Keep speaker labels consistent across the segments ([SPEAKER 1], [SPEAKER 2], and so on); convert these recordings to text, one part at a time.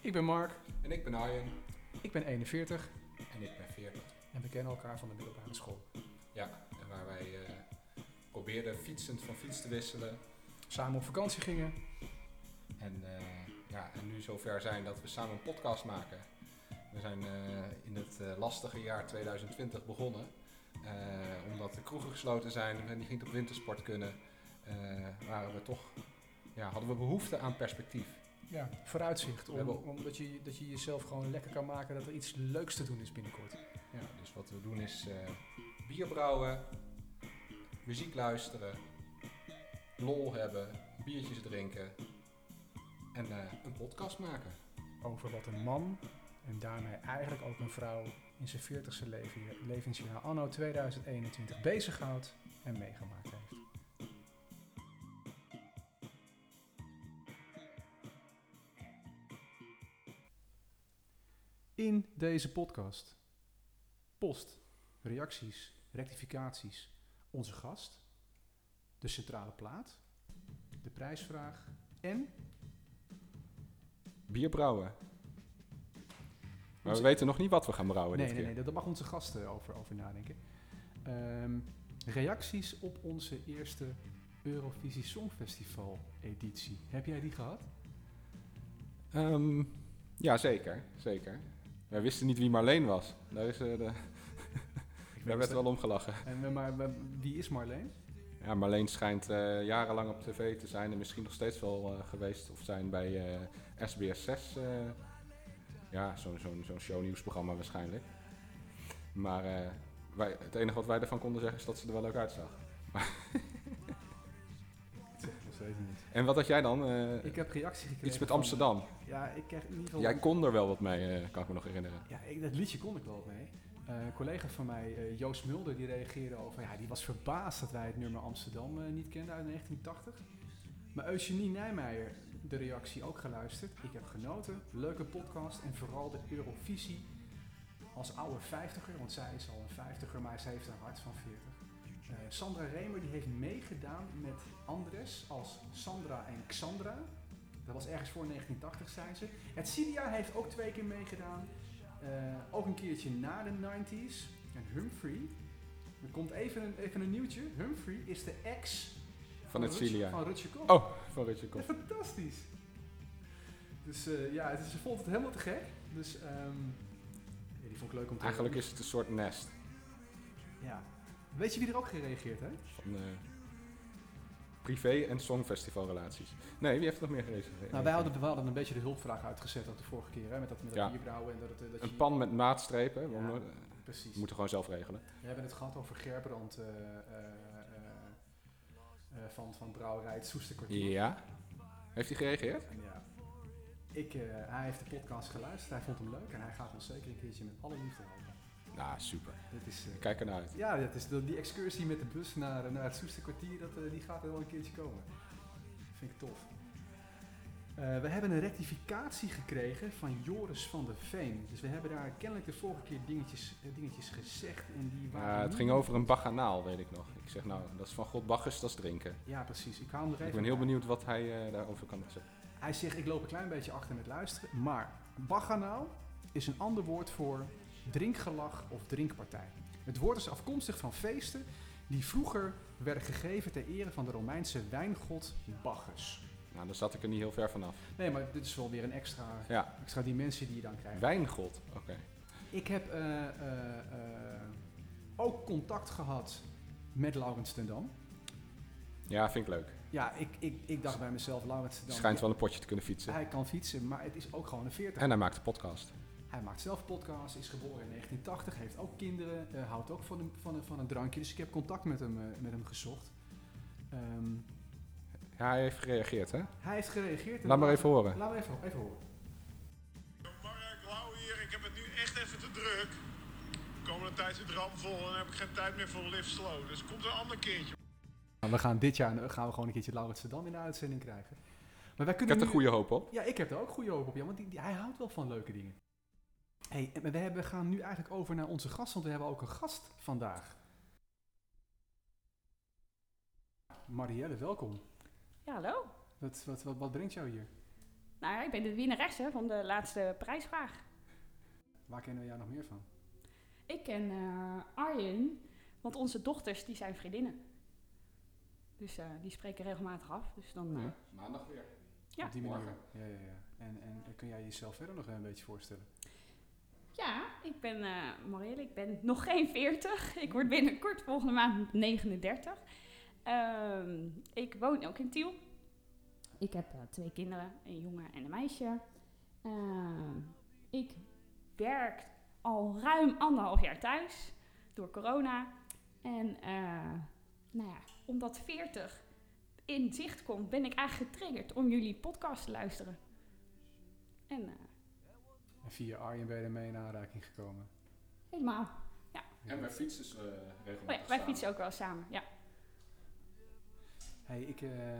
[SPEAKER 1] Ik ben Mark,
[SPEAKER 2] En ik ben Arjen.
[SPEAKER 1] ik ben 41
[SPEAKER 2] En ik ben 40.
[SPEAKER 1] en we kennen elkaar van de middelbare school.
[SPEAKER 2] Ja, en waar wij eh, probeerden fietsend van fiets te wisselen.
[SPEAKER 1] Samen op vakantie gingen.
[SPEAKER 2] En, eh, ja, en nu zover zijn dat we samen een podcast maken. We zijn eh, in het eh, lastige jaar 2020 begonnen. Eh, omdat de kroegen gesloten zijn en die niet op wintersport kunnen, eh, waren we toch, ja, hadden we behoefte aan perspectief.
[SPEAKER 1] Ja, vooruitzicht.
[SPEAKER 2] We
[SPEAKER 1] Om,
[SPEAKER 2] hebben-
[SPEAKER 1] omdat je, dat je jezelf gewoon lekker kan maken dat er iets leuks te doen is binnenkort.
[SPEAKER 2] Ja, dus wat we doen is eh, bier brouwen, muziek luisteren, lol hebben, biertjes drinken en eh, een podcast maken.
[SPEAKER 1] Over wat een man en daarmee eigenlijk ook een vrouw in zijn 40ste leven, levensjaar anno 2021 bezighoudt en meegemaakt heeft. In deze podcast post, reacties, rectificaties, onze gast, de centrale plaat, de prijsvraag en
[SPEAKER 2] Bier brouwen. Maar we
[SPEAKER 1] Onze-
[SPEAKER 2] weten nog niet wat we gaan brouwen
[SPEAKER 1] Nee,
[SPEAKER 2] Oh, dit
[SPEAKER 1] nee,
[SPEAKER 2] keer.
[SPEAKER 1] nee, daar mag onze gasten over, over nadenken. Ehm, reacties op onze eerste Eurovisie Songfestival editie. Heb jij die gehad?
[SPEAKER 2] Ehm, ja, zeker. zeker. Wij wisten niet wie Marleen was. Daar, is, eh, de- daar werd wel om gelachen.
[SPEAKER 1] En, eh, maar eh, wie is Marleen?
[SPEAKER 2] Ja, Marleen schijnt eh, jarenlang op tv te zijn en misschien nog steeds wel eh, geweest of zijn bij eh, SBS 6. eh, ja, zo'n zo'n zo'n shownieuwsprogramma waarschijnlijk. Maar eh, wij, het enige wat wij ervan konden zeggen is dat ze er wel leuk uitzag.
[SPEAKER 1] Nog steeds niet.
[SPEAKER 2] En wat had jij dan? Eh,
[SPEAKER 1] Ik heb reactie gekregen.
[SPEAKER 2] iets met
[SPEAKER 1] van-
[SPEAKER 2] Amsterdam.
[SPEAKER 1] ja, ik krijg in ieder geval...
[SPEAKER 2] Jij kon er wel wat mee, eh, kan ik me nog herinneren.
[SPEAKER 1] Ja, ik, dat liedje kon ik wel mee. Eh, een collega van mij, eh, Joost Mulder, die reageerde over... Ja, die was verbaasd dat wij het nummer Amsterdam eh, niet kenden uit 1980. Maar Eugenie Nijmeijer, de reactie ook geluisterd. Ik heb genoten, leuke podcast en vooral de Eurovisie als oude vijftiger. Want zij is al een vijftiger, maar zij heeft een hart van 40. Eh, Sandra Remer die heeft meegedaan met Andres als Sandra en Xandra. Dat was ergens voor 1980, zei ze. Het Cidia heeft ook twee keer meegedaan. Eh, ook een keertje na de 90s. En Humphrey. Er komt even een, even een nieuwtje. Humphrey is de ex
[SPEAKER 2] Van het
[SPEAKER 1] Rutger-
[SPEAKER 2] Cilia.
[SPEAKER 1] Van Rutger Koch.
[SPEAKER 2] Oh, van Richard
[SPEAKER 1] Ja,
[SPEAKER 2] Koch.
[SPEAKER 1] fantastisch. Dus eh, ja, het is- ze vond het helemaal te gek. Dus ehm, ja, die vond ik leuk om te
[SPEAKER 2] Eigenlijk
[SPEAKER 1] horen.
[SPEAKER 2] is het een soort nest.
[SPEAKER 1] Ja. Weet je wie er ook gereageerd heeft?
[SPEAKER 2] Van, eh, privé- en songfestivalrelaties. Nee, wie heeft er nog meer gelezen?
[SPEAKER 1] Nou, wij hadden, we hadden een beetje de hulpvraag uitgezet ook de vorige keer. Hè, met dat, met dat
[SPEAKER 2] Ja.
[SPEAKER 1] bierbrouwen en dat, het, eh, dat
[SPEAKER 2] Een
[SPEAKER 1] je-
[SPEAKER 2] pan met maatstrepen.
[SPEAKER 1] Ja.
[SPEAKER 2] want, eh,
[SPEAKER 1] Precies.
[SPEAKER 2] We moeten gewoon zelf regelen.
[SPEAKER 1] We hebben het gehad over Gerbrand eh, eh, eh, eh, van, van Brouwerij het Soesterkwartier.
[SPEAKER 2] Ja. Heeft hij gereageerd?
[SPEAKER 1] En ja, ik, eh, hij heeft de podcast geluisterd, hij vond hem leuk en hij gaat ons zeker een keertje met alle liefde helpen.
[SPEAKER 2] Nou, super.
[SPEAKER 1] Dit is, eh,
[SPEAKER 2] Ik Kijk ernaar uit.
[SPEAKER 1] Ja, dat is de- die excursie met de bus naar, eh, naar het Soesterkwartier, dat, eh, die gaat er wel een keertje komen. Vind ik tof. Eh, we hebben een rectificatie gekregen van Joris van der Veen. Dus we hebben daar kennelijk de vorige keer dingetjes, eh, dingetjes gezegd en die waren...
[SPEAKER 2] Maar Eh, het
[SPEAKER 1] niet-
[SPEAKER 2] ging over een baganaal, weet ik nog. Ik zeg nou, dat is van God Bacchus, dat is drinken.
[SPEAKER 1] Ja, precies. Ik hou hem er even
[SPEAKER 2] Ik ben heel
[SPEAKER 1] bij.
[SPEAKER 2] benieuwd wat hij eh, daarover kan zeggen.
[SPEAKER 1] Hij zegt, ik loop een klein beetje achter met luisteren, maar baganaal is een ander woord voor drinkgelach of drinkpartij. Het woord is afkomstig van feesten die vroeger werden gegeven ter ere van de Romeinse wijngod Bacchus.
[SPEAKER 2] Nou, daar zat ik er niet heel ver vanaf.
[SPEAKER 1] Nee, maar dit is wel weer een extra,
[SPEAKER 2] Ja,
[SPEAKER 1] extra dimensie die je dan krijgt.
[SPEAKER 2] wijngod. Oké.
[SPEAKER 1] Ik heb eh, eh, eh, ook contact gehad met Laurens ten Dam.
[SPEAKER 2] Ja, vind ik leuk.
[SPEAKER 1] Ja, ik, ik, ik dacht bij mezelf, Laurens ten Dam,
[SPEAKER 2] Schijnt wel een potje te kunnen fietsen.
[SPEAKER 1] hij kan fietsen, maar het is ook gewoon een 40.
[SPEAKER 2] En hij maakt een podcast.
[SPEAKER 1] Hij maakt zelf podcasts, is geboren in 1980, heeft ook kinderen, eh, houdt ook van een, van, een, van een drankje. Dus ik heb contact met hem, eh, met hem gezocht. Ehm,
[SPEAKER 2] Ja, hij heeft gereageerd, hè?
[SPEAKER 1] hij heeft gereageerd. en
[SPEAKER 2] Laat maar
[SPEAKER 1] laten-
[SPEAKER 2] even horen.
[SPEAKER 1] Laten we even, even horen.
[SPEAKER 3] Mark Lauw hier, ik heb het nu echt even te druk. De komende tijd zit ramvol en dan heb ik geen tijd meer voor lift slow. Dus komt een ander keertje.
[SPEAKER 1] Nou, we gaan dit jaar eh, gaan we gewoon een keertje Laurens Dam in de uitzending krijgen. Maar wij
[SPEAKER 2] Ik
[SPEAKER 1] kunnen
[SPEAKER 2] heb er
[SPEAKER 1] nu-
[SPEAKER 2] goede hoop op.
[SPEAKER 1] Ja, ik heb er ook goede hoop op. Ja, want die, die- hij houdt wel van leuke dingen. hey, en we, hebben, we gaan nu eigenlijk over naar onze gast, want we hebben ook een gast vandaag. Marielle, welkom.
[SPEAKER 4] Ja, hallo.
[SPEAKER 1] Wat, wat, wat, wat brengt jou hier?
[SPEAKER 4] Nou ja, ik ben de winnaaresse van de laatste prijsvraag.
[SPEAKER 1] Waar kennen we jou nog meer van?
[SPEAKER 4] Ik ken eh Arjen, want onze dochters die zijn vriendinnen. Dus eh, die spreken regelmatig af. Dus dan, eh,
[SPEAKER 2] Ja, maandag weer.
[SPEAKER 4] Ja.
[SPEAKER 1] Op die manier.
[SPEAKER 2] Morgen.
[SPEAKER 1] Ja, ja, ja. En, en eh, kun jij jezelf verder nog een beetje voorstellen?
[SPEAKER 4] Ja, ik ben eh Marielle, ik ben nog geen 40. Ik word binnenkort volgende maand 39. Ehm, ik woon ook in Tiel. Ik heb eh, twee kinderen, een jongen en een meisje. Ehm, ik werk al ruim anderhalf jaar thuis door corona. En eh, nou ja, omdat 40 in zicht komt, ben ik eigenlijk getriggerd om jullie podcast te luisteren. En eh,
[SPEAKER 1] En via Arjen ben je ermee in aanraking gekomen.
[SPEAKER 4] helemaal.
[SPEAKER 2] En wij fietsen dus eh, regelmatig
[SPEAKER 4] Oh ja, wij
[SPEAKER 2] samen.
[SPEAKER 4] fietsen ook wel samen, ja.
[SPEAKER 1] Hey, ik, eh,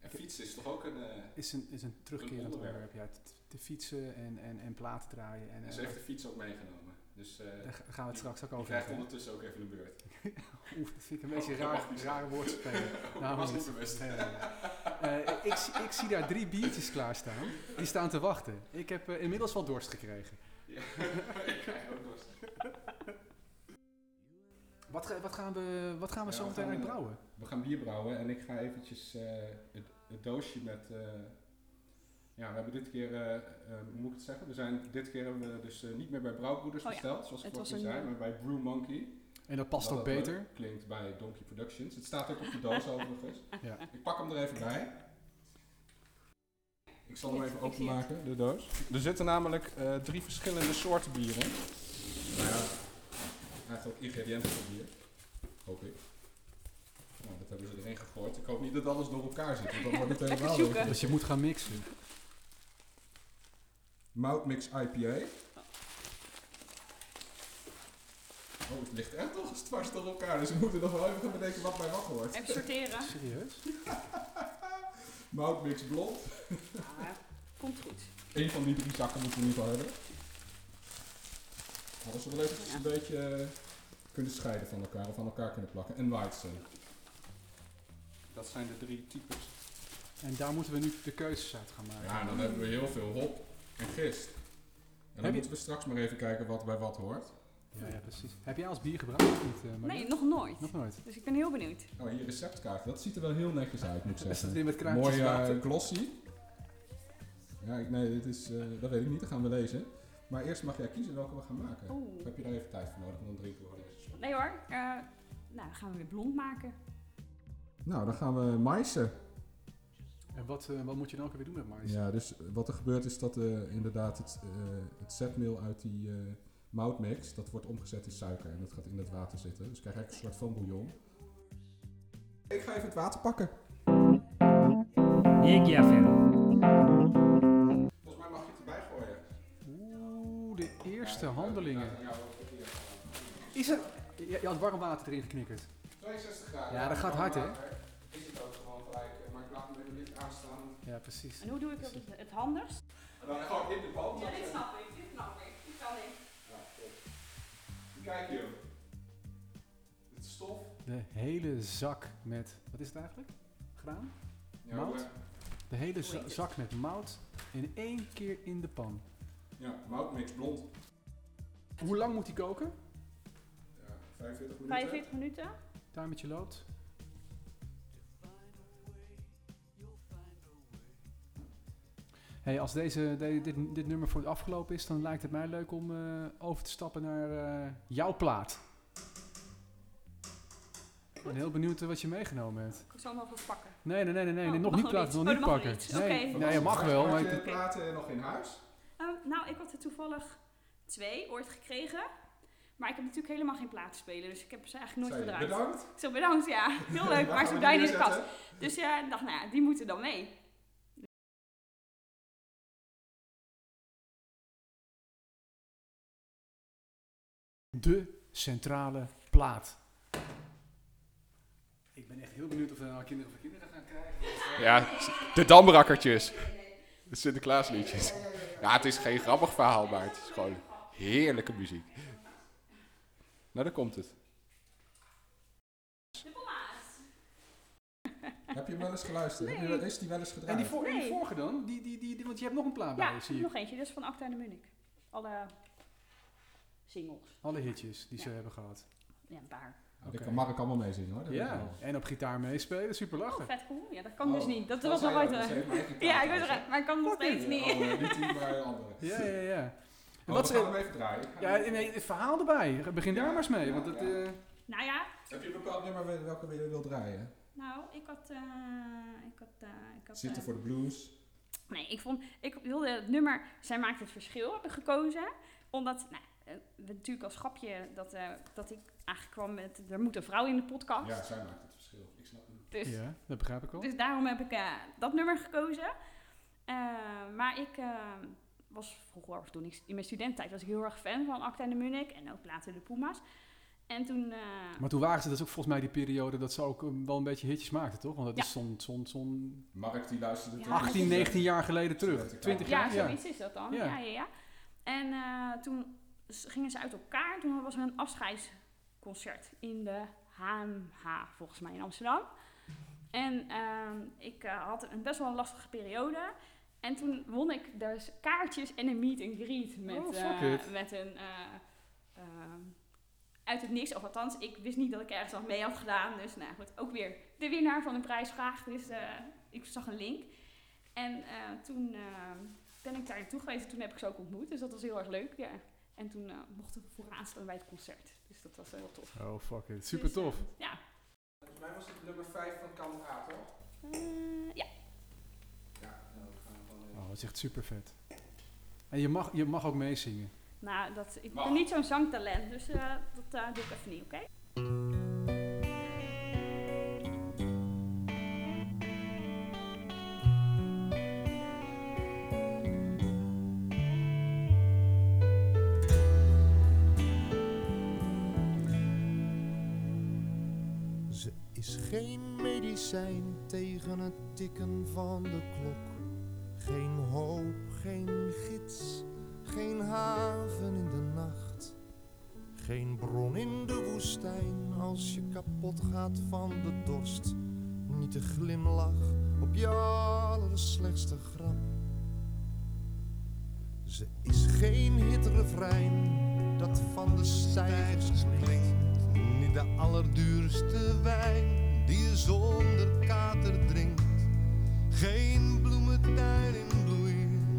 [SPEAKER 2] En fietsen is toch ook een... eh,
[SPEAKER 1] is een, is een terugkerend
[SPEAKER 2] onderwerp.
[SPEAKER 1] onderwerp. Ja, te, te fietsen en, en, en platen draaien. En,
[SPEAKER 2] en
[SPEAKER 1] eh,
[SPEAKER 2] ze heeft de fiets ook meegenomen. Dus eh
[SPEAKER 1] daar gaan we het straks ook
[SPEAKER 2] je
[SPEAKER 1] over
[SPEAKER 2] krijgt
[SPEAKER 1] hebben.
[SPEAKER 2] ondertussen ook even een beurt.
[SPEAKER 1] Oeh, dat vind ik een beetje een
[SPEAKER 2] Oh,
[SPEAKER 1] raar,
[SPEAKER 2] mag niet.
[SPEAKER 1] rare woordspelen.
[SPEAKER 2] dat was
[SPEAKER 1] maar
[SPEAKER 2] niet
[SPEAKER 1] goed.
[SPEAKER 2] bewust.
[SPEAKER 1] Nou, Nee, nee, nee. Eh, ik, zie- ik zie daar drie biertjes klaarstaan. Die staan te wachten. Ik heb eh, inmiddels wel dorst gekregen.
[SPEAKER 2] Ja, ik krijg ook dorst.
[SPEAKER 1] Wat, ga- wat gaan we, wat gaan we
[SPEAKER 2] Ja,
[SPEAKER 1] zo
[SPEAKER 2] we
[SPEAKER 1] meteen
[SPEAKER 2] gaan,
[SPEAKER 1] uit
[SPEAKER 2] eh,
[SPEAKER 1] brouwen?
[SPEAKER 2] We gaan bier brouwen en ik ga eventjes eh, het, het doosje met... eh, ja, we hebben dit keer, eh, eh, hoe moet ik het zeggen? We zijn, dit keer hebben we dus eh, niet meer bij Brouwbroeders
[SPEAKER 4] Oh ja,
[SPEAKER 2] besteld, zoals ik
[SPEAKER 4] het
[SPEAKER 2] vorige
[SPEAKER 4] was
[SPEAKER 2] keer
[SPEAKER 4] een- eh,
[SPEAKER 2] zei, maar bij Brew Monkey.
[SPEAKER 1] En dat past
[SPEAKER 2] Wat
[SPEAKER 1] ook
[SPEAKER 2] dat leuk
[SPEAKER 1] beter.
[SPEAKER 2] Klinkt bij Donkey Productions. Het staat ook op de doos overigens.
[SPEAKER 1] Ja.
[SPEAKER 2] Ik pak hem er even bij. Ik zal hem
[SPEAKER 4] Ik-
[SPEAKER 2] even
[SPEAKER 4] ik zie
[SPEAKER 2] openmaken, de doos. Er zitten namelijk eh, drie verschillende soorten bier in. Nou ja, hij heeft ook ingrediënten voor bier. Hoop ik. Nou, dat hebben ze erin gegooid. Ik hoop niet dat alles door elkaar zit, want dan wordt het
[SPEAKER 4] Even
[SPEAKER 2] helemaal
[SPEAKER 4] zoeken.
[SPEAKER 2] ingewikkeld.
[SPEAKER 1] Dus je moet gaan mixen.
[SPEAKER 2] Moutmix IPA. Oh, het ligt echt nog eens dwars door elkaar, dus we moeten nog wel even gaan bedenken wat bij wat hoort.
[SPEAKER 4] Even sorteren.
[SPEAKER 1] Serieus?
[SPEAKER 2] Moutmix blond.
[SPEAKER 4] Ah, komt goed.
[SPEAKER 2] Eén van die drie zakken moeten we in ieder geval hebben. Hadden ze wel even
[SPEAKER 4] Ja.
[SPEAKER 2] een beetje eh, kunnen scheiden van elkaar of aan elkaar kunnen plakken. En Weizen. Dat zijn de drie types.
[SPEAKER 1] En daar moeten we nu de keuzes uit gaan maken.
[SPEAKER 2] Ja, dan hebben we heel veel hop en gist. En
[SPEAKER 1] Heb
[SPEAKER 2] dan
[SPEAKER 1] je-
[SPEAKER 2] moeten we straks maar even kijken wat bij wat hoort.
[SPEAKER 1] Ja, ja, precies. Heb jij als bier gebruikt of niet? eh, Marjan?
[SPEAKER 4] Nee, nog nooit.
[SPEAKER 1] Nog nooit.
[SPEAKER 4] Dus ik ben heel benieuwd.
[SPEAKER 2] Oh, hier receptkaart. Dat ziet er wel heel netjes uit, moet ik
[SPEAKER 1] Is dat
[SPEAKER 2] zeggen.
[SPEAKER 1] weer met kruidjes?
[SPEAKER 2] Mooi
[SPEAKER 1] water?
[SPEAKER 2] eh glossy. Ja, ik, nee, dit is, eh, dat weet ik niet. Dat gaan we lezen. Maar eerst mag jij kiezen welke we gaan maken. Of
[SPEAKER 4] Oeh.
[SPEAKER 2] heb je daar even tijd voor nodig om dan drie te worden?
[SPEAKER 4] Nee hoor. eh, nou, dan gaan we weer blond maken.
[SPEAKER 2] Nou, dan gaan we maïsen.
[SPEAKER 1] En wat, eh, wat moet je dan ook weer doen met mais?
[SPEAKER 2] Ja, dus wat er gebeurt is dat eh, inderdaad het, eh het zetmeel uit die eh, moutmix, dat wordt omgezet in suiker en dat gaat in het water zitten. Dus krijg je eigenlijk een soort van bouillon. Ik ga even het water pakken.
[SPEAKER 5] Ik Javin.
[SPEAKER 2] Volgens mij mag je het erbij gooien.
[SPEAKER 1] Oeh, de eerste handelingen. Is er... Je, je had warm water erin geknikkerd.
[SPEAKER 2] 62 graden.
[SPEAKER 1] Ja, dat gaat hard, hè?
[SPEAKER 2] Is het ook gewoon gelijk, eh, maar ik laat hem even licht aanstaan.
[SPEAKER 1] Ja, precies.
[SPEAKER 4] En hoe doe ik dat het, het handigst?
[SPEAKER 2] En dan gewoon in de band.
[SPEAKER 4] ik. Dit snap ik. Dit kan ik.
[SPEAKER 2] Kijk joh. Het is stof.
[SPEAKER 1] De hele zak met... Wat is het eigenlijk? Graan?
[SPEAKER 2] Ja,
[SPEAKER 1] Mout?
[SPEAKER 2] hoor.
[SPEAKER 1] De hele
[SPEAKER 4] heet
[SPEAKER 1] za-
[SPEAKER 4] het?
[SPEAKER 1] zak met mout in één keer in de pan.
[SPEAKER 2] Ja, moutmix blond.
[SPEAKER 1] Hoe lang moet die koken?
[SPEAKER 2] Ja, 45 minuten.
[SPEAKER 4] 45 minuten.
[SPEAKER 1] Timertje loopt. Hey, als deze, de- dit, dit nummer voor het afgelopen is, dan lijkt het mij leuk om eh, over te stappen naar eh, jouw plaat. Ik ben heel benieuwd eh, wat je meegenomen hebt.
[SPEAKER 4] Ik zal hem wel even pakken.
[SPEAKER 1] Nee, nee, nee, nee, nee,
[SPEAKER 4] Oh,
[SPEAKER 1] nog
[SPEAKER 4] mag
[SPEAKER 1] niet
[SPEAKER 4] nog
[SPEAKER 1] plaat,
[SPEAKER 4] niet.
[SPEAKER 1] nog
[SPEAKER 4] Oh,
[SPEAKER 1] niet
[SPEAKER 4] dat mag
[SPEAKER 1] pakken.
[SPEAKER 4] niet.
[SPEAKER 1] Nee,
[SPEAKER 4] Oké.
[SPEAKER 1] nee, je mag wel, maar
[SPEAKER 2] Had je
[SPEAKER 1] ik-
[SPEAKER 4] Oké.
[SPEAKER 2] platen nog in huis?
[SPEAKER 4] Ehm, nou, ik had er toevallig twee ooit gekregen. Maar ik heb natuurlijk helemaal geen plaatspeler, dus ik heb ze eigenlijk nooit
[SPEAKER 2] Zei je,
[SPEAKER 4] gedraaid.
[SPEAKER 2] Bedankt.
[SPEAKER 4] Ik zei bedankt, ja. Heel leuk,
[SPEAKER 2] Waar
[SPEAKER 4] maar
[SPEAKER 2] gaan
[SPEAKER 4] ze
[SPEAKER 2] we
[SPEAKER 4] zijn in
[SPEAKER 2] die
[SPEAKER 4] de
[SPEAKER 2] neerzetten?
[SPEAKER 4] kast. Dus ja, ik dacht, nou ja, die moeten dan mee.
[SPEAKER 1] de centrale plaat. Ik ben echt heel benieuwd of we nou kinderen voor kinderen gaan krijgen.
[SPEAKER 6] Ja, de Damrakkertjes. De Sinterklaasliedjes. Ja, het is geen grappig verhaal, maar het is gewoon heerlijke muziek. Nou, daar komt het.
[SPEAKER 4] De bomma's.
[SPEAKER 2] Heb je hem wel eens geluisterd? Heb je
[SPEAKER 4] Nee.
[SPEAKER 2] wel- Is die wel eens
[SPEAKER 1] En
[SPEAKER 2] gedraaid?
[SPEAKER 1] die, voor, en die
[SPEAKER 4] Nee.
[SPEAKER 1] vorige dan? Die, die, die, die- want je hebt nog een
[SPEAKER 2] Oh,
[SPEAKER 1] plaat
[SPEAKER 4] Ja,
[SPEAKER 1] bij je, zie ik.
[SPEAKER 4] nog eentje. Dus van Acta en de Munnik. Alle singles.
[SPEAKER 1] Alle hitjes die ze
[SPEAKER 4] Ja.
[SPEAKER 1] hebben gehad.
[SPEAKER 4] Ja, een paar.
[SPEAKER 2] Oh, die
[SPEAKER 1] Oké.
[SPEAKER 2] kan Mark allemaal meezingen hoor. dat weet ik
[SPEAKER 1] Ja,
[SPEAKER 2] wel.
[SPEAKER 1] en op gitaar meespelen, super
[SPEAKER 4] Oh,
[SPEAKER 1] lachen.
[SPEAKER 4] vet cool. Ja, dat kan dus
[SPEAKER 2] Oh,
[SPEAKER 4] niet. Dat
[SPEAKER 2] dat
[SPEAKER 4] was
[SPEAKER 2] zei
[SPEAKER 4] nog nooit...
[SPEAKER 2] je ook,
[SPEAKER 4] eh,
[SPEAKER 2] dat zei je, maar ik heb
[SPEAKER 4] Ja, ik
[SPEAKER 2] kaart
[SPEAKER 4] weet het maar ik kan nog steeds niet.
[SPEAKER 2] Oh, eh, niet die, maar andere.
[SPEAKER 1] Ja, ja, ja. En
[SPEAKER 2] Oh,
[SPEAKER 1] wat
[SPEAKER 2] we
[SPEAKER 1] is
[SPEAKER 2] gaan
[SPEAKER 1] er-
[SPEAKER 2] hem even draaien. Ik ga
[SPEAKER 1] Ja,
[SPEAKER 2] hem even-
[SPEAKER 1] nee, het verhaal erbij. Begin daar
[SPEAKER 2] Ja.
[SPEAKER 1] maar eens mee.
[SPEAKER 2] Ja,
[SPEAKER 1] Want het,
[SPEAKER 2] ja.
[SPEAKER 1] eh,
[SPEAKER 4] Nou ja,
[SPEAKER 2] Heb je een bepaald nummer wel- welke wil je wil draaien?
[SPEAKER 4] nou, ik had... eh, ik had, eh, ik had
[SPEAKER 2] Zitten
[SPEAKER 4] eh,
[SPEAKER 2] voor de blues.
[SPEAKER 4] Nee, ik vond, ik wilde het nummer Zij maakt het verschil hebben gekozen. Omdat, nou, eh, we natuurlijk als grapje dat, eh, dat ik aangekwam met er moet een vrouw in de podcast.
[SPEAKER 2] Ja, zij maakt het verschil. Ik snap het.
[SPEAKER 4] Dus,
[SPEAKER 1] ja, dat begrijp ik al.
[SPEAKER 4] dus daarom heb ik eh, dat nummer gekozen. Eh, maar ik eh, was vroeger, of toen ik in mijn studententijd, was ik heel erg fan van Acta en de Munich en ook later de Puma's. En toen... eh,
[SPEAKER 1] Maar toen waren ze, dat is ook volgens mij die periode dat ze ook eh, wel een beetje hitjes maakten, toch? Want dat
[SPEAKER 4] Ja.
[SPEAKER 1] is zo'n zo'n zo'n
[SPEAKER 2] Mark die luisterde
[SPEAKER 4] Ja.
[SPEAKER 2] toen.
[SPEAKER 1] 18, 19 jaar geleden terug.
[SPEAKER 2] Ja,
[SPEAKER 1] 20
[SPEAKER 4] Ja,
[SPEAKER 1] jaar, ja.
[SPEAKER 4] zoiets is dat dan.
[SPEAKER 1] Ja.
[SPEAKER 4] Ja, ja, ja. En eh, toen s- gingen ze uit elkaar. Toen was er een afscheidsconcert in de HMH, volgens mij, in Amsterdam. En ehm, ik eh, had een best wel een lastige periode. En toen won ik dus kaartjes en een meet and greet met,
[SPEAKER 1] Oh,
[SPEAKER 4] eh,
[SPEAKER 1] fuck it.
[SPEAKER 4] met een... eh, ehm, uit het niks, of althans, ik wist niet dat ik ergens al mee had gedaan. Dus nou goed, ook weer de winnaar van een prijsvraag. Dus eh, ik zag een link. En eh, toen eh, ben ik daar naartoe geweest. Toen heb ik ze ook ontmoet. Dus dat was heel erg leuk. Ja. En toen eh, mochten we vooraan staan bij het concert. Dus dat was heel tof.
[SPEAKER 1] Oh, fuck it. Super tof.
[SPEAKER 4] Dus, eh, ja.
[SPEAKER 2] Volgens mij was het nummer 5 van Kant A, toch?
[SPEAKER 4] Eh, ja.
[SPEAKER 2] Ja, nou, we gaan gewoon.
[SPEAKER 1] Oh, dat is echt super vet. En je mag, je mag ook meezingen.
[SPEAKER 4] Nou, dat, ik
[SPEAKER 2] Mag.
[SPEAKER 4] ben niet zo'n zangtalent. Dus eh, dat eh, doe ik even niet, oké?
[SPEAKER 5] Ze is geen medicijn tegen het tikken van de klok. Geen hoop, geen gids, geen haven in de nacht. Geen bron in de woestijn als je kapot gaat van de dorst. Niet de glimlach op je allerslechtste grap. Ze is geen hitrefrein dat van de stijgers klinkt. Niet de allerduurste wijn die je zonder kater drinkt. Geen bloementuin in bloei,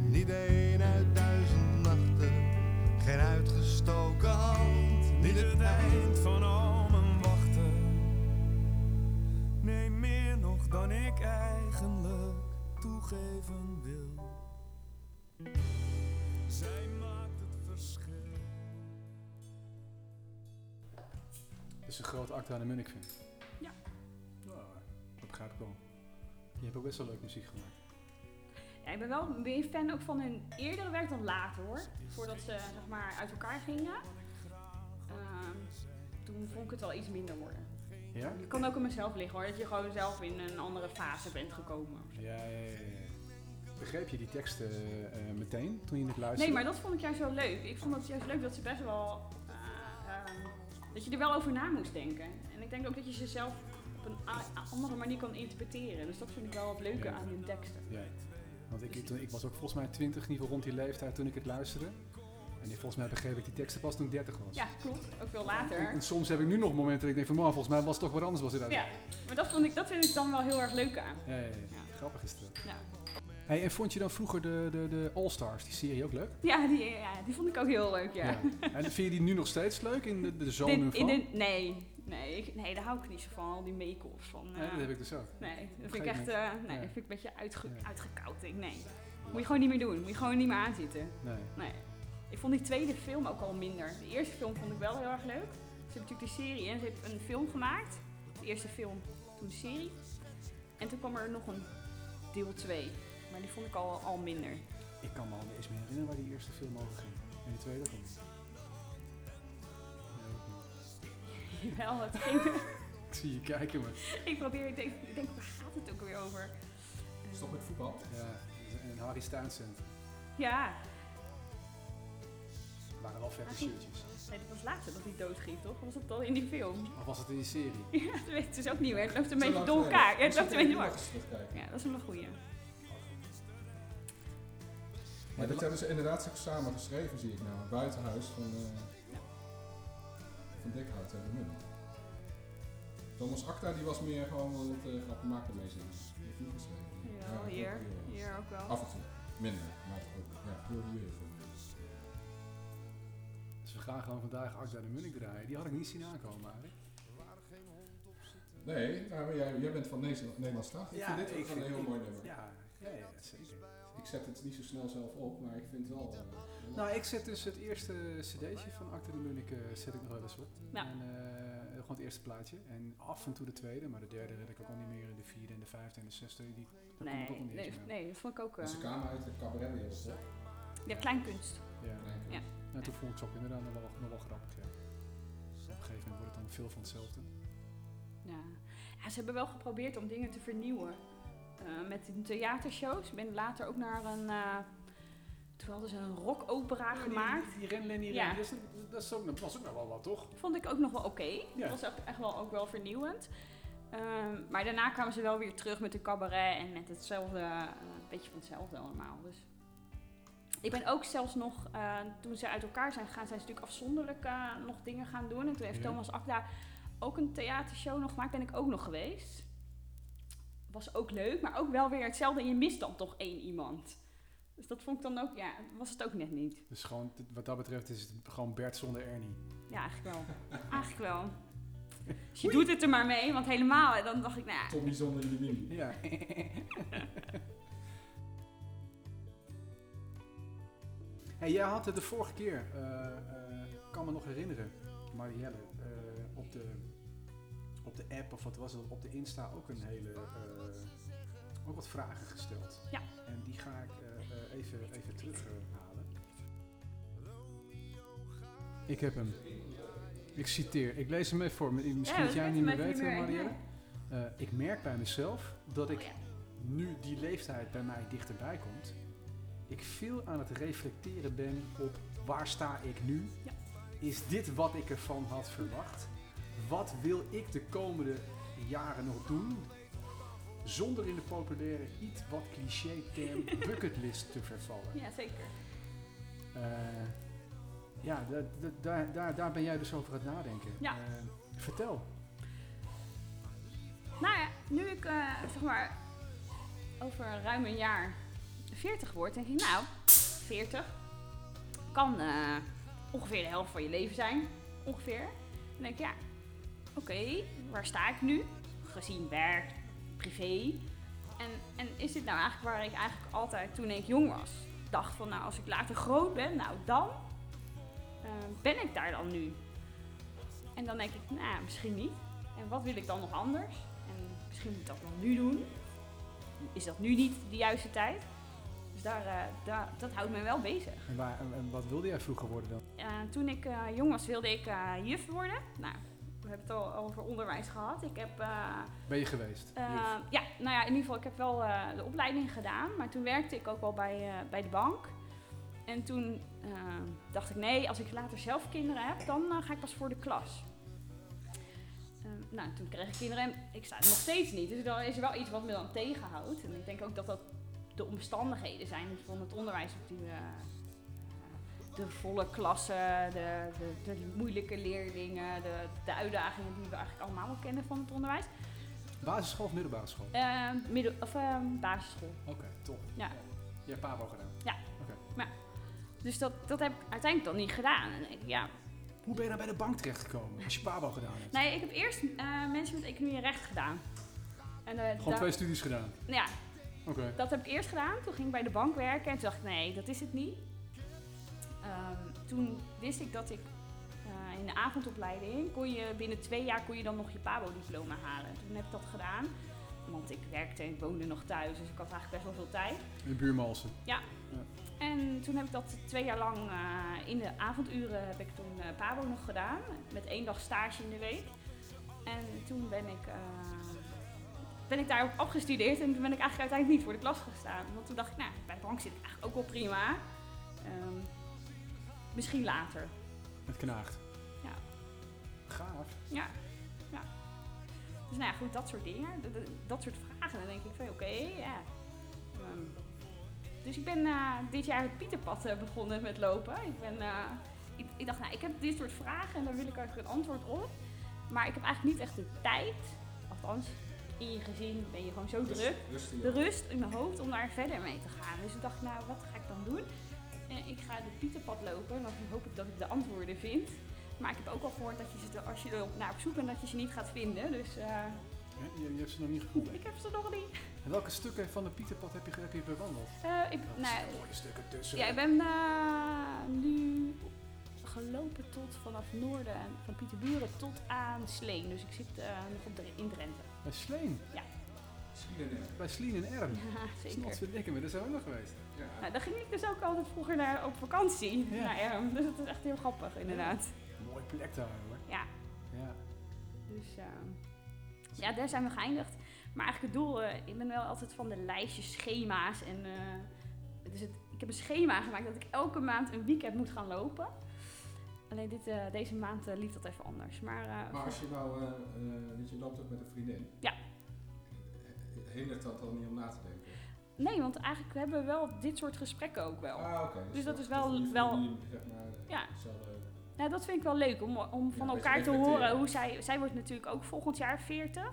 [SPEAKER 5] niet één uit duizend nachten. Geen uitgestoken hand, niet het eind van al mijn wachten. Nee, meer nog dan ik eigenlijk toegeven wil. Zij maakt het verschil.
[SPEAKER 1] Dus een groot acte aan de Munnik vind.
[SPEAKER 4] Ja.
[SPEAKER 1] Oh, dat begrijp ik wel. Je hebt ook best wel leuk muziek gemaakt.
[SPEAKER 4] Ja, ik ben wel meer fan ook van hun eerdere werk dan later hoor. Voordat ze zeg maar uit elkaar gingen. Ehm, toen vond ik het wel iets minder worden.
[SPEAKER 1] Ja?
[SPEAKER 4] Het kan ook aan mezelf liggen hoor. Dat je gewoon zelf in een andere fase bent gekomen.
[SPEAKER 1] Ja, ja, ja. Begreep je die teksten eh, eh, meteen toen je het
[SPEAKER 4] Nee,
[SPEAKER 1] luisterde?
[SPEAKER 4] maar dat vond ik juist wel leuk. Ik vond het juist leuk dat ze best wel. eh, ehm, dat je er wel over na moest denken. En ik denk ook dat je ze zelf op een a- a- andere manier kan interpreteren. Dus dat vind ik wel wat leuke
[SPEAKER 1] Ja.
[SPEAKER 4] aan hun teksten.
[SPEAKER 1] Ja. Want ik, toen, ik was ook volgens mij 20, in ieder geval rond die leeftijd toen ik het luisterde. En ik- volgens mij begreep ik die teksten pas toen ik 30 was.
[SPEAKER 4] Ja, klopt. Ook veel later.
[SPEAKER 1] En soms heb ik nu nog momenten dat ik denk van, man, volgens mij was het toch wat anders was dit
[SPEAKER 4] Ja,
[SPEAKER 1] eigenlijk.
[SPEAKER 4] maar dat, vond ik, dat vind ik dan wel heel erg leuk aan.
[SPEAKER 1] Ja, ja, ja.
[SPEAKER 4] Ja.
[SPEAKER 1] Grappig is dat.
[SPEAKER 4] Ja.
[SPEAKER 1] Hey, en vond je dan vroeger de, de, de All Stars, die serie ook leuk?
[SPEAKER 4] Ja, die, ja, die vond ik ook heel leuk, ja.
[SPEAKER 1] En vind je die nu nog steeds leuk in de, de zone
[SPEAKER 4] Dit-
[SPEAKER 1] nu
[SPEAKER 4] in
[SPEAKER 1] van?
[SPEAKER 4] dit- nee, nee, ik, nee, daar hou ik niet zo van, al die make-ups van. eh,
[SPEAKER 1] Ja, dat heb ik dus ook.
[SPEAKER 4] Nee, dat vind ik
[SPEAKER 1] gegeven
[SPEAKER 4] echt eh, nee,
[SPEAKER 1] Ja.
[SPEAKER 4] dat vind ik een beetje uitge,
[SPEAKER 1] Ja.
[SPEAKER 4] uitgekoud. denk ik. Nee, moet je gewoon niet meer doen. Moet je gewoon niet meer aanzitten.
[SPEAKER 1] Nee.
[SPEAKER 4] Nee. Ik vond die tweede film ook al minder. De eerste film vond ik wel heel erg leuk. Ze hebben natuurlijk die serie en ze hebben een film gemaakt. De eerste film, toen de serie. En toen kwam er nog een deel 2. Maar die vond ik al, al minder.
[SPEAKER 1] Ik kan me al eens meer herinneren waar die eerste film over ging. En de tweede ook al niet. Nee, ook niet.
[SPEAKER 4] Wel, het ging.
[SPEAKER 1] Ik zie je kijken, maar...
[SPEAKER 4] ik probeer, ik denk, ik denk, waar gaat het ook weer over?
[SPEAKER 2] Stop met voetbal.
[SPEAKER 1] Ja, en Harry Staanscent.
[SPEAKER 4] Ja.
[SPEAKER 1] Het waren wel vette
[SPEAKER 4] Ah, die-
[SPEAKER 1] shirtjes.
[SPEAKER 4] Nee, dat was later dat hij doodgiet, toch? Was dat al in die film?
[SPEAKER 1] Of was het in die serie?
[SPEAKER 4] Ja, dat weet ik dus ook niet meer. Het loopt een
[SPEAKER 2] Te eh,
[SPEAKER 4] beetje
[SPEAKER 2] lang
[SPEAKER 4] door
[SPEAKER 2] geleden.
[SPEAKER 4] elkaar. Ja, het
[SPEAKER 2] Misschien
[SPEAKER 4] loopt
[SPEAKER 2] kun
[SPEAKER 4] een
[SPEAKER 2] je
[SPEAKER 4] beetje door
[SPEAKER 2] nog
[SPEAKER 4] elkaar.
[SPEAKER 2] eens terugkijken.
[SPEAKER 4] Ja, dat is wel een goeie.
[SPEAKER 2] Maar dit hebben ze inderdaad zich samen geschreven, zie ik nou. Buitenhuis van, eh van Dekhout en de Munnik. Thomas Acta die was meer gewoon wel het eh grappen maken mee zingen. Die heeft niet geschreven.
[SPEAKER 4] Ja,
[SPEAKER 2] ook
[SPEAKER 4] hier.
[SPEAKER 2] wel.
[SPEAKER 4] Hier ook wel.
[SPEAKER 2] Af en toe. Minder, maar toch ook. Ja, heel hier voor.
[SPEAKER 1] Dus we gaan gewoon vandaag Akda de Munnik draaien. Die had ik niet zien aankomen eigenlijk.
[SPEAKER 2] Nee, nou, maar jij, jij bent van Nederland- Nederlandstalig. Ik
[SPEAKER 1] Ja,
[SPEAKER 2] vind dit
[SPEAKER 1] ik
[SPEAKER 2] ook een
[SPEAKER 1] vind-
[SPEAKER 2] heel mooi nummer.
[SPEAKER 1] Ja, ja, ja, zeker.
[SPEAKER 2] Ik zet het niet zo snel zelf op, maar ik vind het wel... eh,
[SPEAKER 1] Nou, ik zet dus het eerste cd'tje van Akda de Munnik eh, zet ik nog wel eens op.
[SPEAKER 4] Ja.
[SPEAKER 1] En, eh, gewoon het eerste plaatje. En af en toe de tweede, maar de derde red ik ook al niet meer. En de vierde en de vijfde en de zesde. Die, daar kom ik ook
[SPEAKER 4] Nee,
[SPEAKER 1] al niet
[SPEAKER 4] nee,
[SPEAKER 1] eens meer aan.
[SPEAKER 4] nee, dat vond ik ook... eh,
[SPEAKER 2] Ze kwamen uit de cabaretwereld, toch?
[SPEAKER 4] ja, kleinkunst.
[SPEAKER 1] Ja.
[SPEAKER 4] Ja.
[SPEAKER 1] Nou, toen vond ik ze ook inderdaad nog wel, nog wel grappig. Ja. Op een gegeven moment wordt het dan veel van hetzelfde.
[SPEAKER 4] Ja. ja, ze hebben wel geprobeerd om dingen te vernieuwen. Eh, met die theatershows. Ik ben later ook naar een... eh, toen hadden ze een rockopera gemaakt.
[SPEAKER 1] Oh, Die, die renlen, die
[SPEAKER 4] Ja.
[SPEAKER 1] renlen, dat, is- dat, is ook, dat was ook nog wel wat, toch?
[SPEAKER 4] Vond ik ook nog wel oké.
[SPEAKER 1] Ja.
[SPEAKER 4] Dat was echt, echt wel, ook wel vernieuwend. Ehm, maar daarna kwamen ze wel weer terug met de cabaret en met hetzelfde, eh, een beetje van hetzelfde allemaal. Dus ik ben ook zelfs nog, eh, toen ze uit elkaar zijn gegaan, zijn ze natuurlijk afzonderlijk eh, nog dingen gaan doen. En toen heeft
[SPEAKER 1] Ja.
[SPEAKER 4] Thomas Akda ook een theatershow nog gemaakt, ben ik ook nog geweest. Was ook leuk, maar ook wel weer hetzelfde. En je mist dan toch één iemand. Dus dat vond ik dan ook, ja, was het ook net niet.
[SPEAKER 1] Dus gewoon, t- wat dat betreft is het gewoon Bert zonder Ernie.
[SPEAKER 4] Ja, eigenlijk wel. eigenlijk wel. Dus je doet het er maar mee, want helemaal. En dan dacht ik, nou ja,
[SPEAKER 2] Tommy zonder Jemini.
[SPEAKER 1] Ja. hey, jij had het de vorige keer, eh, eh, ik kan me nog herinneren, Marielle, eh, op, de, op de app of wat was het, op de Insta ook een hele, eh, ook wat vragen gesteld.
[SPEAKER 4] Ja.
[SPEAKER 1] En die ga ik eh, eh, even, even terughalen. ik heb hem. Ik citeer, ik lees hem even voor, me. misschien
[SPEAKER 4] Ja,
[SPEAKER 1] dat jij hem
[SPEAKER 4] dat
[SPEAKER 1] niet meer
[SPEAKER 4] weet
[SPEAKER 1] weet,
[SPEAKER 4] ik
[SPEAKER 1] eh,
[SPEAKER 4] niet meer,
[SPEAKER 1] Marielle. Eh, ik merk bij mezelf dat ik
[SPEAKER 4] Oh ja.
[SPEAKER 1] nu die leeftijd bij mij dichterbij komt, ik veel aan het reflecteren ben op waar sta ik nu?
[SPEAKER 4] Ja.
[SPEAKER 1] Is dit wat ik ervan had verwacht? Wat wil ik de komende jaren nog doen? Zonder in de populaire, iets wat cliché term bucketlist te vervallen.
[SPEAKER 4] ja, zeker.
[SPEAKER 1] Eh, ja, da- da- daar- daar- daar ben jij dus over aan het nadenken.
[SPEAKER 4] Ja.
[SPEAKER 1] Eh, vertel.
[SPEAKER 4] Nou ja, nu ik eh, zeg maar over ruim een jaar 40 word, denk ik, nou, 40 kan eh, ongeveer de helft van je leven zijn. Ongeveer. Dan denk ik, ja, oké, waar sta ik nu? Gezien werk, privé. En, en is dit nou eigenlijk waar ik eigenlijk altijd toen ik jong was dacht van, nou, als ik later groot ben, nou dan eh, ben ik daar dan nu. En dan denk ik, nou, misschien niet. En wat wil ik dan nog anders? En misschien moet ik dat dan nu doen. Is dat nu niet de juiste tijd? Dus daar, eh, daar, dat houdt me wel bezig.
[SPEAKER 1] En, waar, en, en wat wilde jij vroeger worden dan?
[SPEAKER 4] Eh, toen ik eh, jong was wilde ik eh, juf worden. Nou, we hebben het al over onderwijs gehad. Ik heb, eh,
[SPEAKER 1] Ben je geweest?
[SPEAKER 4] eh,
[SPEAKER 1] Juf.
[SPEAKER 4] ja, nou ja, in ieder geval, ik heb wel eh, de opleiding gedaan. Maar toen werkte ik ook al bij, eh, bij de bank. En toen eh, dacht ik, nee, als ik later zelf kinderen heb, dan eh, ga ik pas voor de klas. Ehm, nou, toen kreeg ik kinderen en ik sta er nog steeds niet. Dus dan is er wel iets wat me dan tegenhoudt. En ik denk ook dat dat de omstandigheden zijn van het onderwijs op die... eh, de volle klassen, de, de, de moeilijke leerlingen, de, de uitdagingen die we eigenlijk allemaal wel kennen van het onderwijs.
[SPEAKER 1] Basisschool of middelbare school?
[SPEAKER 4] Eh, middel, of eh, basisschool.
[SPEAKER 1] Oké, top.
[SPEAKER 4] Ja.
[SPEAKER 1] Je hebt Pabo gedaan.
[SPEAKER 4] Dus dat, dat heb ik uiteindelijk dan niet gedaan. En ik- ja.
[SPEAKER 1] Hoe ben je nou bij de bank terechtgekomen als je Pabo gedaan hebt?
[SPEAKER 4] Nee, ik heb eerst eh, mensen met economie en recht gedaan. En, eh,
[SPEAKER 1] Gewoon
[SPEAKER 4] da-
[SPEAKER 1] twee studies gedaan.
[SPEAKER 4] nou ja,
[SPEAKER 1] Oké.
[SPEAKER 4] dat heb ik eerst gedaan. Toen ging ik bij de bank werken en toen dacht ik, nee, dat is het niet. Ehm, toen wist ik dat ik eh, in de avondopleiding kon je binnen twee jaar kon je dan nog je PABO-diploma halen. Toen heb ik dat gedaan. Want ik werkte en ik woonde nog thuis, dus ik had eigenlijk best wel veel tijd.
[SPEAKER 1] In Buurmalsen.
[SPEAKER 4] En toen heb ik dat twee jaar lang eh, in de avonduren heb ik toen eh, Pabo nog gedaan. Met één dag stage in de week. En toen ben ik, eh, ben ik daar ook afgestudeerd. En toen ben ik eigenlijk uiteindelijk niet voor de klas gestaan. Want toen dacht ik, nou, bij de bank zit ik eigenlijk ook wel prima. Ehm, Misschien later.
[SPEAKER 1] Het knaagt.
[SPEAKER 4] Ja.
[SPEAKER 1] Gaaf.
[SPEAKER 4] Ja. ja. Dus nou ja, goed, dat soort dingen. Dat, dat- dat soort vragen. Dan denk ik van, oké, ja. Ehm, dus ik ben eh, dit jaar het Pieterpad eh, begonnen met lopen. Ik, ben, eh, ik, ik dacht, nou, ik heb dit soort vragen en daar wil ik eigenlijk een antwoord op. Maar ik heb eigenlijk niet echt de tijd. Althans, in je gezin ben je gewoon zo druk de rust in mijn hoofd om daar verder mee te gaan. Dus ik dacht, nou, wat ga ik dan doen? Eh, ik ga de Pieterpad lopen en dan hoop ik dat ik de antwoorden vind. Maar ik heb ook al gehoord dat je ze, er- als je erop naar op zoekt en dat je ze niet gaat vinden. Dus eh,
[SPEAKER 1] Hè, Je, je hebt ze nog niet gevonden.
[SPEAKER 4] ik heb ze nog niet.
[SPEAKER 1] En welke stukken van de Pieterpad heb je, heb je bewandeld?
[SPEAKER 4] Eh, ik,
[SPEAKER 1] Welke
[SPEAKER 4] nou,
[SPEAKER 1] mooie stukken tussen.
[SPEAKER 4] ja, ik ben eh, nu gelopen tot vanaf noorden en van Pieterburen tot aan Sleen. Dus ik zit eh, nog op Dre- in Drenthe.
[SPEAKER 1] Bij Sleen. Bij Sleen en Erm.
[SPEAKER 4] Ja, zeker.
[SPEAKER 1] Snot dikke, maar daar zijn we ook nog geweest.
[SPEAKER 4] Nou, daar ging ik dus ook altijd vroeger naar, op vakantie.
[SPEAKER 1] Ja.
[SPEAKER 4] Naar Erm. Dus dat is echt heel grappig, inderdaad.
[SPEAKER 1] Mooi plek daar hoor.
[SPEAKER 4] Ja.
[SPEAKER 1] Ja.
[SPEAKER 4] Dus ehm, ja, daar zijn we geëindigd. Maar eigenlijk het doel, eh, ik ben wel altijd van de lijstjes, schema's. En, eh, dus het, ik heb een schema gemaakt dat ik elke maand een weekend moet gaan lopen. Alleen dit, eh, deze maand eh, liep dat even anders. Maar, eh,
[SPEAKER 2] Maar
[SPEAKER 4] voor-
[SPEAKER 2] als je nou, eh, eh, weet je loopt ook met een vriendin.
[SPEAKER 4] Ja.
[SPEAKER 2] Eh, Hindert dat dan niet om na te denken?
[SPEAKER 4] nee, want eigenlijk hebben we wel dit soort gesprekken ook wel.
[SPEAKER 2] Ah, oké.
[SPEAKER 4] Dus dat is wel-
[SPEAKER 2] voor je
[SPEAKER 4] wel-
[SPEAKER 2] vriendin, zeg maar, eh,
[SPEAKER 4] Ja.
[SPEAKER 2] hetzelfde-
[SPEAKER 4] Nou, dat vind ik wel leuk om, om van
[SPEAKER 2] Ja,
[SPEAKER 4] elkaar te
[SPEAKER 2] beetje reflecteren.
[SPEAKER 4] horen hoe zij. Zij wordt natuurlijk ook volgend jaar 40.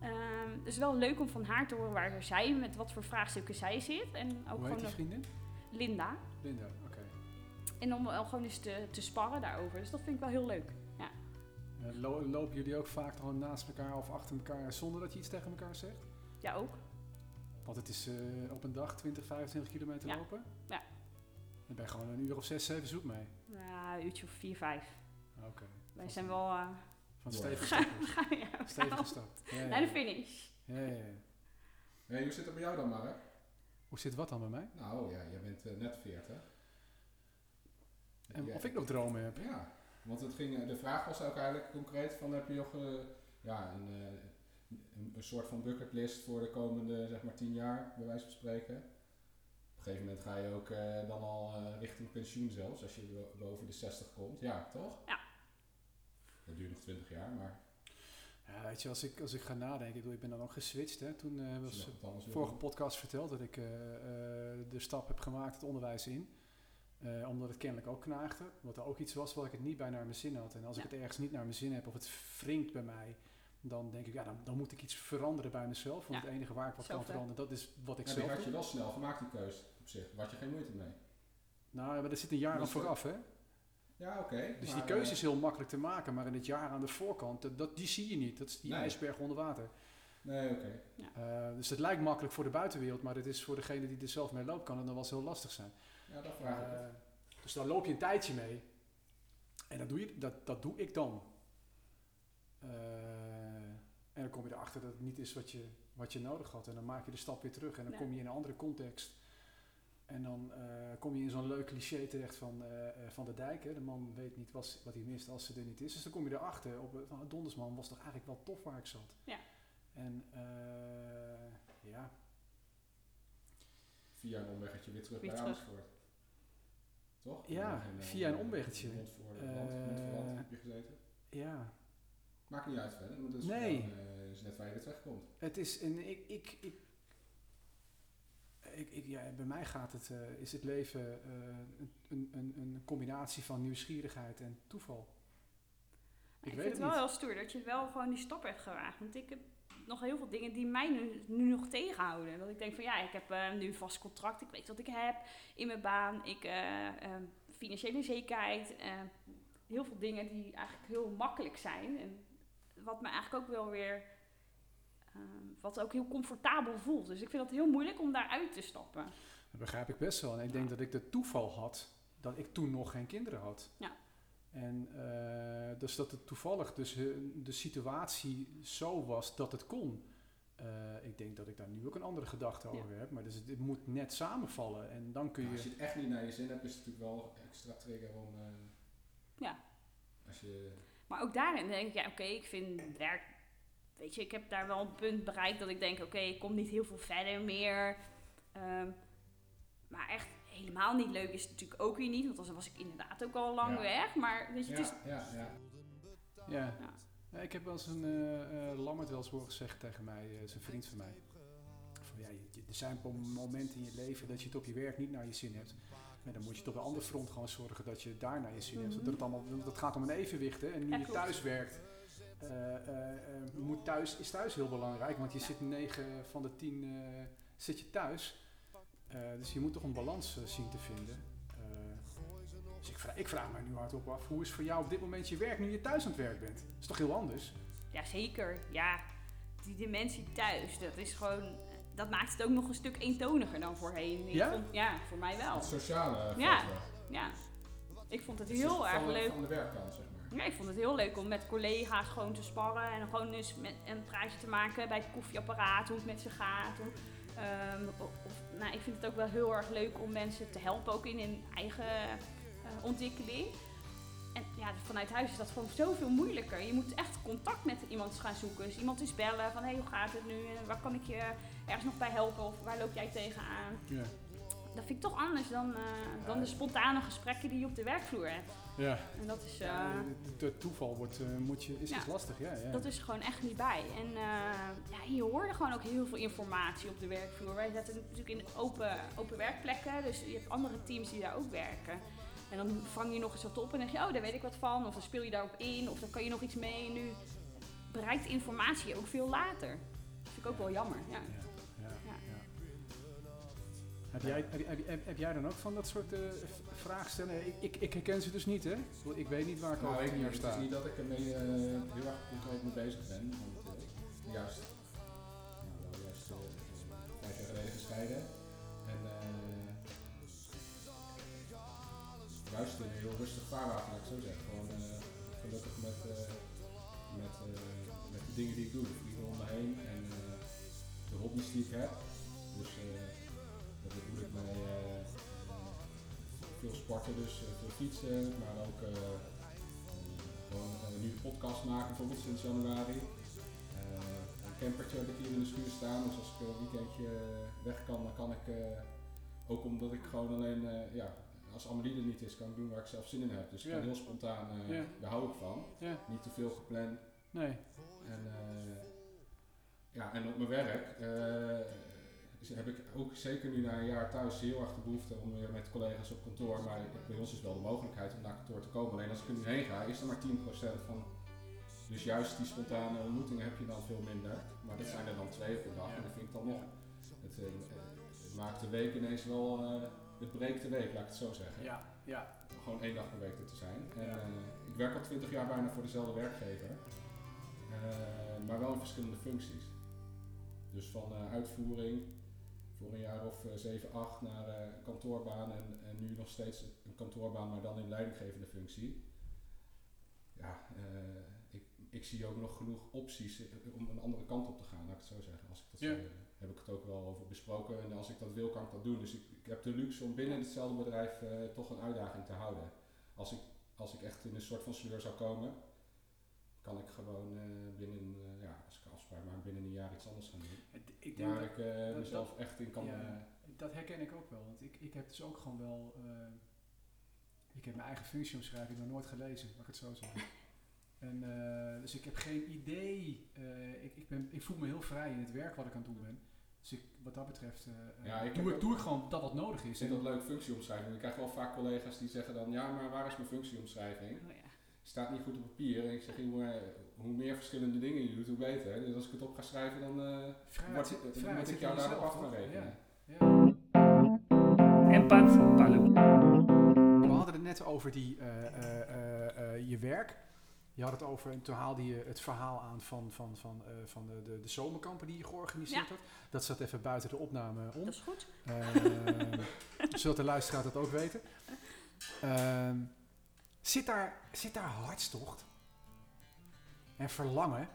[SPEAKER 4] Ehm, dus wel leuk om van haar te horen waar zij, met wat voor vraagstukken zij zit. En ook
[SPEAKER 1] Hoe heet
[SPEAKER 4] gewoon
[SPEAKER 1] die
[SPEAKER 4] nog
[SPEAKER 1] vriendin?
[SPEAKER 4] Linda.
[SPEAKER 1] Linda, oké.
[SPEAKER 4] En om wel gewoon eens te, te sparren daarover. Dus dat vind ik wel heel leuk.
[SPEAKER 1] Eh, lo- lopen jullie ook vaak gewoon naast elkaar of achter elkaar zonder dat je iets tegen elkaar zegt?
[SPEAKER 4] Ja, ook.
[SPEAKER 1] Want het is eh, op een dag 20, 25 kilometer
[SPEAKER 4] Ja.
[SPEAKER 1] lopen.
[SPEAKER 4] Ja.
[SPEAKER 1] Dan ben je gewoon een uur of zes, zeven zoek mee.
[SPEAKER 4] Ja, een uurtje of vier, vijf.
[SPEAKER 1] Oké.
[SPEAKER 4] Wij zijn wel eh
[SPEAKER 1] Van
[SPEAKER 2] Ja.
[SPEAKER 1] stevige stappen.
[SPEAKER 4] gaan ja,
[SPEAKER 1] Stevige stappen. Ja, ja,
[SPEAKER 4] naar de finish.
[SPEAKER 1] ja, ja, ja.
[SPEAKER 2] Nee, hoe zit het bij jou dan, Mark?
[SPEAKER 1] Hoe zit wat dan bij mij?
[SPEAKER 2] Nou ja, jij bent eh, net 40.
[SPEAKER 1] En
[SPEAKER 2] Ja.
[SPEAKER 1] of ik nog dromen heb?
[SPEAKER 2] Ja, want het ging, eh, de vraag was ook eigenlijk concreet van heb je nog eh, ja, een, eh, een, een soort van bucketlist voor de komende zeg maar tien jaar, bij wijze van spreken. Op een gegeven moment ga je ook eh, dan al eh, richting pensioen zelfs, als je bo- boven de 60 komt. Ja, toch?
[SPEAKER 4] Ja.
[SPEAKER 2] Dat duurt nog 20 jaar, maar
[SPEAKER 1] Ja, weet je, als ik, als ik ga nadenken, ik, bedoel, ik ben dan ook geswitcht. Hè. Toen eh,
[SPEAKER 2] als je
[SPEAKER 1] was
[SPEAKER 2] nog wat anders wil
[SPEAKER 1] vorige
[SPEAKER 2] doen.
[SPEAKER 1] podcast verteld dat ik eh, eh, de stap heb gemaakt het onderwijs in. Eh, omdat het kennelijk ook knaagde. Wat er ook iets was wat ik het niet bij naar mijn zin had. En als
[SPEAKER 4] Ja.
[SPEAKER 1] ik het ergens niet naar mijn zin heb of het wringt bij mij, dan denk ik, ja, dan, dan moet ik iets veranderen bij mezelf. Want
[SPEAKER 4] Ja.
[SPEAKER 1] het enige waar ik wat kan
[SPEAKER 4] Hetzelfde.
[SPEAKER 1] veranderen, dat is wat ik
[SPEAKER 2] Ja, die
[SPEAKER 1] zelf
[SPEAKER 2] had je
[SPEAKER 1] doe.
[SPEAKER 2] wel snel gemaakt, die keus op zich. Daar had je geen moeite mee.
[SPEAKER 1] Nou, ja, maar er zit een jaar
[SPEAKER 2] Dat
[SPEAKER 1] aan
[SPEAKER 2] is wel-
[SPEAKER 1] vooraf, hè?
[SPEAKER 2] Ja, oké.
[SPEAKER 1] Dus die
[SPEAKER 2] eh, maar,
[SPEAKER 1] keuze
[SPEAKER 2] eh,
[SPEAKER 1] is heel makkelijk te maken, maar in het jaar aan de voorkant, dat, dat- die zie je niet. Dat is die
[SPEAKER 2] Nee.
[SPEAKER 1] ijsberg onder water.
[SPEAKER 2] nee, oké.
[SPEAKER 1] Eh, dus het lijkt makkelijk voor de buitenwereld, maar het is voor degene die er zelf mee loopt, kan het dan wel eens heel lastig zijn.
[SPEAKER 2] Ja, dat vraag ik.
[SPEAKER 1] Eh, dus daar loop je een tijdje mee. En dat doe, je, dat, dat doe ik dan. Eh, en dan kom je erachter dat het niet is wat je, wat je nodig had. En dan maak je de stap weer terug. En dan
[SPEAKER 4] Ja.
[SPEAKER 1] kom je in een andere context. En dan eh, kom je in zo'n leuk cliché terecht van, eh, eh, van de dijk. Hè. De man weet niet was, wat hij mist als ze er niet is. Dus dan kom je erachter. Op, eh, van, Dondersman was toch eigenlijk wel tof waar ik zat.
[SPEAKER 4] Ja.
[SPEAKER 1] En eh, ja,
[SPEAKER 2] Via een omweggetje weer terug
[SPEAKER 4] Weer
[SPEAKER 2] bij
[SPEAKER 4] terug.
[SPEAKER 2] Amersfoort. Toch?
[SPEAKER 1] Ja,
[SPEAKER 2] Nog in, eh,
[SPEAKER 1] via een omweggetje.
[SPEAKER 2] Mond voor
[SPEAKER 1] Eh,
[SPEAKER 2] land, mond voor land heb je gezeten.
[SPEAKER 1] ja.
[SPEAKER 2] Maakt niet uit verder, want dat is,
[SPEAKER 1] Nee.
[SPEAKER 2] gewoon, eh, is net waar je weer terugkomt.
[SPEAKER 1] Het is een. Ik, ik, ik, ik, ik- ja, bij mij gaat het, eh, is het leven eh, een, een, een, een combinatie van nieuwsgierigheid en toeval.
[SPEAKER 4] Maar
[SPEAKER 1] Ik
[SPEAKER 4] ik
[SPEAKER 1] weet
[SPEAKER 4] vind
[SPEAKER 1] het
[SPEAKER 4] het wel
[SPEAKER 1] niet.
[SPEAKER 4] heel stoer dat je wel gewoon die stap hebt gewaagd. Want ik heb nog heel veel dingen die mij nu, nu nog tegenhouden. Dat ik denk van ja, ik heb eh, nu een vast contract. Ik weet wat ik heb in mijn baan. Ik eh, eh, financiële zekerheid. eh, heel veel dingen die eigenlijk heel makkelijk zijn. En wat me eigenlijk ook wel weer... eh, wat ook heel comfortabel voelt. Dus ik vind dat heel moeilijk om daaruit te stappen.
[SPEAKER 1] Dat begrijp ik best wel. En ik denk dat ik de toeval had dat ik toen nog geen kinderen had.
[SPEAKER 4] Ja.
[SPEAKER 1] En eh, dus dat het toevallig dus, eh, de situatie zo was dat het kon. Eh, ik denk dat ik daar nu ook een andere gedachte
[SPEAKER 4] Ja.
[SPEAKER 1] over heb. Maar dus het, het moet net samenvallen. En dan kun
[SPEAKER 2] Maar
[SPEAKER 1] je.
[SPEAKER 2] Nou, Als je het echt niet naar je zin hebt, is het natuurlijk wel een extra trigger om... eh,
[SPEAKER 4] Ja.
[SPEAKER 2] Als je...
[SPEAKER 4] Maar ook daarin denk ik, ja, oké, ik vind werk. Weet je, ik heb daar wel een punt bereikt dat ik denk, oké, ik kom niet heel veel verder meer. Ehm, maar echt helemaal niet leuk is het natuurlijk ook weer niet, want dan was ik inderdaad ook al lang
[SPEAKER 2] Ja.
[SPEAKER 4] weg. Maar weet je, Dus het is Oh.
[SPEAKER 2] ja, ja.
[SPEAKER 1] Ja. Ja, Ik heb wel eens een eh, eh, Lammert wel eens horen zeggen tegen mij, eh, zijn vriend van mij. Van, ja, je- je- er zijn wel momenten in je leven dat je het op je werk niet naar je zin hebt. Maar dan moet je toch op een ander front gewoon zorgen dat je daar naar je zin hebt.
[SPEAKER 4] Mhm.
[SPEAKER 1] Want dat, het allemaal, want dat gaat om een evenwicht. Hè? En nu
[SPEAKER 4] Ja,
[SPEAKER 1] je
[SPEAKER 4] klopt.
[SPEAKER 1] thuis werkt, eh, eh, eh, moet thuis, is thuis heel belangrijk. Want je zit 9 van de 10 eh, zit je thuis. Eh, dus je moet toch een balans eh, zien te vinden. Eh, dus ik vraag, ik vraag mij nu hardop af, hoe is voor jou op dit moment je werk nu je thuis aan het werk bent? Dat is toch heel anders?
[SPEAKER 4] Ja, zeker. Ja, die dimensie thuis, dat is gewoon... Dat maakt het ook nog een stuk eentoniger dan voorheen. Ik
[SPEAKER 1] Ja?
[SPEAKER 4] vond- ja, voor mij wel.
[SPEAKER 2] Het sociale
[SPEAKER 4] Ja,
[SPEAKER 2] valt wel.
[SPEAKER 4] Ja. Ik vond het
[SPEAKER 2] Het is
[SPEAKER 4] heel
[SPEAKER 2] van
[SPEAKER 4] erg
[SPEAKER 2] de-
[SPEAKER 4] leuk.
[SPEAKER 2] Van de werkkant, zeg maar.
[SPEAKER 4] Ja, ik vond het heel leuk om met collega's gewoon te sparren en gewoon eens met een praatje te maken bij het koffieapparaat, hoe het met ze gaat. Hoe, ehm, of, of- nou, ik vind het ook wel heel erg leuk om mensen te helpen, ook in hun eigen eh, ontwikkeling. En ja, vanuit huis is dat gewoon zoveel moeilijker. Je moet echt contact met iemand gaan zoeken. Dus iemand eens bellen van hé, hoe gaat het nu? En waar kan ik je ergens nog bij helpen? Of waar loop jij tegenaan?
[SPEAKER 1] Ja.
[SPEAKER 4] Dat vind ik toch anders dan, eh, dan de spontane gesprekken die je op de werkvloer hebt.
[SPEAKER 1] ja.
[SPEAKER 4] En dat is... eh,
[SPEAKER 1] Het toeval wordt, eh, moet je, is
[SPEAKER 4] Ja.
[SPEAKER 1] dus lastig, ja. ja.
[SPEAKER 4] Dat is er gewoon echt niet bij. En eh, ja, je hoorde gewoon ook heel veel informatie op de werkvloer. Wij zaten natuurlijk in open, open werkplekken, dus je hebt andere teams die daar ook werken. En dan vang je nog eens wat op en denk je, oh, daar weet ik wat van. Of dan speel je daarop in, of dan kan je nog iets mee. En nu bereikt informatie je ook veel later. Dat vind ik ook wel jammer. Ja.
[SPEAKER 1] Ja, ja,
[SPEAKER 4] Ja.
[SPEAKER 1] ja. Heb, jij, heb, heb- heb, heb jij dan ook van dat soort eh, v- vraagstellingen? Ik, ik, ik herken ze dus niet, hè? Ik bedoel, Ik weet niet waar ik
[SPEAKER 2] Nou,
[SPEAKER 1] over
[SPEAKER 2] ik
[SPEAKER 1] tien jaar
[SPEAKER 2] het is
[SPEAKER 1] sta.
[SPEAKER 2] niet dat ik ermee eh, heel erg concreet mee bezig ben. Want eh, juist, nou, wel juist eh, vijf jaar geleden gescheiden. En eh, juist een heel rustig vaarwater, laat ik het zo zeggen. Gewoon eh, gelukkig met, eh, met, eh, met de dingen die ik doe, de vrienden om me heen en eh, de hobby's die ik heb. Dus eh, dat bedoel ik mij eh, eh, veel sporten, dus eh, veel fietsen, maar ook eh, gewoon eh, nu een podcast maken bijvoorbeeld sinds januari. Eh, een campertje heb ik hier in de schuur staan, dus als ik een weekendje eh, weg kan, dan kan ik eh, ook omdat ik gewoon alleen, eh, ja, als Amelie er niet is, kan ik doen waar ik zelf zin in heb. Dus ik ben
[SPEAKER 1] Ja.
[SPEAKER 2] heel spontaan, eh,
[SPEAKER 1] Ja.
[SPEAKER 2] daar hou ik van.
[SPEAKER 1] Ja.
[SPEAKER 2] Niet te veel gepland.
[SPEAKER 1] Nee.
[SPEAKER 2] En, eh, ja, en op mijn werk eh, is- heb ik ook zeker nu na een jaar thuis heel erg de behoefte om weer met collega's op kantoor. Maar ik- bij ons is wel de mogelijkheid om naar kantoor te komen. Alleen als ik er nu heen ga, is er maar 10% van. Dus juist die spontane ontmoetingen heb je dan veel minder. Maar dat
[SPEAKER 1] Ja.
[SPEAKER 2] zijn er dan twee per dag. En dat vind ik dan
[SPEAKER 1] Ja.
[SPEAKER 2] nog. Het, eh, het maakt de week ineens wel. eh, het breekt de week, laat ik het zo zeggen.
[SPEAKER 1] Ja, ja.
[SPEAKER 2] Gewoon één dag per week er te zijn. En,
[SPEAKER 1] Ja.
[SPEAKER 2] eh, ik werk al 20 jaar bijna voor dezelfde werkgever. Eh, maar wel in verschillende functies. Dus van eh, uitvoering voor een jaar of eh, 7, 8 naar eh, kantoorbaan en, en nu nog steeds een kantoorbaan, maar dan in leidinggevende functie. Ja, eh, ik, ik zie ook nog genoeg opties eh, om een andere kant op te gaan, laat ik het zo zeggen. Als ik dat
[SPEAKER 1] Ja.
[SPEAKER 2] zo- heb ik het ook wel over besproken en als ik dat wil, kan ik dat doen. Dus ik, ik heb de luxe om binnen hetzelfde bedrijf eh, toch een uitdaging te houden. Als ik, als ik echt in een soort van sleur zou komen, kan ik gewoon eh, binnen, eh, ja, als ik een afspraak maak, binnen een jaar iets anders gaan doen.
[SPEAKER 1] Het- Ik denk
[SPEAKER 2] Waar
[SPEAKER 1] dat,
[SPEAKER 2] ik eh,
[SPEAKER 1] dat-
[SPEAKER 2] mezelf echt in kan.
[SPEAKER 1] ja.
[SPEAKER 2] eh,
[SPEAKER 1] dat herken ik ook wel. Want ik, ik heb dus ook gewoon wel... eh, ik heb mijn eigen functieomschrijving nog nooit gelezen, mag ik het zo zeggen. En, eh, dus ik heb geen idee. eh, ik, ik, ben, ik voel me heel vrij in het werk wat ik aan het doen ben. Dus ik, wat dat betreft eh,
[SPEAKER 2] Ja, ik heb
[SPEAKER 1] doe,
[SPEAKER 2] ook-
[SPEAKER 1] ik, doe ik gewoon dat wat nodig
[SPEAKER 2] Ik
[SPEAKER 1] is.
[SPEAKER 2] vind dat leuk functieomschrijving. Ik krijg wel vaak collega's die zeggen dan, ja, maar waar is mijn functieomschrijving?
[SPEAKER 4] Oh ja.
[SPEAKER 2] Staat niet goed op papier. En ik zeg, "Joh, eh, hoe meer verschillende dingen je doet, hoe beter. Dus als ik het op ga schrijven, dan eh,
[SPEAKER 1] Vrijheid
[SPEAKER 2] wordt-
[SPEAKER 1] zit-
[SPEAKER 2] dan
[SPEAKER 1] vrijheid
[SPEAKER 2] moet ik
[SPEAKER 1] zit in
[SPEAKER 2] jou
[SPEAKER 1] jezelf,
[SPEAKER 2] daarop af gaan
[SPEAKER 1] toch?
[SPEAKER 2] rekenen.
[SPEAKER 1] Ja.
[SPEAKER 7] En Pat Palou.
[SPEAKER 1] We hadden het net over die, eh, eh, eh, eh, je werk. Je had het over, en toen haalde je het verhaal aan van, van, van, eh, van de, de, de zomerkampen die je georganiseerd had. Dat zat even buiten de opname om.
[SPEAKER 4] Dat is goed.
[SPEAKER 1] Ehm, zodat de luisteraar dat ook weten. Ehm, zit, daar, zit daar hartstocht en verlangen?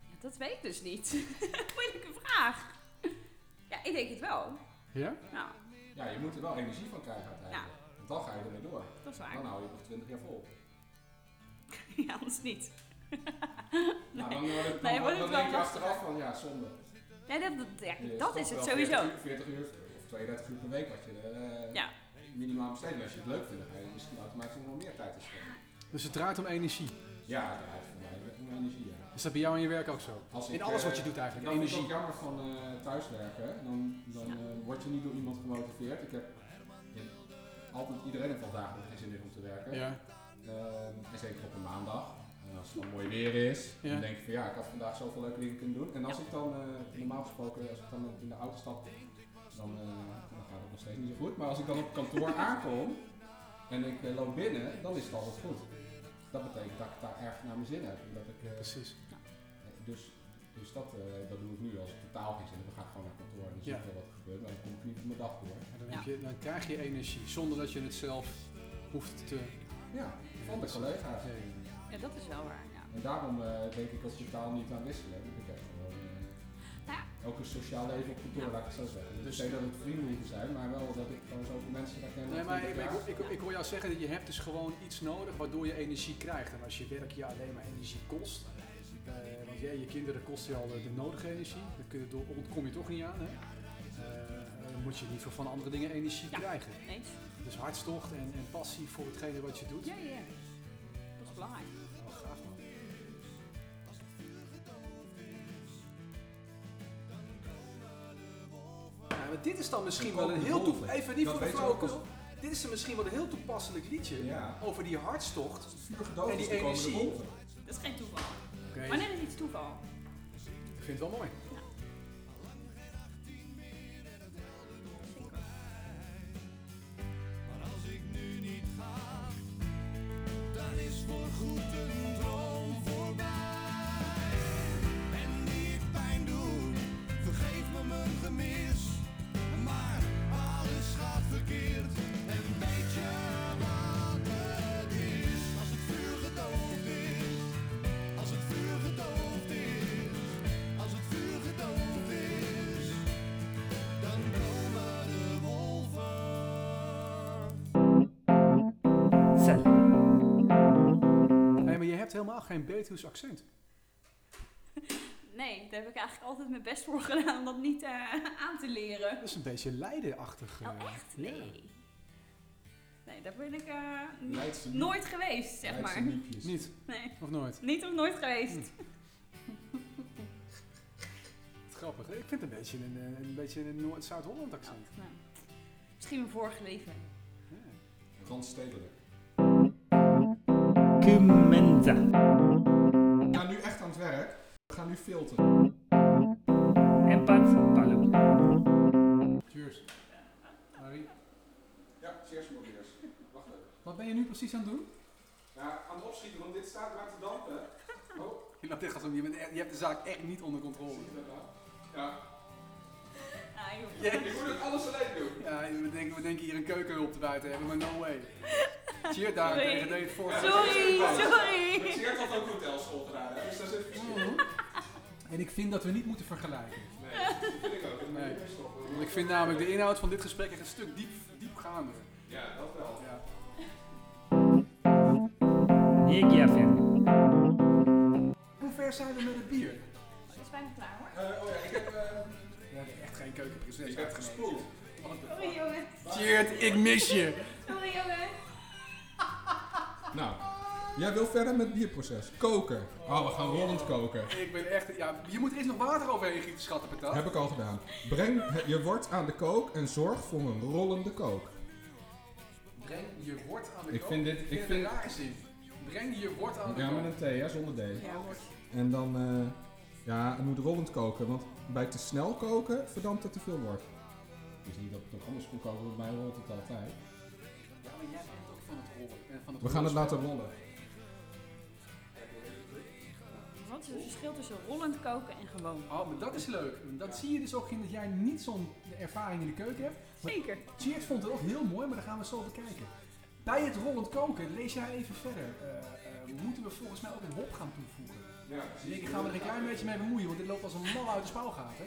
[SPEAKER 4] Ja, dat weet ik dus niet. Moeilijke vraag. Ja, ik denk het wel.
[SPEAKER 1] Ja?
[SPEAKER 4] Nou,
[SPEAKER 2] Ja, je moet er wel energie van krijgen uiteindelijk. En dan ga je ermee door.
[SPEAKER 4] dat is waar.
[SPEAKER 2] Dan hou je het nog 20 jaar vol.
[SPEAKER 4] Ja, anders niet.
[SPEAKER 2] Nou, dan wordt het,
[SPEAKER 4] Nee,
[SPEAKER 2] dan,
[SPEAKER 4] wordt
[SPEAKER 2] dan
[SPEAKER 4] het wel
[SPEAKER 2] denk je
[SPEAKER 4] lastiger.
[SPEAKER 2] achteraf van, ja, zonde.
[SPEAKER 4] Nee, dat, dat, ja,
[SPEAKER 2] Je
[SPEAKER 4] dat
[SPEAKER 2] stopt
[SPEAKER 4] is het
[SPEAKER 2] wel
[SPEAKER 4] sowieso.
[SPEAKER 2] 40 uur, 40 uur of 32 uur per week wat je er eh,
[SPEAKER 4] Ja.
[SPEAKER 2] minimaal besteedt. Maar als je het leuk vindt, dan ga je misschien automatisch nog wel meer tijd te spelen.
[SPEAKER 1] Dus het draait om energie.
[SPEAKER 2] Ja, dat draait voor mij om energie. Ja.
[SPEAKER 1] Is dat bij jou in je werk ook zo?
[SPEAKER 2] Als ik,
[SPEAKER 1] In alles
[SPEAKER 2] eh,
[SPEAKER 1] wat je doet
[SPEAKER 2] Dat
[SPEAKER 1] eigenlijk,
[SPEAKER 2] vind ik ook
[SPEAKER 1] energie.
[SPEAKER 2] jammer van eh, thuiswerken. Dan, dan
[SPEAKER 4] Ja.
[SPEAKER 2] eh, word je niet door iemand gemotiveerd. Ik heb ik- altijd iedereen heeft wel dagen geen zin in om te werken.
[SPEAKER 1] Ja,
[SPEAKER 2] Eh, en zeker op een maandag. En als het dan mooi weer is,
[SPEAKER 1] Ja.
[SPEAKER 2] dan denk ik van ja, ik had vandaag zoveel leuke dingen kunnen doen. En als
[SPEAKER 4] Ja.
[SPEAKER 2] ik dan, eh, normaal gesproken, als ik dan in de auto stap, dan, eh, dan gaat het nog steeds niet zo goed. Maar als ik dan op kantoor aankom en ik eh, loop binnen, dan is het altijd goed. Dat betekent dat ik daar erg naar mijn zin heb. en Dat ik, eh,
[SPEAKER 1] precies.
[SPEAKER 2] dus, dus dat, eh, dat doe ik nu als ik totaal geen zin heb. Dan ga ik gewoon naar kantoor en dan zie
[SPEAKER 1] Ja.
[SPEAKER 2] ik wel wat er gebeurt. Maar dan kom ik niet op mijn dag door.
[SPEAKER 1] En dan,
[SPEAKER 4] Ja.
[SPEAKER 1] heb je, dan krijg je energie zonder dat je het zelf hoeft te...
[SPEAKER 2] Ja, van de
[SPEAKER 1] dus-
[SPEAKER 2] collega's.
[SPEAKER 1] Nee.
[SPEAKER 4] Ja, dat is wel waar. Ja.
[SPEAKER 2] En daarom eh, denk ik als je totaal niet aan wisselen. Want ik heb gewoon eh,
[SPEAKER 4] Ja.
[SPEAKER 2] ook een sociaal leven op kantoor,
[SPEAKER 4] Ja.
[SPEAKER 2] laat ik het zo zeggen. Dus niet dat het vrienden moeten zijn, maar wel dat ik gewoon zoveel mensen ga kennen.
[SPEAKER 1] Nee, maar ik,
[SPEAKER 2] 20 jaar.
[SPEAKER 1] ik, ik, ik hoor jou zeggen dat je hebt dus gewoon iets nodig waardoor je energie krijgt. En als je werk je alleen maar energie kost, eh, want jij, je kinderen kosten je al eh, de, de nodige energie, daar kun je door, ontkom je toch niet aan, hè? Eh, dan moet je in ieder geval van andere dingen energie
[SPEAKER 4] Ja.
[SPEAKER 1] krijgen.
[SPEAKER 4] Nee?
[SPEAKER 1] Dus hartstocht en, en passie voor hetgene wat je doet.
[SPEAKER 4] Ja, ja. Dat is belangrijk.
[SPEAKER 1] Nou, gaaf man. Ja, maar dit is dan misschien wel een heel
[SPEAKER 2] Wolven.
[SPEAKER 1] toep- even niet
[SPEAKER 2] Dat
[SPEAKER 1] voor de
[SPEAKER 2] weet je
[SPEAKER 1] flauwekul.
[SPEAKER 2] ook
[SPEAKER 1] Dit is misschien wel een heel toepasselijk liedje
[SPEAKER 2] Ja.
[SPEAKER 1] over die hartstocht.
[SPEAKER 2] Als het vuur gedoofd
[SPEAKER 1] En
[SPEAKER 2] is,
[SPEAKER 1] die
[SPEAKER 2] dan komen de
[SPEAKER 1] energie.
[SPEAKER 2] wolven.
[SPEAKER 4] Dat is geen toeval.
[SPEAKER 1] Oké,
[SPEAKER 4] Maar net is iets toeval.
[SPEAKER 1] ik vind het wel mooi. Nee, maar je hebt helemaal geen Betuws accent.
[SPEAKER 4] Nee, daar heb ik eigenlijk altijd mijn best voor gedaan om dat niet eh, aan te leren.
[SPEAKER 1] Dat is een beetje Leiden-achtig. eh,
[SPEAKER 4] Oh, echt?
[SPEAKER 1] ja.
[SPEAKER 4] Nee. Nee, daar ben ik eh, niet-
[SPEAKER 2] Leidse niep-
[SPEAKER 4] nooit geweest, zeg
[SPEAKER 2] Leidse
[SPEAKER 4] maar.
[SPEAKER 2] niepjes.
[SPEAKER 1] Niet,
[SPEAKER 4] Nee,
[SPEAKER 1] of nooit.
[SPEAKER 4] niet of nooit geweest.
[SPEAKER 1] Grappig. hè? Ik vind het een beetje een, eh, een, beetje een Noord-Zuid-Holland accent.
[SPEAKER 4] Oh, nou. Misschien mijn vorige leven.
[SPEAKER 1] Ja.
[SPEAKER 2] Randstedelijk.
[SPEAKER 7] Cumenta.
[SPEAKER 2] We gaan nu echt aan het werk. We gaan nu filteren.
[SPEAKER 7] En Pat Palu.
[SPEAKER 1] Cheers. Harry,
[SPEAKER 2] Ja, cheers nog eerst. Wacht even.
[SPEAKER 1] wat ben je nu precies aan het doen?
[SPEAKER 2] Ja, aan het opschieten, want dit staat maar te dampen.
[SPEAKER 1] Je loopt echt als om, je, bent echt- je hebt de zaak echt niet onder controle.
[SPEAKER 2] Ja,
[SPEAKER 4] Ah, joh.
[SPEAKER 1] Ja.
[SPEAKER 2] ik moet het alles alleen doen.
[SPEAKER 1] Ja, we denken, we denken hier een keuken op te buiten hebben, maar no way. Cheer daar
[SPEAKER 4] Sorry.
[SPEAKER 1] tegen deed vorige
[SPEAKER 4] Sorry,
[SPEAKER 2] Ik
[SPEAKER 4] sorry.
[SPEAKER 2] zie dat ook hotelschool gedaan, hè, dus daar zit verschil. Nee,
[SPEAKER 1] En ik vind dat we niet moeten vergelijken.
[SPEAKER 2] dat vind ik ook. Dat moet
[SPEAKER 1] Nee.
[SPEAKER 2] je best wel.
[SPEAKER 1] Want ik vind namelijk de inhoud van dit gesprek echt een stuk diep, diepgaander.
[SPEAKER 2] Ja, dat wel.
[SPEAKER 1] Ja.
[SPEAKER 7] Yegiafian.
[SPEAKER 1] Hoe ver zijn we met het bier?
[SPEAKER 4] Het is bijna klaar hoor.
[SPEAKER 2] Eh, oh ja, ik heb, eh,
[SPEAKER 1] We hebben echt geen keukenprinses.
[SPEAKER 2] ik heb gespoeld.
[SPEAKER 4] Sorry jongen.
[SPEAKER 1] Cheert, ik mis je.
[SPEAKER 4] Sorry jongen.
[SPEAKER 2] Nou, jij wil verder met het bierproces. Koken. Oh, we gaan rollend koken.
[SPEAKER 1] Ik ben echt, ja, je moet eerst nog water overheen gieten, schatten patat.
[SPEAKER 2] Heb ik al gedaan. Breng he- je wort aan de kook en zorg voor een rollende kook.
[SPEAKER 1] Breng je wort aan de
[SPEAKER 2] Ik
[SPEAKER 1] kook.
[SPEAKER 2] vind dit- ik
[SPEAKER 1] het
[SPEAKER 2] vind-
[SPEAKER 1] een raar zin. Breng je wort aan de
[SPEAKER 2] Ja,
[SPEAKER 1] kook.
[SPEAKER 2] met een T, hè, zonder D.
[SPEAKER 4] Ja, wordt.
[SPEAKER 2] En dan, eh, ja, het moet rollend koken, want bij te snel koken verdampt het te veel wordt. Dus niet dat het nog anders kon koken, want mij rolt het altijd.
[SPEAKER 1] Ja, maar jij bent ook van het rollen. en van
[SPEAKER 2] We gaan het
[SPEAKER 1] rollen.
[SPEAKER 2] laten rollen.
[SPEAKER 4] Wat is het verschil tussen rollend koken en gewoon?
[SPEAKER 1] Oh, maar dat is leuk. Dat zie je dus ook in dat jij niet zo'n ervaring in de keuken hebt.
[SPEAKER 4] Zeker.
[SPEAKER 1] Cheers vond het ook heel mooi, maar daar gaan we zo bekijken. Bij het rollend koken, lees jij even verder. eh, eh, moeten we volgens mij ook een hop gaan toevoegen?
[SPEAKER 2] Ja,
[SPEAKER 1] Dus ik gaan we er een klein beetje mee bemoeien, want dit loopt als een mal uit de spouwgaten.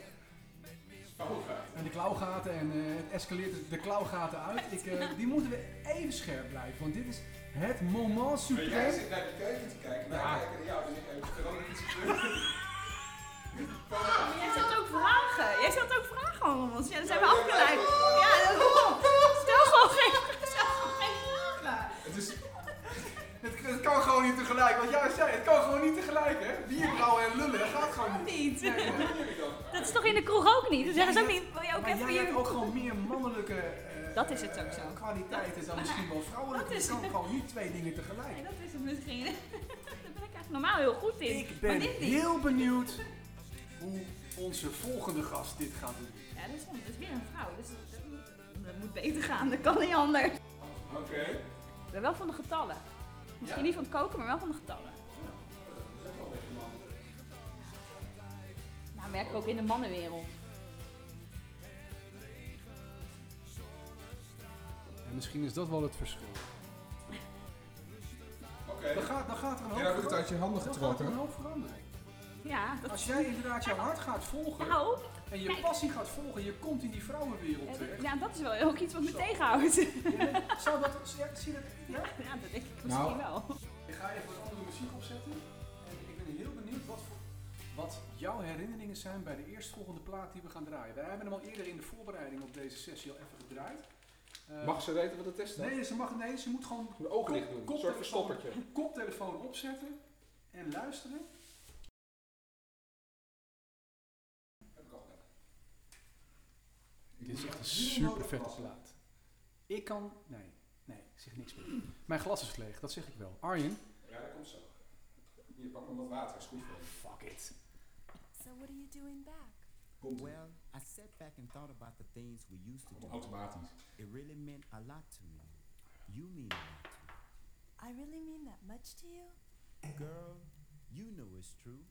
[SPEAKER 1] En de klauwgaten en eh, het escaleert de klauwgaten uit. Ik, eh, die moeten we even scherp blijven, want dit is het moment
[SPEAKER 2] Jij
[SPEAKER 1] suprême.
[SPEAKER 2] zit naar de keuken te kijken, wij
[SPEAKER 1] Ja.
[SPEAKER 2] kijken naar jou, dus ik heb gewoon iets
[SPEAKER 4] Jij stelt ook vragen. Jij stelt ook vragen allemaal. Ja, dat zijn we afgeleid. ook niet. Dat is toch in de kroeg ook niet? Dan zeggen ze ook niet, wil je ook
[SPEAKER 1] Maar
[SPEAKER 4] even
[SPEAKER 1] jij hebt
[SPEAKER 4] hier?
[SPEAKER 1] ook gewoon meer mannelijke eh,
[SPEAKER 4] Dat is het ook zo.
[SPEAKER 1] eh, kwaliteiten dan misschien wel vrouwelijke.
[SPEAKER 4] dat is-
[SPEAKER 1] Je kan gewoon niet twee dingen
[SPEAKER 4] Nee,
[SPEAKER 1] tegelijk.
[SPEAKER 4] dat is het misschien. Daar ben ik eigenlijk normaal heel goed in.
[SPEAKER 1] Ik
[SPEAKER 4] maar
[SPEAKER 1] ben
[SPEAKER 4] dit niet.
[SPEAKER 1] heel benieuwd hoe onze volgende gast dit gaat doen.
[SPEAKER 4] Ja, dat is, dat is weer een vrouw, dus dat, dat moet, dat moet beter gaan. Dat kan niet anders.
[SPEAKER 6] Oké.
[SPEAKER 4] Ik ben wel van de getallen. Misschien niet van het koken, maar wel van de getallen. Nou, merk ik ook in de mannenwereld.
[SPEAKER 1] En misschien is dat wel het verschil. Eh, Dan gaat, dan gaat er een hoop
[SPEAKER 2] Jij hebt het
[SPEAKER 1] veranderen.
[SPEAKER 2] uit je handen
[SPEAKER 1] Dan gaat er een
[SPEAKER 2] getrokken.
[SPEAKER 1] hoop veranderen.
[SPEAKER 4] Ja, dat
[SPEAKER 1] Als jij inderdaad jouw hart gaat volgen
[SPEAKER 4] Nou,
[SPEAKER 1] en je
[SPEAKER 4] kijk.
[SPEAKER 1] passie gaat volgen, je komt in die vrouwenwereld
[SPEAKER 4] ja, dat-
[SPEAKER 1] terecht.
[SPEAKER 4] ja, dat is wel ook iets wat me
[SPEAKER 1] Zo.
[SPEAKER 4] tegenhoudt.
[SPEAKER 1] Ja, Zou dat, ja, zie je dat? Ja?
[SPEAKER 4] Ja, dat denk ik misschien
[SPEAKER 2] Nou.
[SPEAKER 4] wel.
[SPEAKER 1] Ik ga even wat andere muziek opzetten. En ik ben heel benieuwd wat, voor, wat jouw herinneringen zijn bij de eerstvolgende plaat die we gaan draaien. Wij hebben hem al eerder in de voorbereiding op deze sessie al even gedraaid. Eh,
[SPEAKER 2] Mag ze weten wat het is dan?
[SPEAKER 1] Nee, ze mag nee, ze moet gewoon
[SPEAKER 2] Moet ogen
[SPEAKER 1] Kop-
[SPEAKER 2] dicht doen. Een soort
[SPEAKER 1] koptelefoon.
[SPEAKER 2] verstoppertje.
[SPEAKER 1] koptelefoon opzetten en luisteren. Dit is echt een super vette plaat. Ik kan. Nee, nee, ik zeg niks meer. Mijn glas is leeg, dat zeg ik wel. Arjen,
[SPEAKER 2] Ja, dat komt zo. Hier, pak nog wat water. Is goed voor je.
[SPEAKER 1] fuck it.
[SPEAKER 8] So what are you doing back?
[SPEAKER 2] Komt
[SPEAKER 9] Well, I sat back and thought about the things we used to do.
[SPEAKER 2] automatisch.
[SPEAKER 9] It really meant a lot to me. You mean a lot to me.
[SPEAKER 8] I really mean that much to you?
[SPEAKER 9] Girl, you know it's true.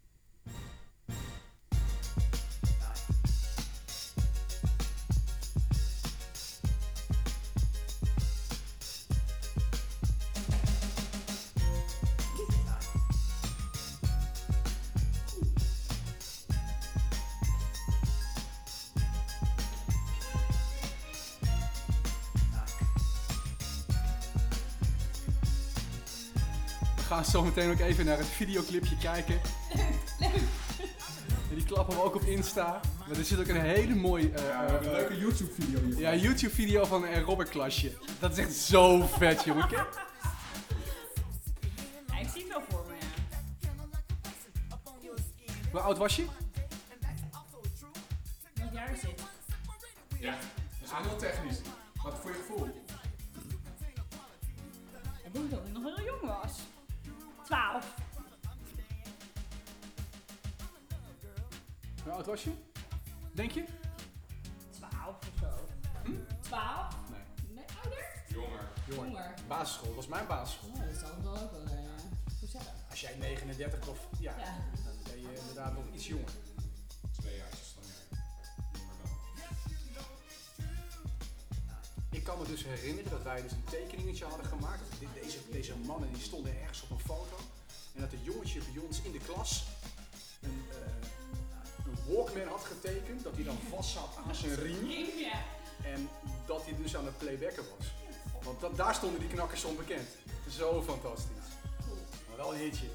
[SPEAKER 1] We gaan zo meteen ook even naar het videoclipje kijken. En die klappen we ook op Insta. Maar er zit ook een hele mooie eh, eh,
[SPEAKER 2] YouTube-video hier.
[SPEAKER 1] Ja, YouTube-video van een Robert Klasje. Dat is echt zo vet, jongen. Ken-
[SPEAKER 4] Ja, ik zie het wel voor me, ja.
[SPEAKER 1] Hoe oud was je?
[SPEAKER 4] Wat jaar is dit?
[SPEAKER 2] Ja, dat is heel technisch. Wat voor je gevoel?
[SPEAKER 4] Ik denk dat ik nog heel jong was. Twaalf.
[SPEAKER 1] Hoe oud was je? Denk je?
[SPEAKER 4] Twaalf of zo. Hm? Twaalf?
[SPEAKER 1] Nee.
[SPEAKER 4] Nee, ouder?
[SPEAKER 2] Jonger.
[SPEAKER 4] Jonger.
[SPEAKER 1] Basisschool, dat was mijn basisschool.
[SPEAKER 4] Oh, dat zal wel ook wel, ja. Hoe zeg dat?
[SPEAKER 1] Als jij 39 of... Ja,
[SPEAKER 4] Ja.
[SPEAKER 1] dan ben je inderdaad nog iets jonger.
[SPEAKER 2] Twee jaar is dan Jonger dan.
[SPEAKER 1] Ik kan me dus herinneren dat wij dus een tekeningetje hadden gemaakt. Dit- Deze, deze mannen die stonden ergens op een foto. En dat een jongetje bij ons in de klas een, eh, een Walkman had getekend. Dat hij dan vast zat aan zijn riem.
[SPEAKER 4] Ja.
[SPEAKER 1] En dat hij dus aan het playbacken was. Want dat, daar stonden die knakkers onbekend. Zo fantastisch. Maar wel een hitje.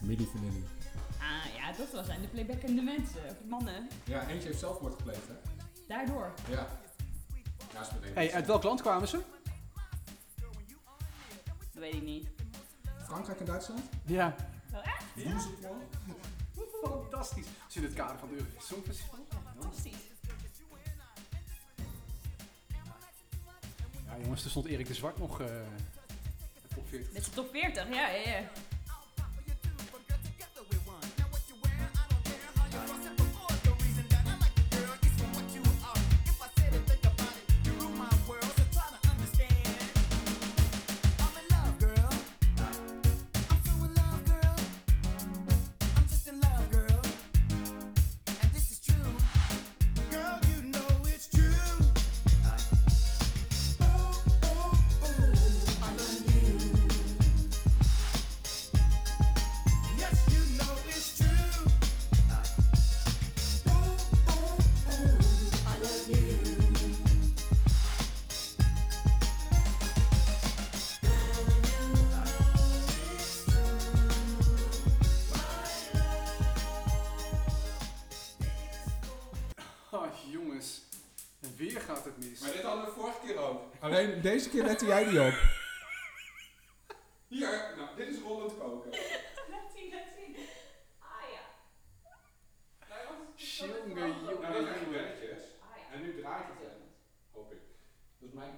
[SPEAKER 2] Millie Vanilli.
[SPEAKER 4] Ah, ja, dat was zijn de playbackende mensen. Of mannen.
[SPEAKER 2] Ja, eentje heeft zelfmoord gepleegd, hè?
[SPEAKER 4] Daardoor.
[SPEAKER 2] Ja. Ja, is meteen.
[SPEAKER 1] hey, uit welk land kwamen ze?
[SPEAKER 4] Dat weet ik niet.
[SPEAKER 2] Frankrijk en Duitsland?
[SPEAKER 1] Ja.
[SPEAKER 4] Oh, echt?
[SPEAKER 2] Woezelplan?
[SPEAKER 1] Fantastisch. Dat is in het kader van de Eurovisie Songfestival.
[SPEAKER 4] Fantastisch.
[SPEAKER 1] Ja jongens, er stond Erik de Zwart nog eh top 40.
[SPEAKER 4] Met zijn top 40, ja, ja, ja.
[SPEAKER 9] Girl, you know it's true.
[SPEAKER 1] Ah jongens. En weer gaat het mis.
[SPEAKER 2] Maar dit hadden we vorige keer ook. Alleen deze keer lette jij die op. Hier, nou, dit is een
[SPEAKER 10] Ah,
[SPEAKER 2] Nou,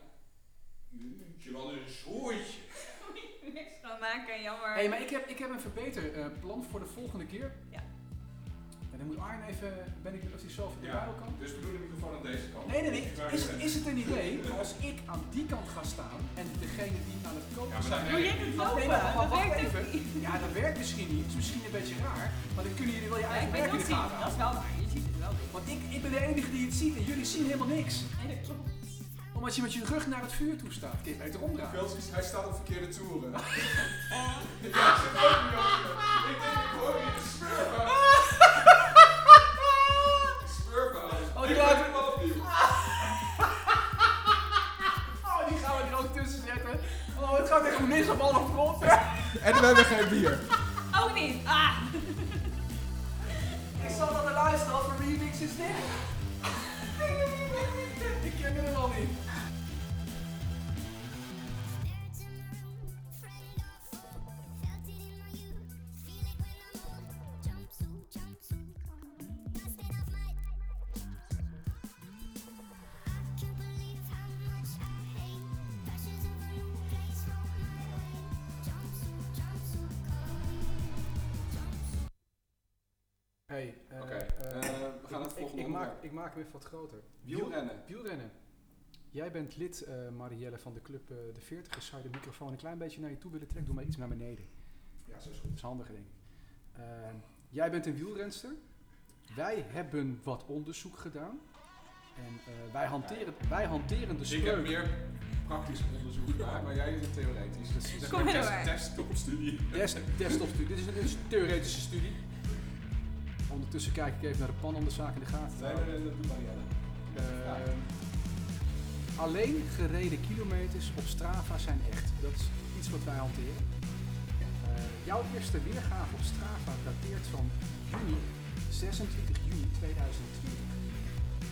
[SPEAKER 1] Ah,
[SPEAKER 10] van maken, jammer.
[SPEAKER 1] Hey, maar ik heb, ik heb een verbeter eh, plan voor de volgende keer.
[SPEAKER 10] Ja.
[SPEAKER 1] En dan moet Arne even, ben ik als hij zelf erbij
[SPEAKER 2] Ja.
[SPEAKER 1] kan.
[SPEAKER 2] Dus we doen de microfoon aan deze kant.
[SPEAKER 1] Nee, nee, nee. Is, is het een idee als ik aan die kant ga staan en degene die aan het kopen
[SPEAKER 2] Ja, maar
[SPEAKER 1] zijn...
[SPEAKER 2] dan-
[SPEAKER 10] Doe jij het
[SPEAKER 1] Wacht
[SPEAKER 10] lopen?
[SPEAKER 1] even, wacht,
[SPEAKER 10] Dat
[SPEAKER 1] wacht
[SPEAKER 10] werkt
[SPEAKER 1] even.
[SPEAKER 10] ook niet.
[SPEAKER 1] Ja, dat werkt misschien niet. Het is misschien een beetje raar. Maar dan kunnen jullie wel
[SPEAKER 10] Ja,
[SPEAKER 1] je
[SPEAKER 10] ik
[SPEAKER 1] eigen
[SPEAKER 10] ben
[SPEAKER 1] werk in
[SPEAKER 10] ook
[SPEAKER 1] de
[SPEAKER 10] zien.
[SPEAKER 1] gaten
[SPEAKER 10] Dat is
[SPEAKER 1] houden.
[SPEAKER 10] wel waar. Je ziet het wel weer.
[SPEAKER 1] Want ik, ik ben de enige die het ziet en jullie zien helemaal niks.
[SPEAKER 10] Nee, dat klopt.
[SPEAKER 1] Omdat je met je rug naar het vuur toe staat. Dit beter omdraaien.
[SPEAKER 2] Hij staat op verkeerde toeren. ja, ik zit ook niet over. Ik denk, ik hoor niet te smurfen. Smurfen, alles.
[SPEAKER 1] Oh, die
[SPEAKER 2] Ik
[SPEAKER 1] laten-
[SPEAKER 2] doe hem opnieuw.
[SPEAKER 1] Oh, die gaan we er ook tussen zetten. Oh, het gaat echt mis op alle fronten.
[SPEAKER 2] En we hebben geen bier.
[SPEAKER 10] Ook niet. Ah.
[SPEAKER 1] Ik zat aan de luisteren als mijn remix is dit. Ik ken hem al niet. Hey, eh,
[SPEAKER 2] Oké,
[SPEAKER 1] eh,
[SPEAKER 2] eh, we gaan het
[SPEAKER 1] ik-
[SPEAKER 2] volgende
[SPEAKER 1] ik, maak,
[SPEAKER 2] onderwerp.
[SPEAKER 1] ik maak hem even wat groter.
[SPEAKER 2] Wielrennen.
[SPEAKER 1] Wiel- Wielrennen. Jij bent lid, eh, Marielle, van de club eh, De 40 Zou je de microfoon een klein beetje naar je toe willen trekken? Doe maar iets naar beneden.
[SPEAKER 2] Ja, zo is
[SPEAKER 1] Dat is handiger, denk ik. Eh, jij bent een wielrenster. Wij hebben wat onderzoek gedaan. En eh, wij, hanteren, wij hanteren de
[SPEAKER 2] Dus ik heb
[SPEAKER 1] spreuk.
[SPEAKER 2] meer praktisch onderzoek gedaan, maar jij is theoretisch. Dus zeg
[SPEAKER 10] Kom
[SPEAKER 2] maar
[SPEAKER 10] maar door.
[SPEAKER 2] test- desktopstudie.
[SPEAKER 1] Des, desktopstudie. Dit is een, dit is een theoretische studie. Ondertussen kijk ik even naar de pan om de zaak in de gaten te
[SPEAKER 2] Nee,
[SPEAKER 1] houden.
[SPEAKER 2] nee, nee, dat doet Marielle.
[SPEAKER 1] Eh, alleen gereden kilometers op Strava zijn echt. Dat is iets wat wij hanteren. Eh, jouw eerste weergave op Strava dateert van juni, 26 juni 2020.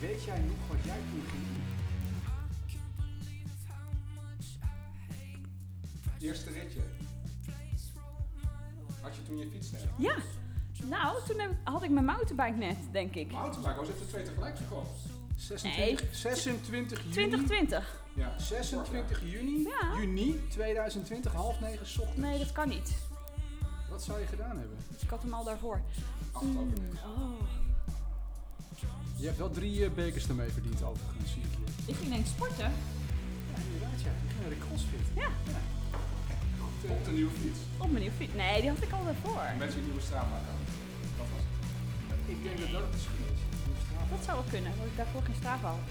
[SPEAKER 1] Weet jij nog wat jij toen ging doen?
[SPEAKER 2] Eerste ritje. Had je toen je fiets net?
[SPEAKER 4] Ja. Nou, toen heb ik- had ik mijn mountainbike net, denk ik.
[SPEAKER 2] Mountainbike, was het de twee tegelijk gekocht?
[SPEAKER 1] 26, 26 juni.
[SPEAKER 4] 2020.
[SPEAKER 2] Ja.
[SPEAKER 1] 26 juni,
[SPEAKER 4] Ja.
[SPEAKER 1] juni 2020, half negen 's ochtends.
[SPEAKER 4] Nee, dat kan niet.
[SPEAKER 1] Wat zou je gedaan hebben?
[SPEAKER 4] Dus ik had hem al daarvoor.
[SPEAKER 2] Afgelopen
[SPEAKER 4] Mm,
[SPEAKER 2] week.
[SPEAKER 4] Oh.
[SPEAKER 1] Je hebt wel drie eh, bekers ermee verdiend overigens, zie ik hier.
[SPEAKER 4] Ik ging ineens sporten.
[SPEAKER 1] Ja, inderdaad, ja. Ik ging naar de crossfit.
[SPEAKER 4] Ja.
[SPEAKER 1] Goed, eh,
[SPEAKER 2] Op de nieuwe fiets.
[SPEAKER 4] Op mijn nieuwe fiets. Nee, die had ik al daarvoor.
[SPEAKER 2] En met je nieuwe Strava-account. Dat was het.
[SPEAKER 1] ik denk dat dat het verschil is. Op Strava.
[SPEAKER 4] Dat zou wel kunnen, want ik daarvoor geen Strava had.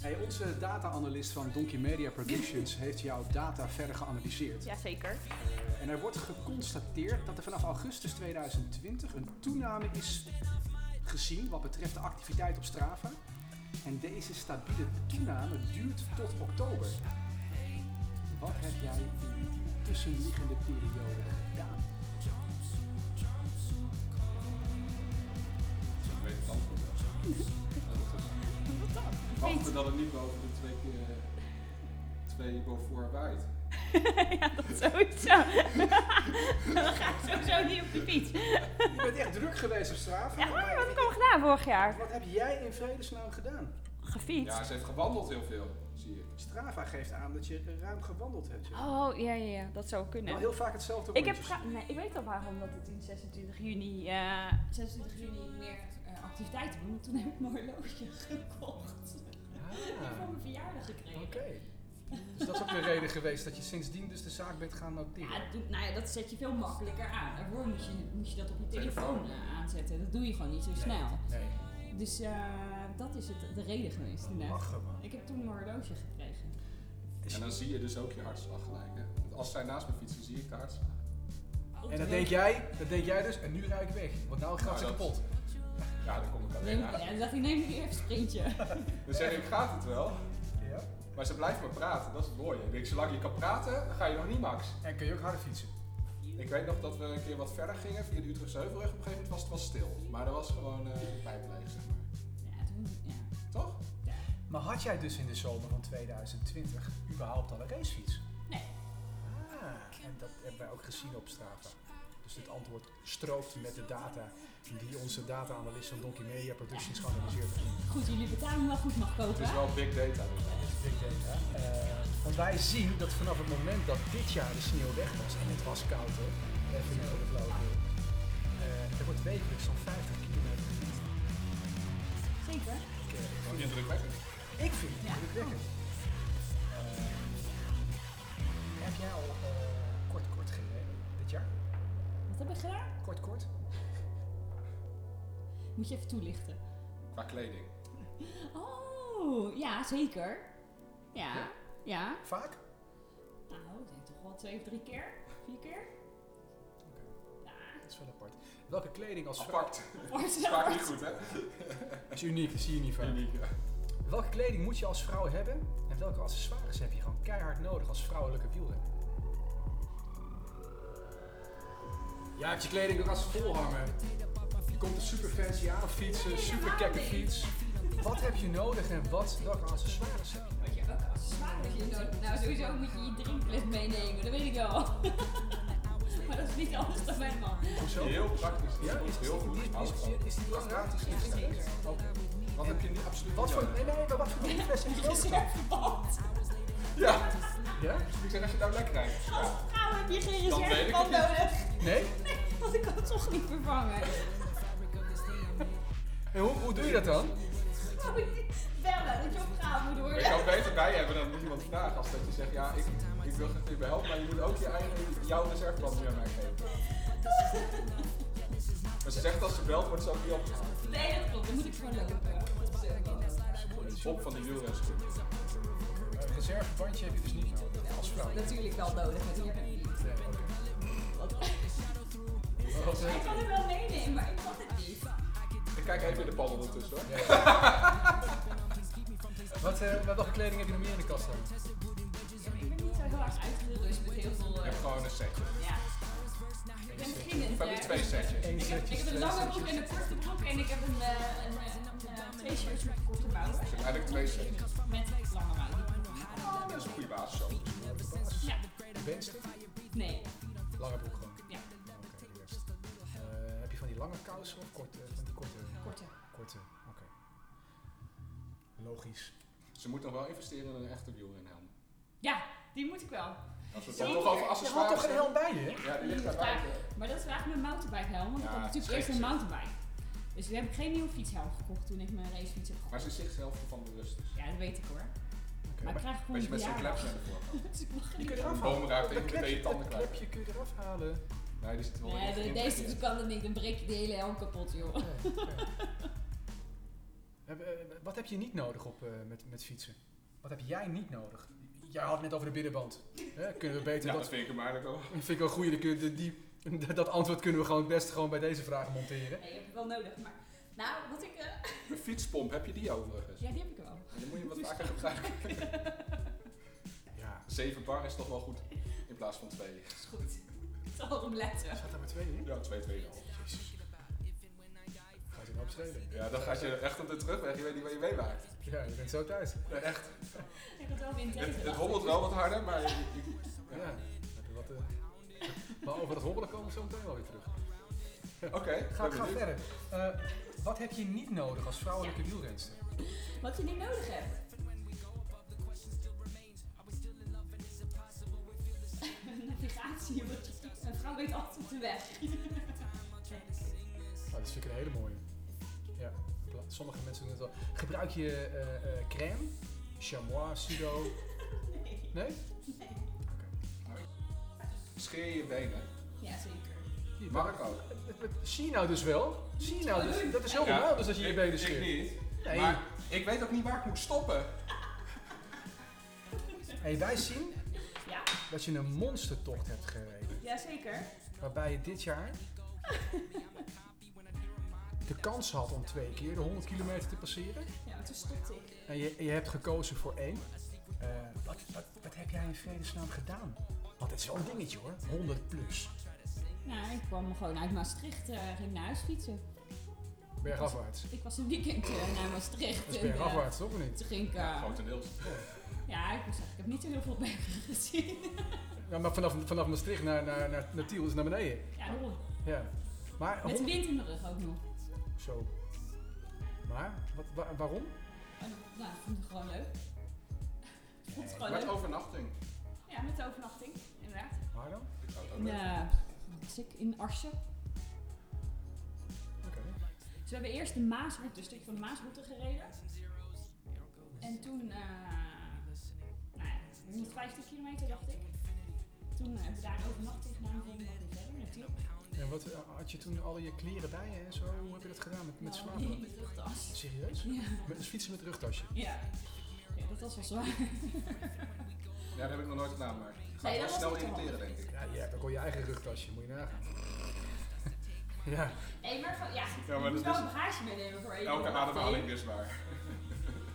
[SPEAKER 1] Hey, onze data-analyst van Donkey Media Productions heeft jouw data verder geanalyseerd.
[SPEAKER 4] Jazeker.
[SPEAKER 1] Eh, en er wordt geconstateerd dat er vanaf augustus 2020 een toename is gezien wat betreft de activiteit op Strava. En deze stabiele toename duurt tot oktober. Wat heb jij in die tussenliggende periode gedaan?
[SPEAKER 2] Ik weet het antwoord wel. Dat is-
[SPEAKER 4] Wat dan?
[SPEAKER 2] Wachten dat het niet boven de twee keer... Twee boven voor waait.
[SPEAKER 4] ja, dat sowieso. Dan ga ik sowieso niet op de fiets.
[SPEAKER 1] Je bent echt druk geweest op Strava.
[SPEAKER 4] Ja, maar wat heb ik al gedaan vorig jaar?
[SPEAKER 1] Wat heb jij in vredesnaam gedaan?
[SPEAKER 4] Gefietst.
[SPEAKER 2] Ja, ze heeft gewandeld heel veel, zie ik.
[SPEAKER 1] Strava geeft aan dat je ruim gewandeld hebt. joh.
[SPEAKER 4] Oh, ja, ja, ja. Dat zou
[SPEAKER 1] Wel
[SPEAKER 4] kunnen.
[SPEAKER 1] Oh, heel vaak hetzelfde
[SPEAKER 4] Ik, heb
[SPEAKER 1] rondjes.
[SPEAKER 4] vra- nee, ik weet al waarom dat het in 26 juni, eh, 26 juni meer eh, activiteiten doen. Want Toen heb ik mijn horloge gekocht. Die
[SPEAKER 1] Ah,
[SPEAKER 4] voor mijn verjaardag gekregen.
[SPEAKER 1] Oké. Dus dat is ook de reden geweest dat je sindsdien dus de zaak bent gaan noteren.
[SPEAKER 4] Ja, doe- nou ja, dat zet je veel makkelijker aan. Daarvoor moet je, moet je dat op je
[SPEAKER 2] Telefoon.
[SPEAKER 4] telefoon eh, aanzetten. Dat doe je gewoon niet zo snel.
[SPEAKER 1] Nee,
[SPEAKER 4] Dus eh, dat is het, de reden geweest inderdaad.
[SPEAKER 1] lachen man.
[SPEAKER 4] Ik heb toen een horloge gekregen.
[SPEAKER 2] En dan zie je dus ook je hartslag gelijk. Hè? Want als zij naast me fietsen, zie ik de hartslag.
[SPEAKER 1] En
[SPEAKER 4] Op de
[SPEAKER 1] dat
[SPEAKER 4] weg.
[SPEAKER 1] denk jij, dat denk jij dus, en nu rijd ik weg. Want nou gaat
[SPEAKER 2] Nou,
[SPEAKER 1] ze
[SPEAKER 2] dat-
[SPEAKER 1] kapot.
[SPEAKER 2] Ja, dan kom ik alleen
[SPEAKER 4] Neem-
[SPEAKER 2] aan.
[SPEAKER 4] Ja, dan dacht ik, neem ik weer even een sprintje.
[SPEAKER 2] Dan zeg ik, gaat het wel?
[SPEAKER 1] Ja.
[SPEAKER 2] Maar ze blijft maar praten, dat is het mooie. Ik denk, zolang je kan praten, ga je nog niet max.
[SPEAKER 1] En kun je ook harder fietsen.
[SPEAKER 2] Ik weet nog dat we een keer wat verder gingen via de Utrechtse Heuvelrug. Op een gegeven moment was het wel stil. Maar er was gewoon eh pijp leeg, zeg maar.
[SPEAKER 4] Ja, toen, ja.
[SPEAKER 2] Toch?
[SPEAKER 1] Maar had jij dus in de zomer van 2020 überhaupt al een racefiets?
[SPEAKER 4] Nee.
[SPEAKER 1] Ah, en dat hebben wij ook gezien op Strava. Dus dit antwoord strookt met de data die onze data-analyst van Donkey Media Productions geanalyseerd heeft.
[SPEAKER 4] Goed, jullie betalen wel goed mag
[SPEAKER 2] Het
[SPEAKER 4] kopen.
[SPEAKER 2] is wel big data. Dus.
[SPEAKER 1] Dictator. Eh, want wij zien dat vanaf het moment dat dit jaar de sneeuw weg was, en het was koud hoor, even niet over het flauw doen, eh, er wordt wekelijks zo'n 50 kilometer gefietst.
[SPEAKER 4] Zeker.
[SPEAKER 1] Ik vind het Ik vind het indrukwekkend. Eh, heb jij al eh, kort kort gereden dit jaar?
[SPEAKER 4] Wat heb ik gedaan?
[SPEAKER 1] Kort kort?
[SPEAKER 4] Moet je even toelichten.
[SPEAKER 2] Qua kleding.
[SPEAKER 4] Oh, ja, zeker. Ja, ja.
[SPEAKER 1] Vaak?
[SPEAKER 4] Nou, ik denk toch wel twee of drie keer? Vier keer?
[SPEAKER 1] Dat is wel apart. Welke kleding als
[SPEAKER 2] Apart.
[SPEAKER 1] vrouw...
[SPEAKER 4] Apart,
[SPEAKER 2] Dat is vaak niet goed, hè?
[SPEAKER 1] is uniek, dat zie je niet vaak.
[SPEAKER 2] Uniek, ja.
[SPEAKER 1] Welke kleding moet je als vrouw hebben en welke accessoires heb je gewoon keihard nodig als vrouwelijke wielrenner? Ja, heb je kleding nog als volhanger. Je komt er super fancy aan fietsen, super kekke fiets. Wat heb je nodig en wat, welke accessoires heb je?
[SPEAKER 4] Ja, welke accessoires je nodig Nou, sowieso moet je je drinkfles meenemen, dat weet ik wel. maar dat is niet anders dan mijn man.
[SPEAKER 1] Hoezo?
[SPEAKER 2] Heel praktisch.
[SPEAKER 1] Ja, is,
[SPEAKER 2] heel goed.
[SPEAKER 1] is, is, is, is die belangrijk?
[SPEAKER 4] Ja, zeker.
[SPEAKER 1] Oké.
[SPEAKER 2] Wat heb je niet absoluut
[SPEAKER 1] Wat voor,
[SPEAKER 2] nodig?
[SPEAKER 1] nee, nee, maar wat voor drinkfles heb je
[SPEAKER 4] Een
[SPEAKER 1] nodig?
[SPEAKER 4] reserveband.
[SPEAKER 2] Ja,
[SPEAKER 1] Ja?
[SPEAKER 2] ik zeg als je nou lekker rijdt.
[SPEAKER 4] Als vrouw heb je geen
[SPEAKER 2] Dan weet ik het
[SPEAKER 4] reserveband
[SPEAKER 2] niet.
[SPEAKER 4] nodig.
[SPEAKER 1] Nee?
[SPEAKER 4] Nee, want ik kan het toch niet vervangen.
[SPEAKER 1] En hoe, hoe doe je dat dan?
[SPEAKER 4] Gewoon bellen, dat je opgehaald moet
[SPEAKER 2] Maar
[SPEAKER 4] worden.
[SPEAKER 2] je kan het beter bij hebben dan iemand vragen als dat je zegt, ja, ik, ik wil graag je helpen, maar je moet ook je eigen, jouw reserveband nu aan mij geven. Maar ze zegt dat ze belt, wordt ze ook niet opgehaald.
[SPEAKER 4] Nee, dat klopt. Dan moet ik gewoon lopen.
[SPEAKER 2] Op van die wielrenners.
[SPEAKER 1] Een reservebandje heb je dus niet nodig als vrouw.
[SPEAKER 10] Natuurlijk wel nodig, want hier ben ik niet.
[SPEAKER 4] Ik kan het wel meenemen, maar ik kan het niet.
[SPEAKER 2] Ik kijk even in de pan ondertussen hoor.
[SPEAKER 1] Wat, eh, welke kleding heb je nog meer in de kast dan?
[SPEAKER 4] Dus Ik ben niet zo heel erg uitgerust met heel veel...
[SPEAKER 2] Je
[SPEAKER 4] eh,
[SPEAKER 2] hebt gewoon een setje.
[SPEAKER 4] ja. Ik ben beginnend.
[SPEAKER 2] Van die
[SPEAKER 4] hè.
[SPEAKER 2] twee setjes.
[SPEAKER 1] Eén
[SPEAKER 4] Ik heb, ik
[SPEAKER 1] setje,
[SPEAKER 4] heb een
[SPEAKER 1] twee
[SPEAKER 4] lange
[SPEAKER 1] setjes.
[SPEAKER 4] broek en een korte broek en ik heb een, eh, een, eh, een, eh, twee shirts met korte mouwen.
[SPEAKER 2] Eigenlijk twee setjes.
[SPEAKER 4] Met lange mouwen.
[SPEAKER 2] Ah, dat is een goede basis zo.
[SPEAKER 4] Ja,
[SPEAKER 1] Bandstring?
[SPEAKER 4] nee.
[SPEAKER 1] Lange broek gewoon.
[SPEAKER 4] Ja.
[SPEAKER 1] Oké, de rest. Eh, heb je van die lange kousen of korte? eh, Van die korte?
[SPEAKER 4] Korte.
[SPEAKER 1] Korte, oké. Logisch.
[SPEAKER 2] Ze moet nog wel investeren in een echte wielrenhelm.
[SPEAKER 4] Ja, die moet ik wel.
[SPEAKER 2] Als we het dan
[SPEAKER 4] Zeker.
[SPEAKER 2] toch over
[SPEAKER 1] Je had
[SPEAKER 2] accessoires
[SPEAKER 1] toch een helm
[SPEAKER 2] hebben.
[SPEAKER 1] bij je?
[SPEAKER 2] Ja, die ligt daar buiten.
[SPEAKER 4] Maar dat is eigenlijk mijn mountainbike helm, want ik
[SPEAKER 2] Ja,
[SPEAKER 4] had
[SPEAKER 2] het is
[SPEAKER 4] natuurlijk eerst een
[SPEAKER 2] geen gezicht.
[SPEAKER 4] mountainbike. Dus toen heb ik geen nieuwe fietshelm gekocht toen ik mijn racefiets heb
[SPEAKER 2] Maar
[SPEAKER 4] gekocht.
[SPEAKER 2] ze is zichzelf van bewust. dus.
[SPEAKER 4] Ja, dat weet ik hoor.
[SPEAKER 1] Oké,
[SPEAKER 4] Maar ik
[SPEAKER 1] maar
[SPEAKER 4] krijg gewoon
[SPEAKER 2] Weet je, met zo'n
[SPEAKER 4] een
[SPEAKER 2] klep zijn ervoor.
[SPEAKER 1] die kun je eraf
[SPEAKER 2] Een
[SPEAKER 1] halen.
[SPEAKER 2] boom raakt
[SPEAKER 1] Dat
[SPEAKER 2] even meteen je
[SPEAKER 1] klepje-
[SPEAKER 2] tanden
[SPEAKER 1] dat
[SPEAKER 2] kwijt.
[SPEAKER 1] klepje kun je eraf halen.
[SPEAKER 2] Nee, die zit wel
[SPEAKER 4] Nee,
[SPEAKER 2] in
[SPEAKER 4] de- deze
[SPEAKER 2] de
[SPEAKER 4] kan dat niet, dan breek je de hele helm kapot joh.
[SPEAKER 1] Ja, ja. Heb- eh, Wat heb je niet nodig op, eh, met, met fietsen? Wat heb jij niet nodig? Jij had het net over de binnenband. Hè, kunnen we beter
[SPEAKER 2] Ja,
[SPEAKER 1] dat
[SPEAKER 2] dat vind ik hem eigenlijk ook.
[SPEAKER 1] Dat vind ik wel goed. Die, kun- die, die- dat antwoord kunnen we gewoon het beste gewoon bij deze vraag monteren.
[SPEAKER 4] Nee, je hebt het wel nodig, maar... Nou, wat ik... eh,
[SPEAKER 2] Een fietspomp, heb je die overigens?
[SPEAKER 4] ja, die heb ik wel.
[SPEAKER 2] Dan moet je wat vaker gebruiken.
[SPEAKER 1] Ja.
[SPEAKER 2] 7 bar is toch wel goed in plaats van 2.
[SPEAKER 4] Dat is goed. Ik zal erom letten.
[SPEAKER 1] Staat er maar twee in?
[SPEAKER 2] Ja, 2, 2,5.
[SPEAKER 1] Ga je nou opschrijven?
[SPEAKER 2] Ja, dan gaat je echt op de terugweg. Je weet niet waar je mee maakt.
[SPEAKER 1] Ja, je bent zo thuis.
[SPEAKER 2] Nee, echt.
[SPEAKER 4] Ik had wel weer in
[SPEAKER 2] Het, het
[SPEAKER 4] dacht
[SPEAKER 2] hobbelt
[SPEAKER 4] ik.
[SPEAKER 2] wel wat harder, maar ik, ik-
[SPEAKER 1] Ja. Heb je wat, eh, Maar over dat hobbelen komen we zo meteen wel weer terug.
[SPEAKER 2] oké. ben
[SPEAKER 1] Ga, ga
[SPEAKER 2] benieuwd.
[SPEAKER 1] verder. Eh, wat heb je niet nodig als vrouwelijke wielrenster?
[SPEAKER 4] Wat je niet nodig hebt. Navigatie, want je fiets- een vrouw weet altijd de weg.
[SPEAKER 1] Nou, dat vind ik een hele mooie. Ja. pla- Sommige mensen doen het wel. Gebruik je eh, eh, crème? Chamois, sudo?
[SPEAKER 4] Nee.
[SPEAKER 1] Nee?
[SPEAKER 2] Scheer je benen.
[SPEAKER 4] Ja, zeker.
[SPEAKER 1] Die
[SPEAKER 2] Mag ik ook.
[SPEAKER 1] Zie je nou dus wel? Zie je nou dus? Dat is heel normaal dus dat je je
[SPEAKER 2] ik-
[SPEAKER 1] benen
[SPEAKER 2] Ik
[SPEAKER 1] scheert.
[SPEAKER 2] niet.
[SPEAKER 1] Nee.
[SPEAKER 2] Maar ik weet ook niet waar ik moet stoppen.
[SPEAKER 1] Hey, wij zien
[SPEAKER 4] Ja,
[SPEAKER 1] dat je een monstertocht hebt gereden.
[SPEAKER 4] ja zeker.
[SPEAKER 1] Waarbij je dit jaar de kans had om twee keer de 100 kilometer te passeren.
[SPEAKER 4] Ja, maar toen stopte ik.
[SPEAKER 1] En je, je hebt gekozen voor één. Eh, wat, wat, wat heb jij in vredesnaam gedaan? Want het is wel een dingetje hoor, 100 plus.
[SPEAKER 4] Nou, ik kwam gewoon uit Maastricht, eh, ging naar huis fietsen.
[SPEAKER 1] Bergafwaarts.
[SPEAKER 4] Ik was een weekend eh, naar Maastricht.
[SPEAKER 1] Dat is
[SPEAKER 4] en, eh,
[SPEAKER 1] bergafwaarts, toch of niet?
[SPEAKER 4] Toen ging ik... eh,
[SPEAKER 2] Grotendeels.
[SPEAKER 1] Oh,
[SPEAKER 4] ja, ik moet zeggen, ik heb niet zo heel veel bergen gezien.
[SPEAKER 1] Ja, maar vanaf, vanaf Maastricht naar, naar, naar, naar Tiel is naar beneden.
[SPEAKER 4] Ja, daarom.
[SPEAKER 1] Ja. Maar,
[SPEAKER 4] Met de
[SPEAKER 1] hond-
[SPEAKER 4] wind in de rug ook nog.
[SPEAKER 1] Zo. Maar, wat, wa- waarom?
[SPEAKER 4] En, nou, ik vond het gewoon leuk. Voelt gewoon
[SPEAKER 6] Met
[SPEAKER 4] leuk.
[SPEAKER 6] overnachting.
[SPEAKER 4] Ja, met overnachting, inderdaad.
[SPEAKER 2] Waar dan? Ik zou het ook leuk
[SPEAKER 4] Ja, zit ik in Arsen.
[SPEAKER 2] Oké.
[SPEAKER 4] Dus we hebben eerst de Maasroute, een stuk van de Maasroute gereden. En toen, eh nou ja, 150 kilometer dacht ik. Toen eh, hebben we daar een overnachting gedaan van nog niet verder naar Tiel.
[SPEAKER 1] En wat eh, had je toen al je kleren bij je en zo? Hoe heb je dat gedaan met, met
[SPEAKER 4] Nou,
[SPEAKER 1] slapen?
[SPEAKER 4] nee, met rugtas.
[SPEAKER 1] Serieus?
[SPEAKER 4] Ja.
[SPEAKER 1] Met dus fietsen met rugtasje.
[SPEAKER 4] Ja. ja, dat was wel zwaar.
[SPEAKER 2] Ja, dat heb ik nog nooit gedaan, maar ik ga
[SPEAKER 4] Nee,
[SPEAKER 2] wel
[SPEAKER 4] dat was
[SPEAKER 2] snel
[SPEAKER 4] niet te
[SPEAKER 2] irriteren, denk ik.
[SPEAKER 1] Ja, je hebt ook al je eigen rugtasje, moet je nagaan. ja.
[SPEAKER 4] Nee, maar van, ja,
[SPEAKER 6] Ja, maar
[SPEAKER 4] je moet
[SPEAKER 6] dat
[SPEAKER 4] wel
[SPEAKER 6] is-
[SPEAKER 4] een bagage meenemen voor één
[SPEAKER 6] Elke ademhaling is waar.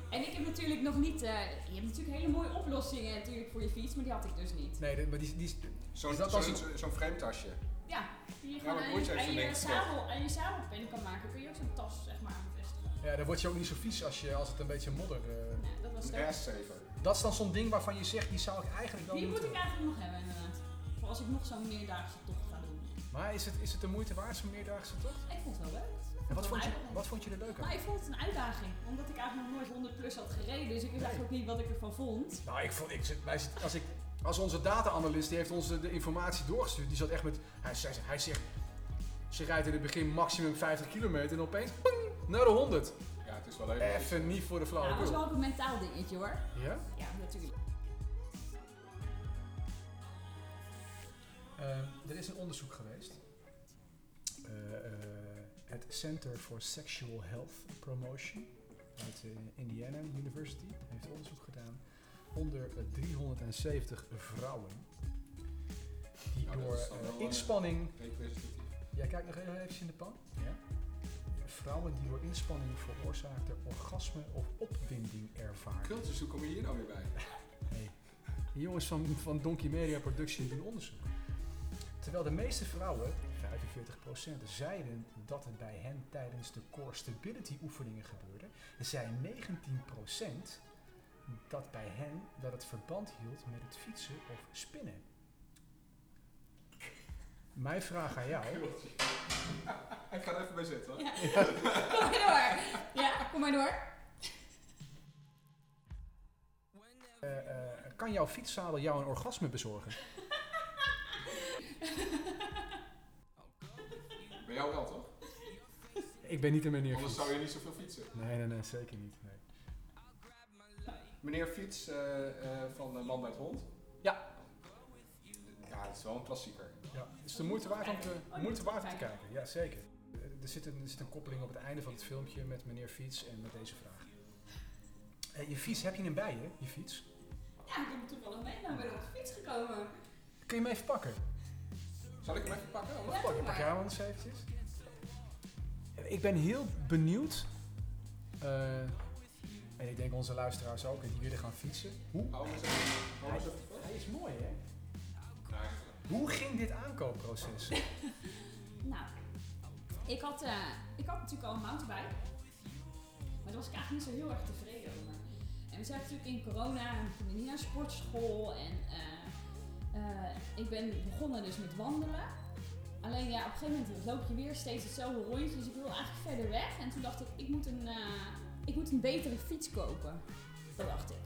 [SPEAKER 4] En ik heb natuurlijk nog niet, eh, je hebt natuurlijk hele mooie oplossingen natuurlijk voor je fiets, maar die had ik dus niet.
[SPEAKER 1] Nee, dit- maar die, die,
[SPEAKER 6] Zo'n
[SPEAKER 1] Is dat
[SPEAKER 6] zo'n
[SPEAKER 1] als
[SPEAKER 6] zo'n frame tasje.
[SPEAKER 4] Ja, die je
[SPEAKER 1] Nou,
[SPEAKER 6] Ja, maar
[SPEAKER 4] gewoon aan,
[SPEAKER 6] broertje
[SPEAKER 4] je,
[SPEAKER 6] heeft
[SPEAKER 4] aan,
[SPEAKER 6] zo'n
[SPEAKER 4] je
[SPEAKER 6] ding
[SPEAKER 4] zadel, aan je zadelpen kan maken, kun je ook zo'n tas zeg maar aan bevestigen.
[SPEAKER 1] ja, dan word je ook niet zo vies als, je, als het een beetje modder... eh,
[SPEAKER 4] Ja, Nou, dat was
[SPEAKER 6] Een
[SPEAKER 4] leuk.
[SPEAKER 6] ass saver.
[SPEAKER 1] Dat is dan zo'n ding waarvan je zegt, die zou ik eigenlijk wel
[SPEAKER 4] Die moet
[SPEAKER 1] moeten
[SPEAKER 4] ik eigenlijk nog hebben inderdaad. Voor als ik nog zo'n meerdaagse tocht ga doen.
[SPEAKER 1] Maar is het, is het de moeite waard, zo'n meerdaagse tocht?
[SPEAKER 4] Ik vond het wel leuk.
[SPEAKER 1] En wat
[SPEAKER 4] Voor
[SPEAKER 1] vond,
[SPEAKER 4] mij
[SPEAKER 1] je,
[SPEAKER 4] wel.
[SPEAKER 1] wat vond je er leuk aan?
[SPEAKER 4] Maar ik vond het een uitdaging, omdat ik eigenlijk nog nooit 100 plus had gereden, dus ik wist eigenlijk ook niet wat ik ervan vond.
[SPEAKER 1] Nou, ik vond, ik, zit- wij zit- als, ik, als onze data-analyst, die heeft ons de, de informatie doorgestuurd. Die zat echt met, hij, zei- hij zegt, ze rijdt in het begin maximum 50 kilometer en opeens, ping, naar de 100.
[SPEAKER 6] Ja, het is wel even.
[SPEAKER 1] Even niet voor de
[SPEAKER 4] Nou, dat was
[SPEAKER 1] flauwekul.
[SPEAKER 4] wel ook een mentaal dingetje hoor.
[SPEAKER 1] Ja?
[SPEAKER 4] Ja, natuurlijk.
[SPEAKER 1] Eh, er is een onderzoek geweest. Eh, eh, het Center for Sexual Health Promotion uit eh, Indiana University heeft onderzoek gedaan onder eh, 370 vrouwen. Die
[SPEAKER 2] Nou, dat
[SPEAKER 1] door
[SPEAKER 2] is dan
[SPEAKER 1] eh,
[SPEAKER 2] wel, eh,
[SPEAKER 1] inspanning.
[SPEAKER 2] Representatief.
[SPEAKER 1] Jij kijkt nog even eventjes in de pan. Ja. Vrouwen die door inspanning veroorzaakte orgasme of opwinding ervaren.
[SPEAKER 6] Kultus, hoe kom je hier nou weer bij?
[SPEAKER 1] Nee. Die jongens van, van Donkey Media Production doen onderzoek. Terwijl de meeste vrouwen, 45%, zeiden dat het bij hen tijdens de core stability oefeningen gebeurde, zei 19% dat bij hen dat het verband hield met het fietsen of spinnen. Mijn vraag aan jou.
[SPEAKER 6] Ik ga er even bij
[SPEAKER 1] Oh.
[SPEAKER 6] zitten. hoor.
[SPEAKER 4] Kom maar door! Ja, kom maar door.
[SPEAKER 1] eh, eh, kan jouw fietszadel jou een orgasme bezorgen?
[SPEAKER 6] Bij jou wel, toch?
[SPEAKER 1] Ik ben niet een meneer
[SPEAKER 6] Anders zou je niet zoveel fietsen.
[SPEAKER 1] Nee, nee, nee, zeker niet. Nee.
[SPEAKER 6] Meneer Fiets eh, eh, van eh, Man bij het Hond.
[SPEAKER 1] Ja.
[SPEAKER 6] Ja, het is wel een klassieker.
[SPEAKER 1] Ja, het is de moeite waard om te,
[SPEAKER 4] Oh,
[SPEAKER 1] moeite waard om te
[SPEAKER 4] fijn.
[SPEAKER 1] kijken. Ja, zeker. Eh, Er zit, een, er zit een koppeling op het einde van het filmpje met meneer Fiets en met deze vraag. Eh, je fiets, heb je hem bij je, je fiets?
[SPEAKER 4] Ja, ik heb hem toevallig meegenomen, ik ben op de fiets gekomen.
[SPEAKER 1] Kun je hem even pakken?
[SPEAKER 6] Zal ik hem even pakken? Anders?
[SPEAKER 4] Ja,
[SPEAKER 1] Pak,
[SPEAKER 4] doe
[SPEAKER 1] pak
[SPEAKER 4] maar.
[SPEAKER 1] jou anders eventjes. Eh, Ik ben heel benieuwd, eh, en ik denk onze luisteraars ook, die willen gaan fietsen. Hoe?
[SPEAKER 6] Hou hem eens even. Hou hem eens even. vast.
[SPEAKER 1] Hij is mooi, hè?
[SPEAKER 6] Nou,
[SPEAKER 1] Hoe ging dit aankoopproces?
[SPEAKER 4] Nou, ik had, eh, ik had natuurlijk al een mountainbike. Maar daar was ik eigenlijk niet zo heel erg tevreden over. En we zijn natuurlijk in corona en we gingen niet naar sportschool. En eh, eh, ik ben begonnen dus met wandelen. Alleen ja, op een gegeven moment loop je weer steeds hetzelfde rondje. Dus ik wil eigenlijk verder weg. En toen dacht ik, ik moet een, eh, ik moet een betere fiets kopen. Dat dacht ik.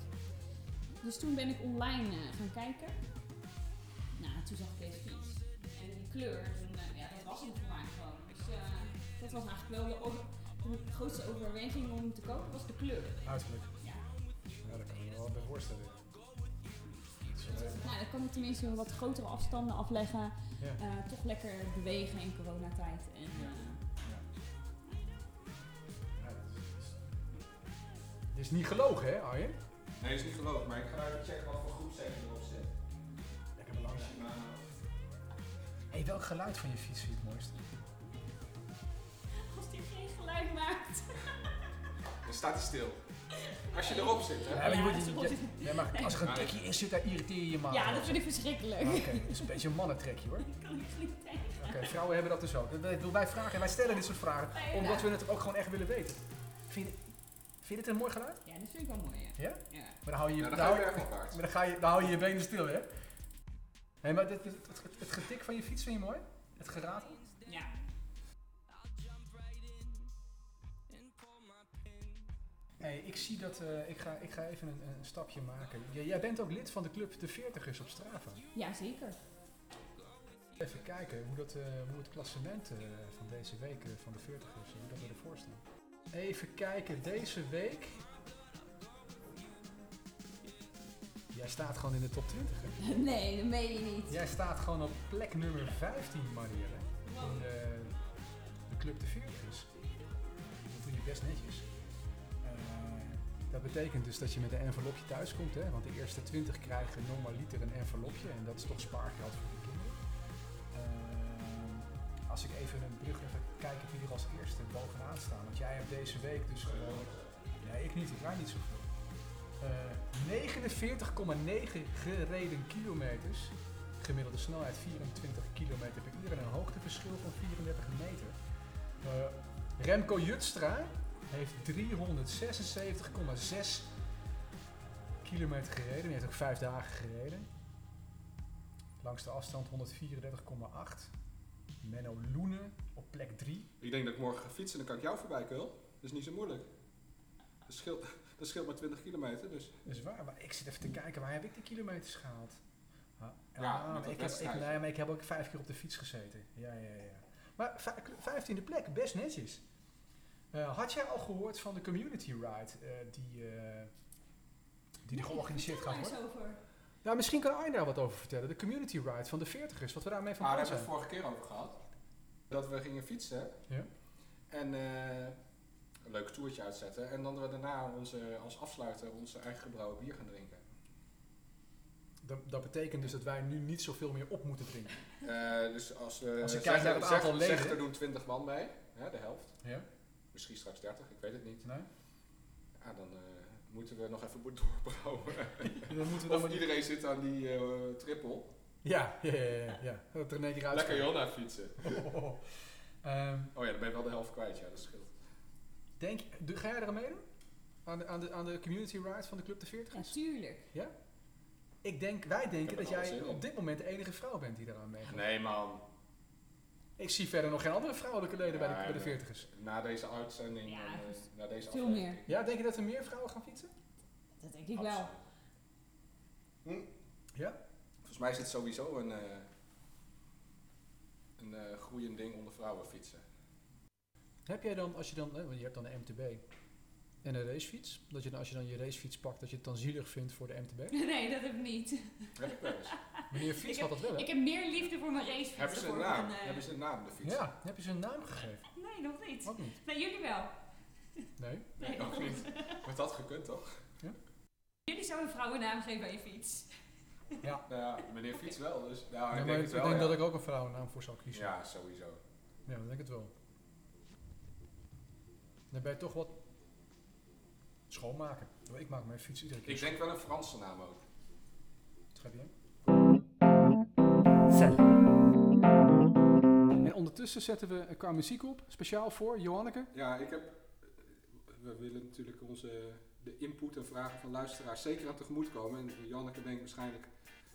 [SPEAKER 4] Dus toen ben ik online eh, gaan kijken. Nou, toen zag ik deze fiets. En die kleur, toen, eh, ja, dat was het voor mij gewoon. Dus eh, dat was eigenlijk wel de, over- de grootste overweging om te kopen, was de kleur.
[SPEAKER 1] Uiterlijk.
[SPEAKER 4] Ja.
[SPEAKER 1] Ja, dat kan ik me wel bij voorstellen.
[SPEAKER 4] Nou, dan kan ik tenminste wat grotere afstanden afleggen.
[SPEAKER 1] Ja.
[SPEAKER 4] Eh, toch lekker bewegen in coronatijd. En, eh,
[SPEAKER 1] Ja, dat is- Dit is niet gelogen, hè Arjen?
[SPEAKER 6] Nee, dat is niet geloof, maar ik ga even checken wat voor groepstekens erop zit.
[SPEAKER 1] Lekker belangrijk.
[SPEAKER 6] Shimano.
[SPEAKER 1] Hé, welk geluid van je fiets vind je het mooiste?
[SPEAKER 4] eh, Als die geen geluid maakt.
[SPEAKER 6] Dan staat hij stil. Als je erop zit, hè?
[SPEAKER 1] Ja, maar je wordt-
[SPEAKER 4] dat is
[SPEAKER 1] je-
[SPEAKER 4] goed.
[SPEAKER 1] Ja, maar als er een trekje in zit, daar irriteer je je maar.
[SPEAKER 4] ja, dat vind ik verschrikkelijk.
[SPEAKER 1] Oké, dat is een beetje een mannentrekje hoor.
[SPEAKER 4] Dat kan ik niet tegen.
[SPEAKER 1] Oké, vrouwen hebben dat dus ook. Dat- Dat wil wij vragen. En wij stellen dit soort vragen,
[SPEAKER 4] Nee,
[SPEAKER 1] omdat
[SPEAKER 4] ja.
[SPEAKER 1] we het ook gewoon echt willen weten. Vind je, vind je dit een mooi geluid?
[SPEAKER 4] Ja, dat vind ik wel mooi. Ja.
[SPEAKER 1] Ja?
[SPEAKER 4] Ja.
[SPEAKER 1] Maar dan hou je
[SPEAKER 6] Ja,
[SPEAKER 1] je,
[SPEAKER 6] dan ga
[SPEAKER 1] dan hou
[SPEAKER 6] je
[SPEAKER 1] je,
[SPEAKER 6] erg op waard.
[SPEAKER 1] maar dan ga je, dan hou je, je benen stil, hè? Nee, maar dit, dit- het, het getik van je fiets vind je mooi? Het geratel?
[SPEAKER 4] Ja.
[SPEAKER 1] Hey, ik zie dat... eh, ik, ga, ik ga even een, een stapje maken. J- jij bent ook lid van de club De Veertigers op Strava.
[SPEAKER 4] Ja, zeker.
[SPEAKER 1] Even kijken hoe, dat, eh, hoe het klassement eh, van deze week eh, van de 40ers, hoe dat we ervoor staan. Even kijken, deze week. Jij staat gewoon in de top 20. hè?
[SPEAKER 4] nee, dat meen je niet.
[SPEAKER 1] Jij staat gewoon op plek nummer 15, Marielle. In de, de club de 40ers. Dat doe je best netjes. Eh, dat betekent dus dat je met een envelopje thuis komt, hè? want de eerste 20 krijgen normaliter een envelopje en dat is toch spaargeld voor de kinderen. Eh, als ik even een brug leg, dan kijk ik wie er als eerste bovenaan staan. Want jij hebt deze week dus gewoon. Nee, ik niet, ik rijd niet zoveel. Eh 49,9 gereden kilometers. Gemiddelde snelheid 24 km per uur en een hoogteverschil van 34 meter. Eh, Remco Jutstra heeft 376,6 kilometer gereden. Die heeft ook vijf dagen gereden. Langste afstand 134,8. Menno Loenen op plek 3.
[SPEAKER 2] Ik denk dat ik morgen ga fietsen en dan kan ik jou voorbij, Kul. Dat is niet zo moeilijk. Dat scheelt, dat scheelt maar 20 kilometer, dus...
[SPEAKER 1] Dat is waar, maar ik zit even te kijken, waar heb ik die kilometers gehaald? Ah,
[SPEAKER 2] Ja,
[SPEAKER 1] ah, maar
[SPEAKER 2] met dat
[SPEAKER 1] ik heb, ik,
[SPEAKER 2] wedstrijd.
[SPEAKER 1] nee, maar ik heb ook vijf keer op de fiets gezeten. Ja, ja, ja. Maar vij- vijftiende plek, best netjes. Eh, had jij al gehoord van de community ride eh, die, eh, die er georganiseerd gaat worden?
[SPEAKER 4] over.
[SPEAKER 1] Nou, misschien kan Arjen daar wat over vertellen. De community ride van de 40ers, wat we daarmee van
[SPEAKER 2] Maar
[SPEAKER 1] plan
[SPEAKER 2] Ah, daar hebben we
[SPEAKER 1] zijn.
[SPEAKER 2] het vorige keer over gehad. Dat we gingen fietsen.
[SPEAKER 1] Ja.
[SPEAKER 2] En eh, een leuk toertje uitzetten. En dan we daarna onze, als afsluiter onze eigen gebrouwen bier gaan drinken.
[SPEAKER 1] Dat, dat betekent dus dat wij nu niet zoveel meer op moeten drinken.
[SPEAKER 2] Eh, dus als we.
[SPEAKER 1] Als je
[SPEAKER 2] zeg-
[SPEAKER 1] kijkt naar het
[SPEAKER 2] zeg-
[SPEAKER 1] aantal
[SPEAKER 2] zeg,
[SPEAKER 1] leden.
[SPEAKER 2] er doen 20 man mee, hè, de helft.
[SPEAKER 1] Ja?
[SPEAKER 2] Misschien straks 30, ik weet het niet.
[SPEAKER 1] Nee?
[SPEAKER 2] Ja, dan eh, moeten we nog even doorbrouwen.
[SPEAKER 1] Dan moeten we dan
[SPEAKER 2] of
[SPEAKER 1] maar niet...
[SPEAKER 2] iedereen zit aan die eh triple.
[SPEAKER 1] Ja, ja, ja, ja, ja. Dat er in één keer uit. Oh,
[SPEAKER 2] Lekker Jonna fietsen.
[SPEAKER 1] Ehm,
[SPEAKER 2] Oh ja, dan ben je wel de helft kwijt, ja, dat scheelt.
[SPEAKER 1] Denk, doe- ga jij er aan meedoen? Aan de, aan, de, aan de community ride van de Club de 40?
[SPEAKER 4] Natuurlijk.
[SPEAKER 1] Ik denk, wij denken
[SPEAKER 2] er
[SPEAKER 1] dat
[SPEAKER 2] wel
[SPEAKER 1] jij
[SPEAKER 2] zin in.
[SPEAKER 1] op dit moment de enige vrouw bent die eraan meegaat.
[SPEAKER 2] Nee man,
[SPEAKER 1] Ik zie verder nog geen andere vrouwelijke leden bij, de,
[SPEAKER 2] Ja,
[SPEAKER 1] bij de
[SPEAKER 2] nee.
[SPEAKER 1] 40ers.
[SPEAKER 2] na deze uitzending,
[SPEAKER 4] Ja,
[SPEAKER 2] en, eh,
[SPEAKER 4] dus
[SPEAKER 2] na deze
[SPEAKER 4] veel
[SPEAKER 2] aflevering.
[SPEAKER 4] meer.
[SPEAKER 1] Ja, denk je dat er meer vrouwen gaan fietsen?
[SPEAKER 4] Dat denk ik wel.
[SPEAKER 1] Ja?
[SPEAKER 2] Volgens mij is het sowieso een, eh, een eh, groeiend ding onder vrouwen fietsen.
[SPEAKER 1] Heb jij dan, als je dan, eh, want je hebt dan de MTB en een racefiets, dat je dan, als je dan je racefiets pakt, dat je het dan zielig vindt voor de MTB?
[SPEAKER 4] Nee, dat heb ik niet.
[SPEAKER 2] Heb ik wel eens.
[SPEAKER 1] Meneer Fiets
[SPEAKER 4] Ik
[SPEAKER 1] had dat wel, hè?
[SPEAKER 4] Ik heb meer liefde voor mijn racefiets.
[SPEAKER 2] Hebben ze
[SPEAKER 4] dan
[SPEAKER 2] een
[SPEAKER 4] voor
[SPEAKER 2] naam?
[SPEAKER 4] mijn, eh,
[SPEAKER 2] Hebben ze een naam, de fiets?
[SPEAKER 1] Ja, heb je ze een naam gegeven?
[SPEAKER 4] Nee, nog niet.
[SPEAKER 1] Ook niet.
[SPEAKER 4] Nee, jullie wel.
[SPEAKER 1] Nee?
[SPEAKER 2] Nee, ook niet. Met dat gekund, toch?
[SPEAKER 4] Jullie zouden een vrouwennaam geven aan je fiets.
[SPEAKER 2] Nou ja, meneer Fiets wel, dus... Nou,
[SPEAKER 1] Nee, maar
[SPEAKER 2] ik denk
[SPEAKER 1] ik
[SPEAKER 2] het wel,
[SPEAKER 1] denk
[SPEAKER 2] ja.
[SPEAKER 1] dat ik ook een vrouwennaam voor zou kiezen.
[SPEAKER 2] Ja, sowieso.
[SPEAKER 1] Ja, dat denk ik het wel. Dan ben je toch wat schoonmaken. Oh, Ik maak mijn fiets iedere keer.
[SPEAKER 2] Ik denk wel een Franse naam ook.
[SPEAKER 1] Très bien.
[SPEAKER 11] Salut.
[SPEAKER 1] En ondertussen zetten we qua muziek op, speciaal voor Johanneke.
[SPEAKER 2] Ja, ik heb... We willen natuurlijk onze, de input en vragen van luisteraars zeker aan tegemoetkomen. En Janneke denkt waarschijnlijk,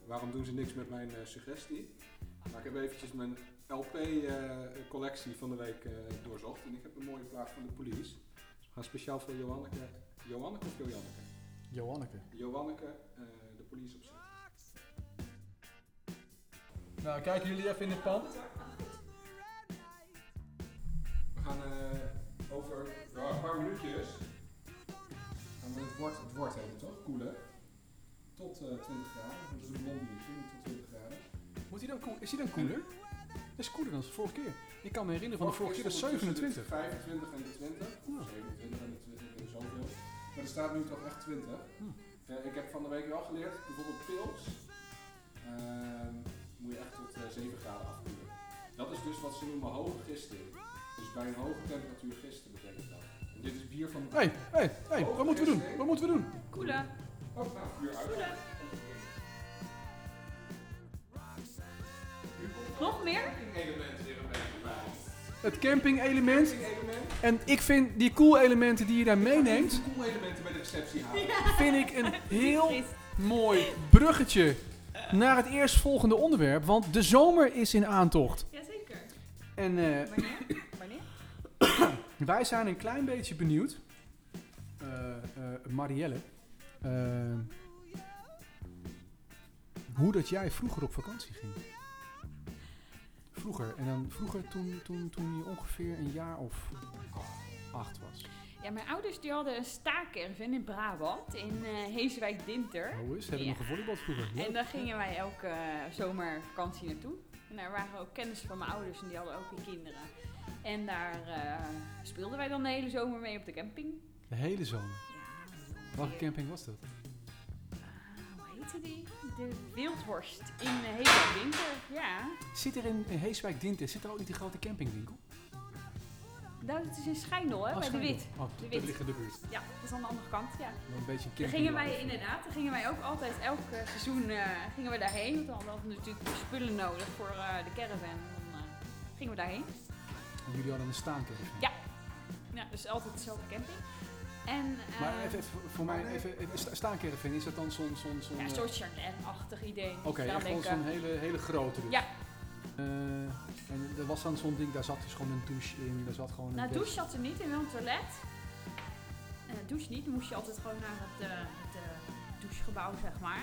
[SPEAKER 2] waarom doen ze niks met mijn eh, suggestie? Maar ik heb eventjes mijn LP-collectie van de week eh, doorzocht. En ik heb een mooie plaat van de police. Dus we gaan speciaal voor Johanneke... Johanneke of Johanneke?
[SPEAKER 1] Johanneke.
[SPEAKER 2] Johanneke, eh, de police opzetten.
[SPEAKER 1] Nou, kijken jullie even in de pan.
[SPEAKER 2] We gaan eh, over ja, een paar minuutjes. Gaan we het woord, het woord hebben, toch? Koelen. Tot eh, 20 graden. Dat is een blond biertje, niet tot 20 graden.
[SPEAKER 1] Moet hij dan, koel- is hij dan koeler? Dat is koeler dan de vorige keer. Ik kan me herinneren van de vorige keer dat
[SPEAKER 2] Eerst stond het tussen de
[SPEAKER 1] 27.
[SPEAKER 2] 25 en de 20.
[SPEAKER 1] Ja.
[SPEAKER 2] 27 en de 20, eh, zoveel. Maar er staat nu toch echt 20.
[SPEAKER 1] Hmm.
[SPEAKER 2] Eh, ik heb van de week wel geleerd, bijvoorbeeld pils. ehm, moet je echt tot eh, 7 graden afkoelen. Dat is dus wat ze noemen hoge gisting. Dus bij een hoge temperatuur gisten betekent dat. En dit is bier van
[SPEAKER 1] Hé, hé, hé, wat moeten we doen? Wat moeten we doen?
[SPEAKER 4] Koelen.
[SPEAKER 2] Oh, nou, vuur uit.
[SPEAKER 4] Koelen.
[SPEAKER 2] Nu komt
[SPEAKER 4] Nog meer?
[SPEAKER 2] het element weer een beetje bij.
[SPEAKER 1] Het camping element.
[SPEAKER 2] Dit element.
[SPEAKER 1] En ik vind die cool elementen die je daar meeneemt,
[SPEAKER 2] Cool elementen bij de receptie halen.
[SPEAKER 1] vind ik een heel mooi bruggetje naar het eerstvolgende onderwerp. Want de zomer is in aantocht.
[SPEAKER 4] Jazeker.
[SPEAKER 1] En eh,
[SPEAKER 4] Wanneer? Wanneer?
[SPEAKER 1] wij zijn een klein beetje benieuwd eh, eh, Marielle. eh, hoe dat jij vroeger op vakantie ging. Vroeger. En dan vroeger toen, toen, toen je ongeveer een jaar of acht was.
[SPEAKER 4] Ja, mijn ouders die hadden een staakerven in Brabant, in eh Heeswijk-Dinter.
[SPEAKER 2] Oh,
[SPEAKER 1] Hoe is? Hebben we
[SPEAKER 4] Ja.
[SPEAKER 1] nog gevolleybald vroeger?
[SPEAKER 4] En daar gingen wij elke eh, zomervakantie naartoe. En daar waren ook kennissen van mijn ouders en die hadden ook weer kinderen. En daar eh, speelden wij dan de hele zomer mee op de camping.
[SPEAKER 1] De hele zomer. Welke camping was dat?
[SPEAKER 4] Hoe heette die? De Wildhorst in eh, Heeswijk-Dinter, ja.
[SPEAKER 1] Zit er in, in Heeswijk Dinten, zit er ook niet die grote campingwinkel?
[SPEAKER 4] Nou, het is in Schijndel, hè,
[SPEAKER 1] Ah,
[SPEAKER 4] bij de
[SPEAKER 1] Schijndel.
[SPEAKER 4] Oh, Wit.
[SPEAKER 1] Oh,
[SPEAKER 4] de
[SPEAKER 1] daar
[SPEAKER 4] Wit.
[SPEAKER 1] liggen de buurt.
[SPEAKER 4] Ja, dat is aan de andere kant, ja.
[SPEAKER 1] Wel Een beetje een camping.
[SPEAKER 4] Daar gingen wij inderdaad, daar gingen wij ook altijd elk eh, seizoen eh, gingen we daarheen. Want dan hadden we natuurlijk spullen nodig voor eh, de caravan. En dan eh, gingen we daarheen.
[SPEAKER 1] En jullie hadden een staancamping.
[SPEAKER 4] Ja. ja, dus altijd dezelfde camping. En, eh,
[SPEAKER 1] Maar even, even voor mij, even, even sta- staancamping, is dat dan zo'n... zo'n zo'n
[SPEAKER 4] Ja, een
[SPEAKER 1] eh,
[SPEAKER 4] soort Charlène-achtig idee.
[SPEAKER 1] Oké,
[SPEAKER 4] Dus dan
[SPEAKER 1] echt gewoon
[SPEAKER 4] denk ik,
[SPEAKER 1] zo'n hele, hele grote dus.
[SPEAKER 4] Ja.
[SPEAKER 1] Eh, en er was dan zo'n ding, daar zat dus gewoon een douche in, daar zat gewoon een
[SPEAKER 4] Nou,
[SPEAKER 1] bed.
[SPEAKER 4] douche zat er niet in, wel een toilet. En het douche niet, dan moest je altijd gewoon naar het, eh, het eh, douchegebouw, zeg maar.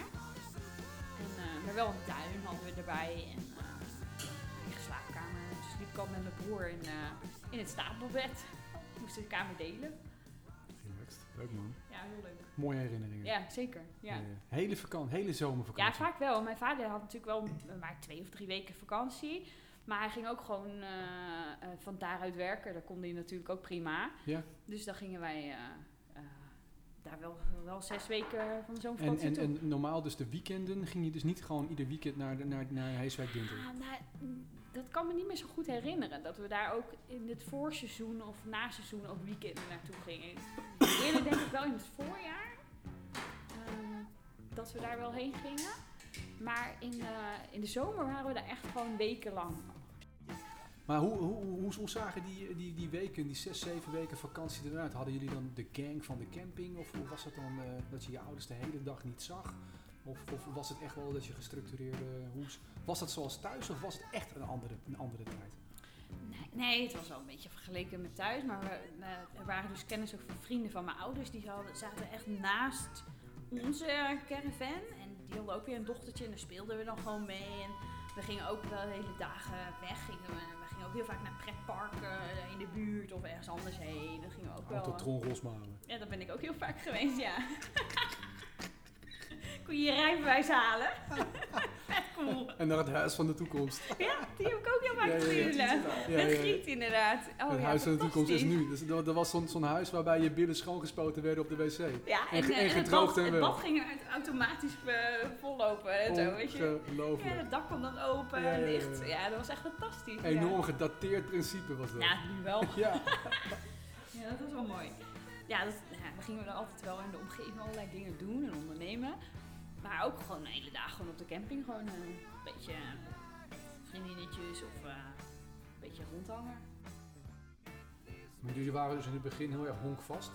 [SPEAKER 4] En, eh, maar wel een tuin hadden we erbij en eh, een eigen slaapkamer. Dus liep ik al met mijn broer in, eh, in het stapelbed. We moesten de kamer delen.
[SPEAKER 1] Relaxed. Leuk man.
[SPEAKER 4] Ja, heel leuk.
[SPEAKER 1] Mooie herinneringen. Eh,
[SPEAKER 4] Ja, zeker. Ja.
[SPEAKER 1] Hele, vakantie, hele
[SPEAKER 4] Ja,
[SPEAKER 1] zomervakantie.
[SPEAKER 4] vaak wel. Mijn vader had natuurlijk wel eh, maar twee of drie weken vakantie. Maar hij ging ook gewoon eh, eh, van daaruit werken. Daar kon hij natuurlijk ook prima.
[SPEAKER 1] Ja.
[SPEAKER 4] Dus dan gingen wij eh, eh, daar wel, wel zes weken van zo'n
[SPEAKER 1] En,
[SPEAKER 4] vakantie
[SPEAKER 1] en,
[SPEAKER 4] toe.
[SPEAKER 1] en normaal dus de weekenden ging je dus niet gewoon ieder weekend naar, de- naar, naar Heeswijk Dinter.
[SPEAKER 4] Ah, nou, mm, dat kan me niet meer zo goed herinneren. Dat we daar ook in het voorseizoen of naseizoen ook weekenden naartoe gingen. Eerder denk ik wel in het voorjaar. ehm, dat we daar wel heen gingen. Maar in, eh, in de zomer waren we daar echt gewoon wekenlang.
[SPEAKER 1] Maar hoe, hoe, hoe, hoe zagen die, die, die weken, die zes, zeven weken vakantie eruit? Hadden jullie dan de gang van de camping? Of hoe was het dan eh, dat je je ouders de hele dag niet zag? Of, of was het echt wel dat je gestructureerde hoes? Was dat zoals thuis of was het echt een andere, een andere tijd?
[SPEAKER 4] Nee, nee, het was wel een beetje vergeleken met thuis. Maar we, we- er waren dus kennis ook van vrienden van mijn ouders. Die hadden, zaten echt naast onze caravan. En die hadden ook weer een dochtertje. En daar speelden we dan gewoon mee. En we gingen ook wel hele dagen weg. Gingen we, we gingen ook heel vaak naar pretparken in de buurt of ergens anders heen. Dan gingen we ook wel... eh,
[SPEAKER 1] Autotron Rosmalen.
[SPEAKER 4] Ja, daar ben ik ook heel vaak geweest, ja. Kon je je rijbewijs halen? Vet cool.
[SPEAKER 1] En naar het huis van de toekomst.
[SPEAKER 4] Ja, die heb ik ook heel vaak
[SPEAKER 1] Ja, ja, ja.
[SPEAKER 4] gezien.
[SPEAKER 1] Ja, ja,
[SPEAKER 4] Met
[SPEAKER 1] ja.
[SPEAKER 4] Griet inderdaad. Oh,
[SPEAKER 1] het
[SPEAKER 4] ja,
[SPEAKER 1] huis van de toekomst is
[SPEAKER 4] fantastisch.
[SPEAKER 1] nu. Dus, er, er was zo'n zo'n huis waarbij je billen schoongespoten werden op de wc.
[SPEAKER 4] Ja, en,
[SPEAKER 1] En ge-
[SPEAKER 4] eh,
[SPEAKER 1] en
[SPEAKER 4] en het
[SPEAKER 1] gedroogd
[SPEAKER 4] bad,
[SPEAKER 1] en
[SPEAKER 4] het
[SPEAKER 1] wel.
[SPEAKER 4] bad ging eruit- automatisch eh, vollopen en zo, weet je. Ja,
[SPEAKER 1] Ongelooflijk.
[SPEAKER 4] het dak kwam dan open
[SPEAKER 1] Ja, ja,
[SPEAKER 4] en
[SPEAKER 1] ja,
[SPEAKER 4] dicht.
[SPEAKER 1] ja.
[SPEAKER 4] Ja, dat was echt fantastisch.
[SPEAKER 1] Enorm gedateerd principe was
[SPEAKER 4] Ja,
[SPEAKER 1] dat.
[SPEAKER 4] ja nu wel.
[SPEAKER 1] Ja.
[SPEAKER 4] Ja, dat was wel mooi. Ja, dat, ja, we gingen dan altijd wel in de omgeving allerlei dingen doen en ondernemen. Maar ook gewoon de hele dag gewoon op de camping. Gewoon eh, een beetje eh, vriendinnetjes of eh, een beetje rondhangen.
[SPEAKER 1] Maar jullie waren dus in het begin heel erg honkvast.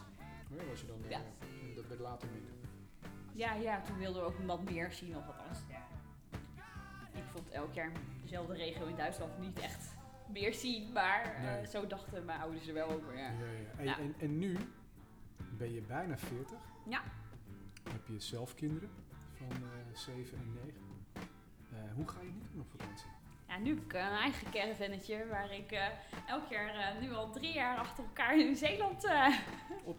[SPEAKER 1] Ja, was je dan, eh,
[SPEAKER 4] Ja.
[SPEAKER 1] en dat werd later minder.
[SPEAKER 4] Ja, ja, toen wilden we ook wat meer zien of wat anders. Ja. Ik vond elk jaar dezelfde regio in Duitsland niet echt meer zien, maar eh,
[SPEAKER 1] Nee.
[SPEAKER 4] zo dachten mijn ouders er wel over. Ja.
[SPEAKER 1] Ja, ja. En,
[SPEAKER 4] Ja.
[SPEAKER 1] En, en nu ben je bijna 40.
[SPEAKER 4] Ja.
[SPEAKER 1] Dan heb je zelf kinderen van eh 7 en 9. Eh, hoe ga je nu doen op vakantie?
[SPEAKER 4] Ja, nu heb ik een eigen caravannetje waar ik eh, elk jaar, eh, nu al drie jaar achter elkaar in Zeeland, eh,
[SPEAKER 1] Op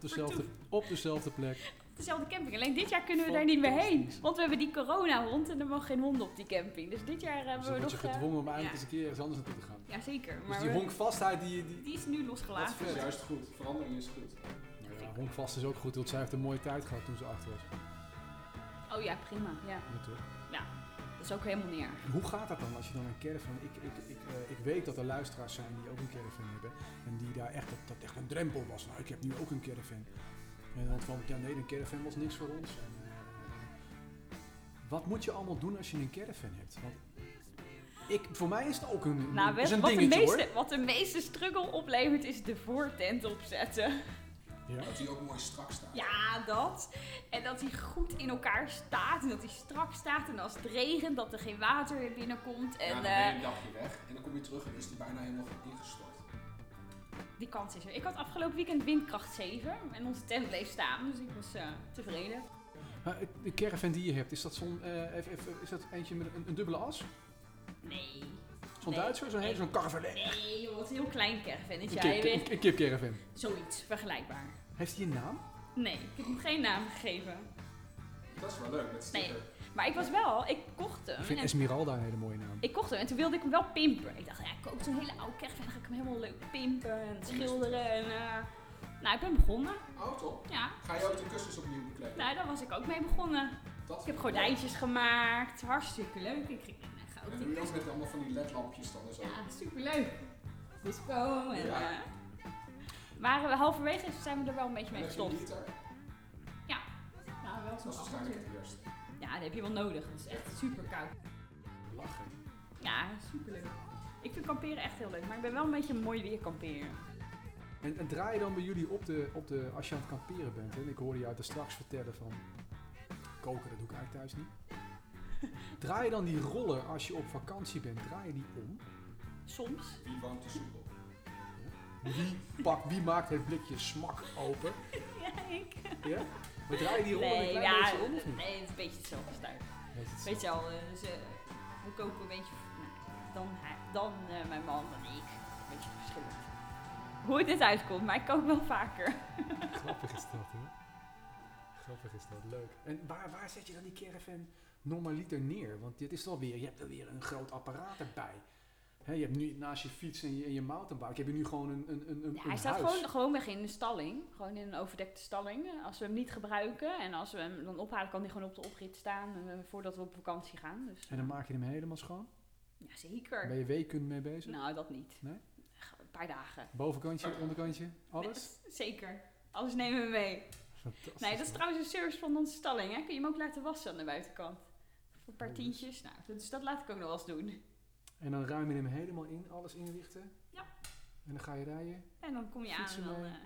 [SPEAKER 1] dezelfde, op dezelfde plek.
[SPEAKER 4] op dezelfde camping. Alleen dit jaar kunnen we daar niet meer heen,
[SPEAKER 1] Fantastisch.
[SPEAKER 4] want we hebben die corona-hond en er mag geen honden op die camping. Dus dit jaar
[SPEAKER 1] Dus
[SPEAKER 4] hebben
[SPEAKER 1] dan
[SPEAKER 4] we
[SPEAKER 1] word
[SPEAKER 4] nog...
[SPEAKER 1] je
[SPEAKER 4] eh,
[SPEAKER 1] gedwongen om eindelijk
[SPEAKER 4] ja.
[SPEAKER 1] eens een keer ergens anders naartoe te gaan.
[SPEAKER 4] ja, zeker.
[SPEAKER 1] Dus
[SPEAKER 4] Maar
[SPEAKER 1] die
[SPEAKER 4] we-
[SPEAKER 1] honkvastheid, die, die,
[SPEAKER 4] die is nu losgelaten.
[SPEAKER 6] Dat is juist goed. Verandering is goed.
[SPEAKER 1] Nou ja, honkvast is ook goed, want zij heeft een mooie tijd gehad toen ze acht was.
[SPEAKER 4] Oh ja, prima. Ja.
[SPEAKER 1] Ja, toch?
[SPEAKER 4] Dat is ook helemaal niet erg.
[SPEAKER 1] Hoe gaat dat dan als je dan een caravan... Ik, ik, ik, eh, ik weet dat er luisteraars zijn die ook een caravan hebben. En die daar echt, dat, dat echt een drempel was. Nou, ik heb nu ook een caravan. En dan van, ja nee, een caravan was niks voor ons. En, eh, wat moet je allemaal doen als je een caravan hebt? Want ik, voor mij is het ook een,
[SPEAKER 4] Nou,
[SPEAKER 1] is
[SPEAKER 4] weet,
[SPEAKER 1] een
[SPEAKER 4] wat, de
[SPEAKER 1] dingetje
[SPEAKER 4] meeste, wat de meeste struggle oplevert is de voortent opzetten.
[SPEAKER 1] hoor. Ja.
[SPEAKER 6] Dat die ook mooi strak staat.
[SPEAKER 4] Ja, dat. En dat hij goed in elkaar staat en dat hij strak staat. En als het regent, dat er geen water weer binnenkomt.
[SPEAKER 6] Ja,
[SPEAKER 4] En
[SPEAKER 6] dan ben je
[SPEAKER 4] eh,
[SPEAKER 6] een dagje weg en dan kom je terug en is die bijna helemaal ingestort.
[SPEAKER 4] die kans is er. Ik had afgelopen weekend windkracht 7 en onze tent bleef staan, dus ik was eh, tevreden.
[SPEAKER 1] Maar het- de caravan die je hebt, is dat, zo'n, eh, even- even- is dat eentje met een, een dubbele as?
[SPEAKER 4] Nee.
[SPEAKER 1] Zo'n
[SPEAKER 4] Nee.
[SPEAKER 1] Duitser? Zo'n hele zo'n caravan?
[SPEAKER 4] Nee, joh, wat een heel klein caravannetje. Hij
[SPEAKER 1] Een kip-
[SPEAKER 4] weegt
[SPEAKER 1] een- een kipcaravan.
[SPEAKER 4] zoiets vergelijkbaar.
[SPEAKER 1] Heeft die een
[SPEAKER 4] Oh,
[SPEAKER 1] naam?
[SPEAKER 4] Nee, ik heb hem geen naam gegeven.
[SPEAKER 2] Dat is wel leuk met
[SPEAKER 4] Nee.
[SPEAKER 2] sticker.
[SPEAKER 4] Maar ik was wel, ik kocht hem.
[SPEAKER 1] Ik vind
[SPEAKER 4] en-
[SPEAKER 1] Esmeralda een hele mooie naam.
[SPEAKER 4] Ik kocht hem en toen wilde ik hem wel pimpen. Ik dacht, ja, ik koop zo'n hele oude kerf en dan ga ik hem helemaal leuk pimpen en schilderen. En, eh, nou, ik ben begonnen.
[SPEAKER 2] Oh, top.
[SPEAKER 4] Ja,
[SPEAKER 2] Ga je ook de kussens opnieuw bekleden?
[SPEAKER 4] nou, daar was ik ook mee begonnen.
[SPEAKER 2] Dat
[SPEAKER 4] Ik heb gordijntjes gemaakt, hartstikke leuk. Ik ging nou, ga ook
[SPEAKER 2] En
[SPEAKER 4] die
[SPEAKER 2] nu ook
[SPEAKER 4] kast-
[SPEAKER 2] met allemaal van die ledlampjes dan en zo.
[SPEAKER 4] Ja, superleuk. Disco en...
[SPEAKER 2] Ja.
[SPEAKER 4] eh, maar eh, halverwege zijn we er wel een beetje mee
[SPEAKER 2] En heb je een
[SPEAKER 4] gestopt.
[SPEAKER 2] liter?
[SPEAKER 4] Nou, wel
[SPEAKER 2] Dat is waarschijnlijk het eerste.
[SPEAKER 4] Ja, dat heb je wel nodig. Het is echt super koud.
[SPEAKER 1] Lachen.
[SPEAKER 4] Ja, superleuk. Ik vind kamperen echt heel leuk, maar ik ben wel een beetje een mooi weer kamperen.
[SPEAKER 1] En, en draai je dan bij jullie op de, op de, als je aan het kamperen bent, hè? en ik hoorde jou daar straks vertellen van koken, dat doe ik eigenlijk thuis niet. Draai je dan die rollen als je op vakantie bent, draai je die om?
[SPEAKER 4] Soms.
[SPEAKER 2] Wie woont de soep op?
[SPEAKER 1] Wie, pakt, wie maakt het blikje smak open?
[SPEAKER 4] Ja, ik.
[SPEAKER 1] Ja? Maar draai je die rollen een
[SPEAKER 4] Nee,
[SPEAKER 1] klein
[SPEAKER 4] ja,
[SPEAKER 1] beetje om of niet?
[SPEAKER 4] nee, het is een beetje hetzelfde stuit.
[SPEAKER 1] Weet je het
[SPEAKER 4] Weet
[SPEAKER 1] zo?
[SPEAKER 4] je wel, eh, dus, eh, we koken een beetje, nou, dan, hij- dan eh, mijn man, dan ik. Een beetje verschillend. Hoe het dit uitkomt, maar ik kook wel vaker.
[SPEAKER 1] Grappig is dat, hè? Grappig is dat, leuk. En waar, waar zet je dan die caravan normaliter neer? Want dit is wel weer, je hebt er weer een groot apparaat erbij. Hè, je hebt nu naast je fiets en je, en je mountainbike, heb je nu gewoon een, een, een, een
[SPEAKER 4] Ja, hij
[SPEAKER 1] een
[SPEAKER 4] staat
[SPEAKER 1] huis.
[SPEAKER 4] gewoon, gewoon weg in de stalling. Gewoon in een overdekte stalling. Eh, Als we hem niet gebruiken en als we hem dan ophalen, kan hij gewoon op de oprit staan eh, voordat we op vakantie gaan. Dus,
[SPEAKER 1] En dan maak je hem helemaal schoon?
[SPEAKER 4] ja, zeker.
[SPEAKER 1] Ben je weekend mee bezig?
[SPEAKER 4] Nou, dat niet.
[SPEAKER 1] Nee?
[SPEAKER 4] Een paar dagen.
[SPEAKER 1] Bovenkantje, onderkantje, alles?
[SPEAKER 4] Nee, Zeker. Alles nemen we mee.
[SPEAKER 1] Fantastisch.
[SPEAKER 4] Nee, dat is trouwens een service van onze stalling. Hè? Kun je hem ook laten wassen aan de buitenkant. Voor een paar
[SPEAKER 1] Oh.
[SPEAKER 4] tientjes. Nou, dus dat laat ik ook nog wel eens doen.
[SPEAKER 1] En dan ruim je hem helemaal in, alles inrichten?
[SPEAKER 4] Ja.
[SPEAKER 1] En dan ga je rijden?
[SPEAKER 4] En dan kom je aan
[SPEAKER 1] Fietsen
[SPEAKER 4] en dan...
[SPEAKER 1] mee.
[SPEAKER 4] eh,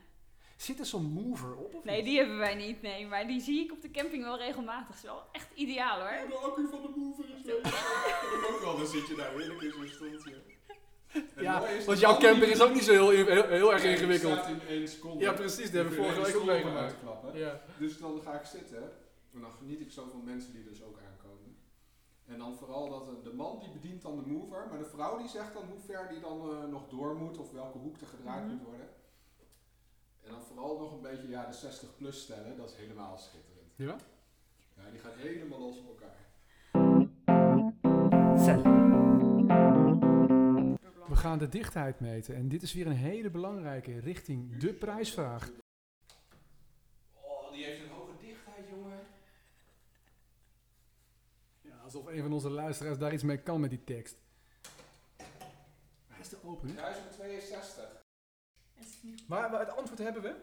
[SPEAKER 1] Zit er zo'n mover op of
[SPEAKER 4] Nee,
[SPEAKER 1] niet?
[SPEAKER 4] die hebben wij niet. Nee, maar die zie ik op de camping wel regelmatig. Is wel echt ideaal hoor.
[SPEAKER 2] Oh, de accu van de mover is leeg. ook wel, dan zit je daar heerlijk in zo'n stoeltje. Het mooie
[SPEAKER 1] Ja,
[SPEAKER 2] is
[SPEAKER 1] want
[SPEAKER 2] dat
[SPEAKER 1] jouw
[SPEAKER 2] al die-
[SPEAKER 1] camper is ook niet zo heel, heel, heel erg
[SPEAKER 2] Nee, die
[SPEAKER 1] ingewikkeld.
[SPEAKER 2] staat in één seconde.
[SPEAKER 1] Ja, precies, die hebben we
[SPEAKER 2] Ik
[SPEAKER 1] vorige week
[SPEAKER 2] probeer
[SPEAKER 1] ook
[SPEAKER 2] één seconde
[SPEAKER 1] meegemaakt.
[SPEAKER 2] uit te klappen.
[SPEAKER 1] Ja.
[SPEAKER 2] Dus dan ga ik zitten en dan geniet ik zo van mensen die dus ook aankomen. En dan vooral dat eh, de man die bedient dan de mover, maar de vrouw die zegt dan hoe ver die dan eh, nog door moet of welke hoek er gedraaid
[SPEAKER 4] Mhm.
[SPEAKER 2] moet worden. En dan vooral nog een beetje ja, de 60 plus stellen, dat is helemaal schitterend.
[SPEAKER 1] Ja?
[SPEAKER 2] Ja, die gaan helemaal los op elkaar.
[SPEAKER 12] Sal.
[SPEAKER 1] We gaan de dichtheid meten en dit is weer een hele belangrijke richting de prijsvraag.
[SPEAKER 2] Oh, die heeft een hoge dichtheid, jongen.
[SPEAKER 1] Ja, alsof een van onze luisteraars daar iets mee kan met die tekst. Hij is te open, hè?
[SPEAKER 2] 1062.
[SPEAKER 1] Maar, maar het antwoord hebben we.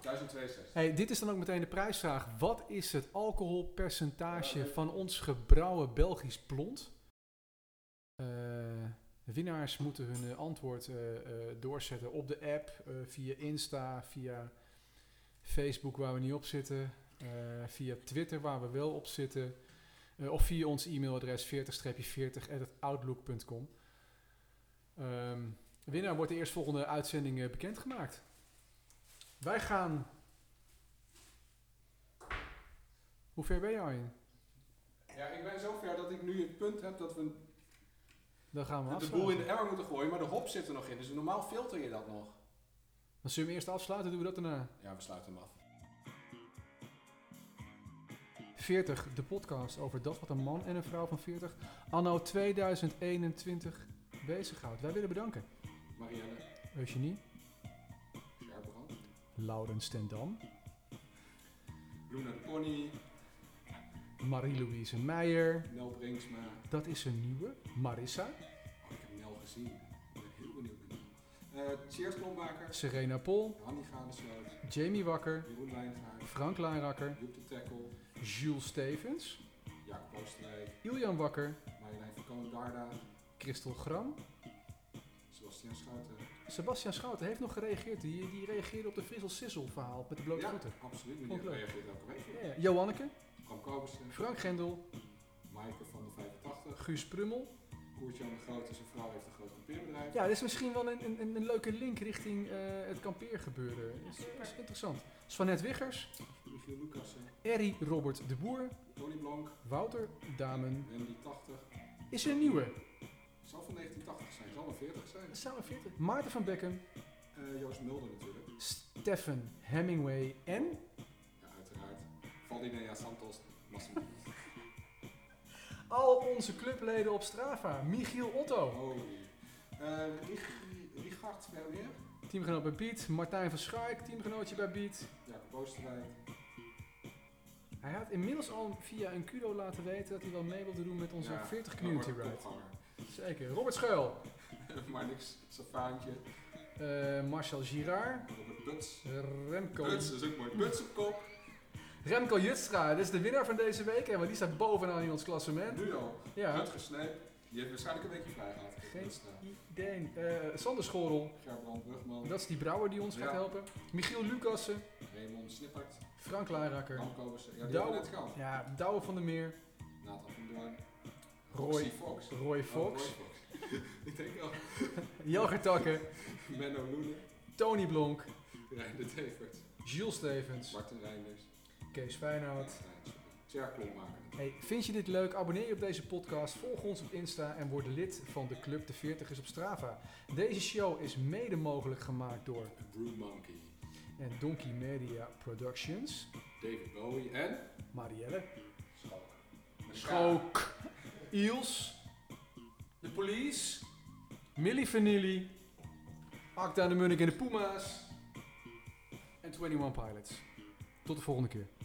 [SPEAKER 2] 1062.
[SPEAKER 1] Hey, dit is dan ook meteen de prijsvraag. Wat is het alcoholpercentage van ons gebrouwen Belgisch blond? Eh, de winnaars moeten hun eh, antwoord eh, eh, doorzetten op de app, eh, via Insta, via Facebook waar we niet op zitten, eh, via Twitter waar we wel op zitten, eh, of via ons e-mailadres 40-40@outlook.com. Ehm, de winnaar wordt de eerstvolgende uitzending eh, bekendgemaakt. Wij gaan Hoe ver ben je Arjen?
[SPEAKER 2] Ja, ik ben zover dat ik nu het punt heb dat we
[SPEAKER 1] Dan gaan we
[SPEAKER 2] de boel in de
[SPEAKER 1] afsluiten.
[SPEAKER 2] emmer moeten gooien, maar de hop zit er nog in. Dus normaal filter je dat nog.
[SPEAKER 1] Dan zullen we eerst afsluiten, doen we dat daarna.
[SPEAKER 2] Ja, we sluiten hem af.
[SPEAKER 1] 40, de podcast over dat wat een man en een vrouw van 40 anno 2021 bezighoudt. Wij willen bedanken.
[SPEAKER 2] Marianne,
[SPEAKER 1] Eugenie,
[SPEAKER 2] Scherbrand,
[SPEAKER 1] Laurens ten Dam,
[SPEAKER 2] Luna de Pony,
[SPEAKER 1] Marie-Louise Meijer,
[SPEAKER 2] Nel Brinksma.
[SPEAKER 1] dat is een nieuwe, Marissa,
[SPEAKER 2] Oh, ik heb Nel gezien. Ik ben heel benieuwd naar Nel. Eh cheers Klombaker,
[SPEAKER 1] Serena Pol,
[SPEAKER 2] Hanni Gadesloot,
[SPEAKER 1] Jamie Wakker,
[SPEAKER 2] Jeroen Lijngaard,
[SPEAKER 1] Frank Laarakker,
[SPEAKER 2] Joep de Tackle,
[SPEAKER 1] Jules Stevens,
[SPEAKER 2] Jacob Oosterwijk,
[SPEAKER 1] Iljan Wakker,
[SPEAKER 2] Marjolein van Koon Darda,
[SPEAKER 1] Christel Gram.
[SPEAKER 2] Sebastian Schouten.
[SPEAKER 1] Sebastian Schouten heeft nog gereageerd. Die, die reageerde op de Frissel Sissel verhaal met de blote
[SPEAKER 2] ja,
[SPEAKER 1] voeten.
[SPEAKER 2] absoluut.
[SPEAKER 1] Vond ik
[SPEAKER 2] Meneer
[SPEAKER 1] leuk.
[SPEAKER 2] reageert elke week.
[SPEAKER 1] Ja, ja. Joanneke,
[SPEAKER 2] Bram Kobersen,
[SPEAKER 1] Frank Gendel,
[SPEAKER 2] Maaike van de 85,
[SPEAKER 1] Guus Prummel,
[SPEAKER 2] Koert-Jan de Groot en zijn vrouw heeft een groot kampeerbedrijf.
[SPEAKER 1] Ja, dus- dit is misschien wel een, een, een leuke link richting eh, het kampeergebeuren. Is, is interessant. Svanette Wiggers,
[SPEAKER 2] Michiel Lucassen,
[SPEAKER 1] Erry Robert de Boer,
[SPEAKER 2] Tony Blank,
[SPEAKER 1] Wouter Damen.
[SPEAKER 2] Wendy 80.
[SPEAKER 1] Is er een nieuwe?
[SPEAKER 2] Zal van 1980 zijn, zal een 40 zijn.
[SPEAKER 1] Samen 40. Maarten van Beckham,
[SPEAKER 2] Eh, Joost Mulder natuurlijk.
[SPEAKER 1] Stefan Hemingway en...
[SPEAKER 2] Ja, uiteraard. Valdinea Santos, Massimo.
[SPEAKER 1] Al onze clubleden op Strava. Michiel Otto,
[SPEAKER 2] Oh. Eh, Rig- Richard Verweer,
[SPEAKER 1] teamgenoot bij Beat. Martijn van Schaik, teamgenootje bij Beat.
[SPEAKER 2] Jacob Oosterwijk.
[SPEAKER 1] Hij had inmiddels al via een kudo laten weten dat hij wel mee wilde doen met onze
[SPEAKER 2] Ja,
[SPEAKER 1] 40
[SPEAKER 2] dan wordt
[SPEAKER 1] community
[SPEAKER 2] het
[SPEAKER 1] ride.
[SPEAKER 2] opgehangen.
[SPEAKER 1] Zeker. Robert Schuil,
[SPEAKER 2] maar niks, Safaantje,
[SPEAKER 1] eh, Marcel Girard,
[SPEAKER 2] Robert Buts.
[SPEAKER 1] Remco,
[SPEAKER 2] Buts is ook mooi. Buts op kop,
[SPEAKER 1] Remco Jutstra. Dat is de winnaar van deze week. En die staat bovenaan in ons klassement.
[SPEAKER 2] nu al.
[SPEAKER 1] Ja.
[SPEAKER 2] Rut gesneept. Die heeft waarschijnlijk een beetje vrij gehad.
[SPEAKER 1] Geen-
[SPEAKER 2] Buts, eh,
[SPEAKER 1] Deen. eh, Sander Schorel.
[SPEAKER 2] Gerbrand Brugman,
[SPEAKER 1] Dat is die brouwer die ons gaat
[SPEAKER 2] Ja.
[SPEAKER 1] helpen. Michiel Lucassen.
[SPEAKER 2] Raymond Snippert,
[SPEAKER 1] Frank Laarakker.
[SPEAKER 2] Dan Kobus. Ja, die
[SPEAKER 1] Douwe.
[SPEAKER 2] hebben we net gehad.
[SPEAKER 1] Ja, Douwe van der Meer.
[SPEAKER 2] Nathan van Doorn.
[SPEAKER 1] Roy.
[SPEAKER 2] Roxy Fox.
[SPEAKER 1] Roy
[SPEAKER 2] Oh, Roy
[SPEAKER 1] Fox.
[SPEAKER 2] Ik denk al.
[SPEAKER 1] Jelger Takken.
[SPEAKER 2] Menno Loenen.
[SPEAKER 1] Tony Blonk.
[SPEAKER 2] Reinde Tevert.
[SPEAKER 1] Jules Stevens.
[SPEAKER 2] Martin Reinders.
[SPEAKER 1] Kees Feyenoord.
[SPEAKER 2] Tjerklon maken.
[SPEAKER 1] Hey, vind je dit leuk? Abonneer je op deze podcast, volg ons op Insta en word lid van de Club de 40 is op Strava. Deze show is mede mogelijk gemaakt door
[SPEAKER 2] Brew Monkey.
[SPEAKER 1] en Donkey Media Productions.
[SPEAKER 2] David Bowie en...
[SPEAKER 1] Marielle.
[SPEAKER 2] Schalk. Met
[SPEAKER 1] Schook. Iels. De Police. Milli Vanilli. Acta de Munnik en de Puma's. En 21 Pilots. Tot de volgende keer.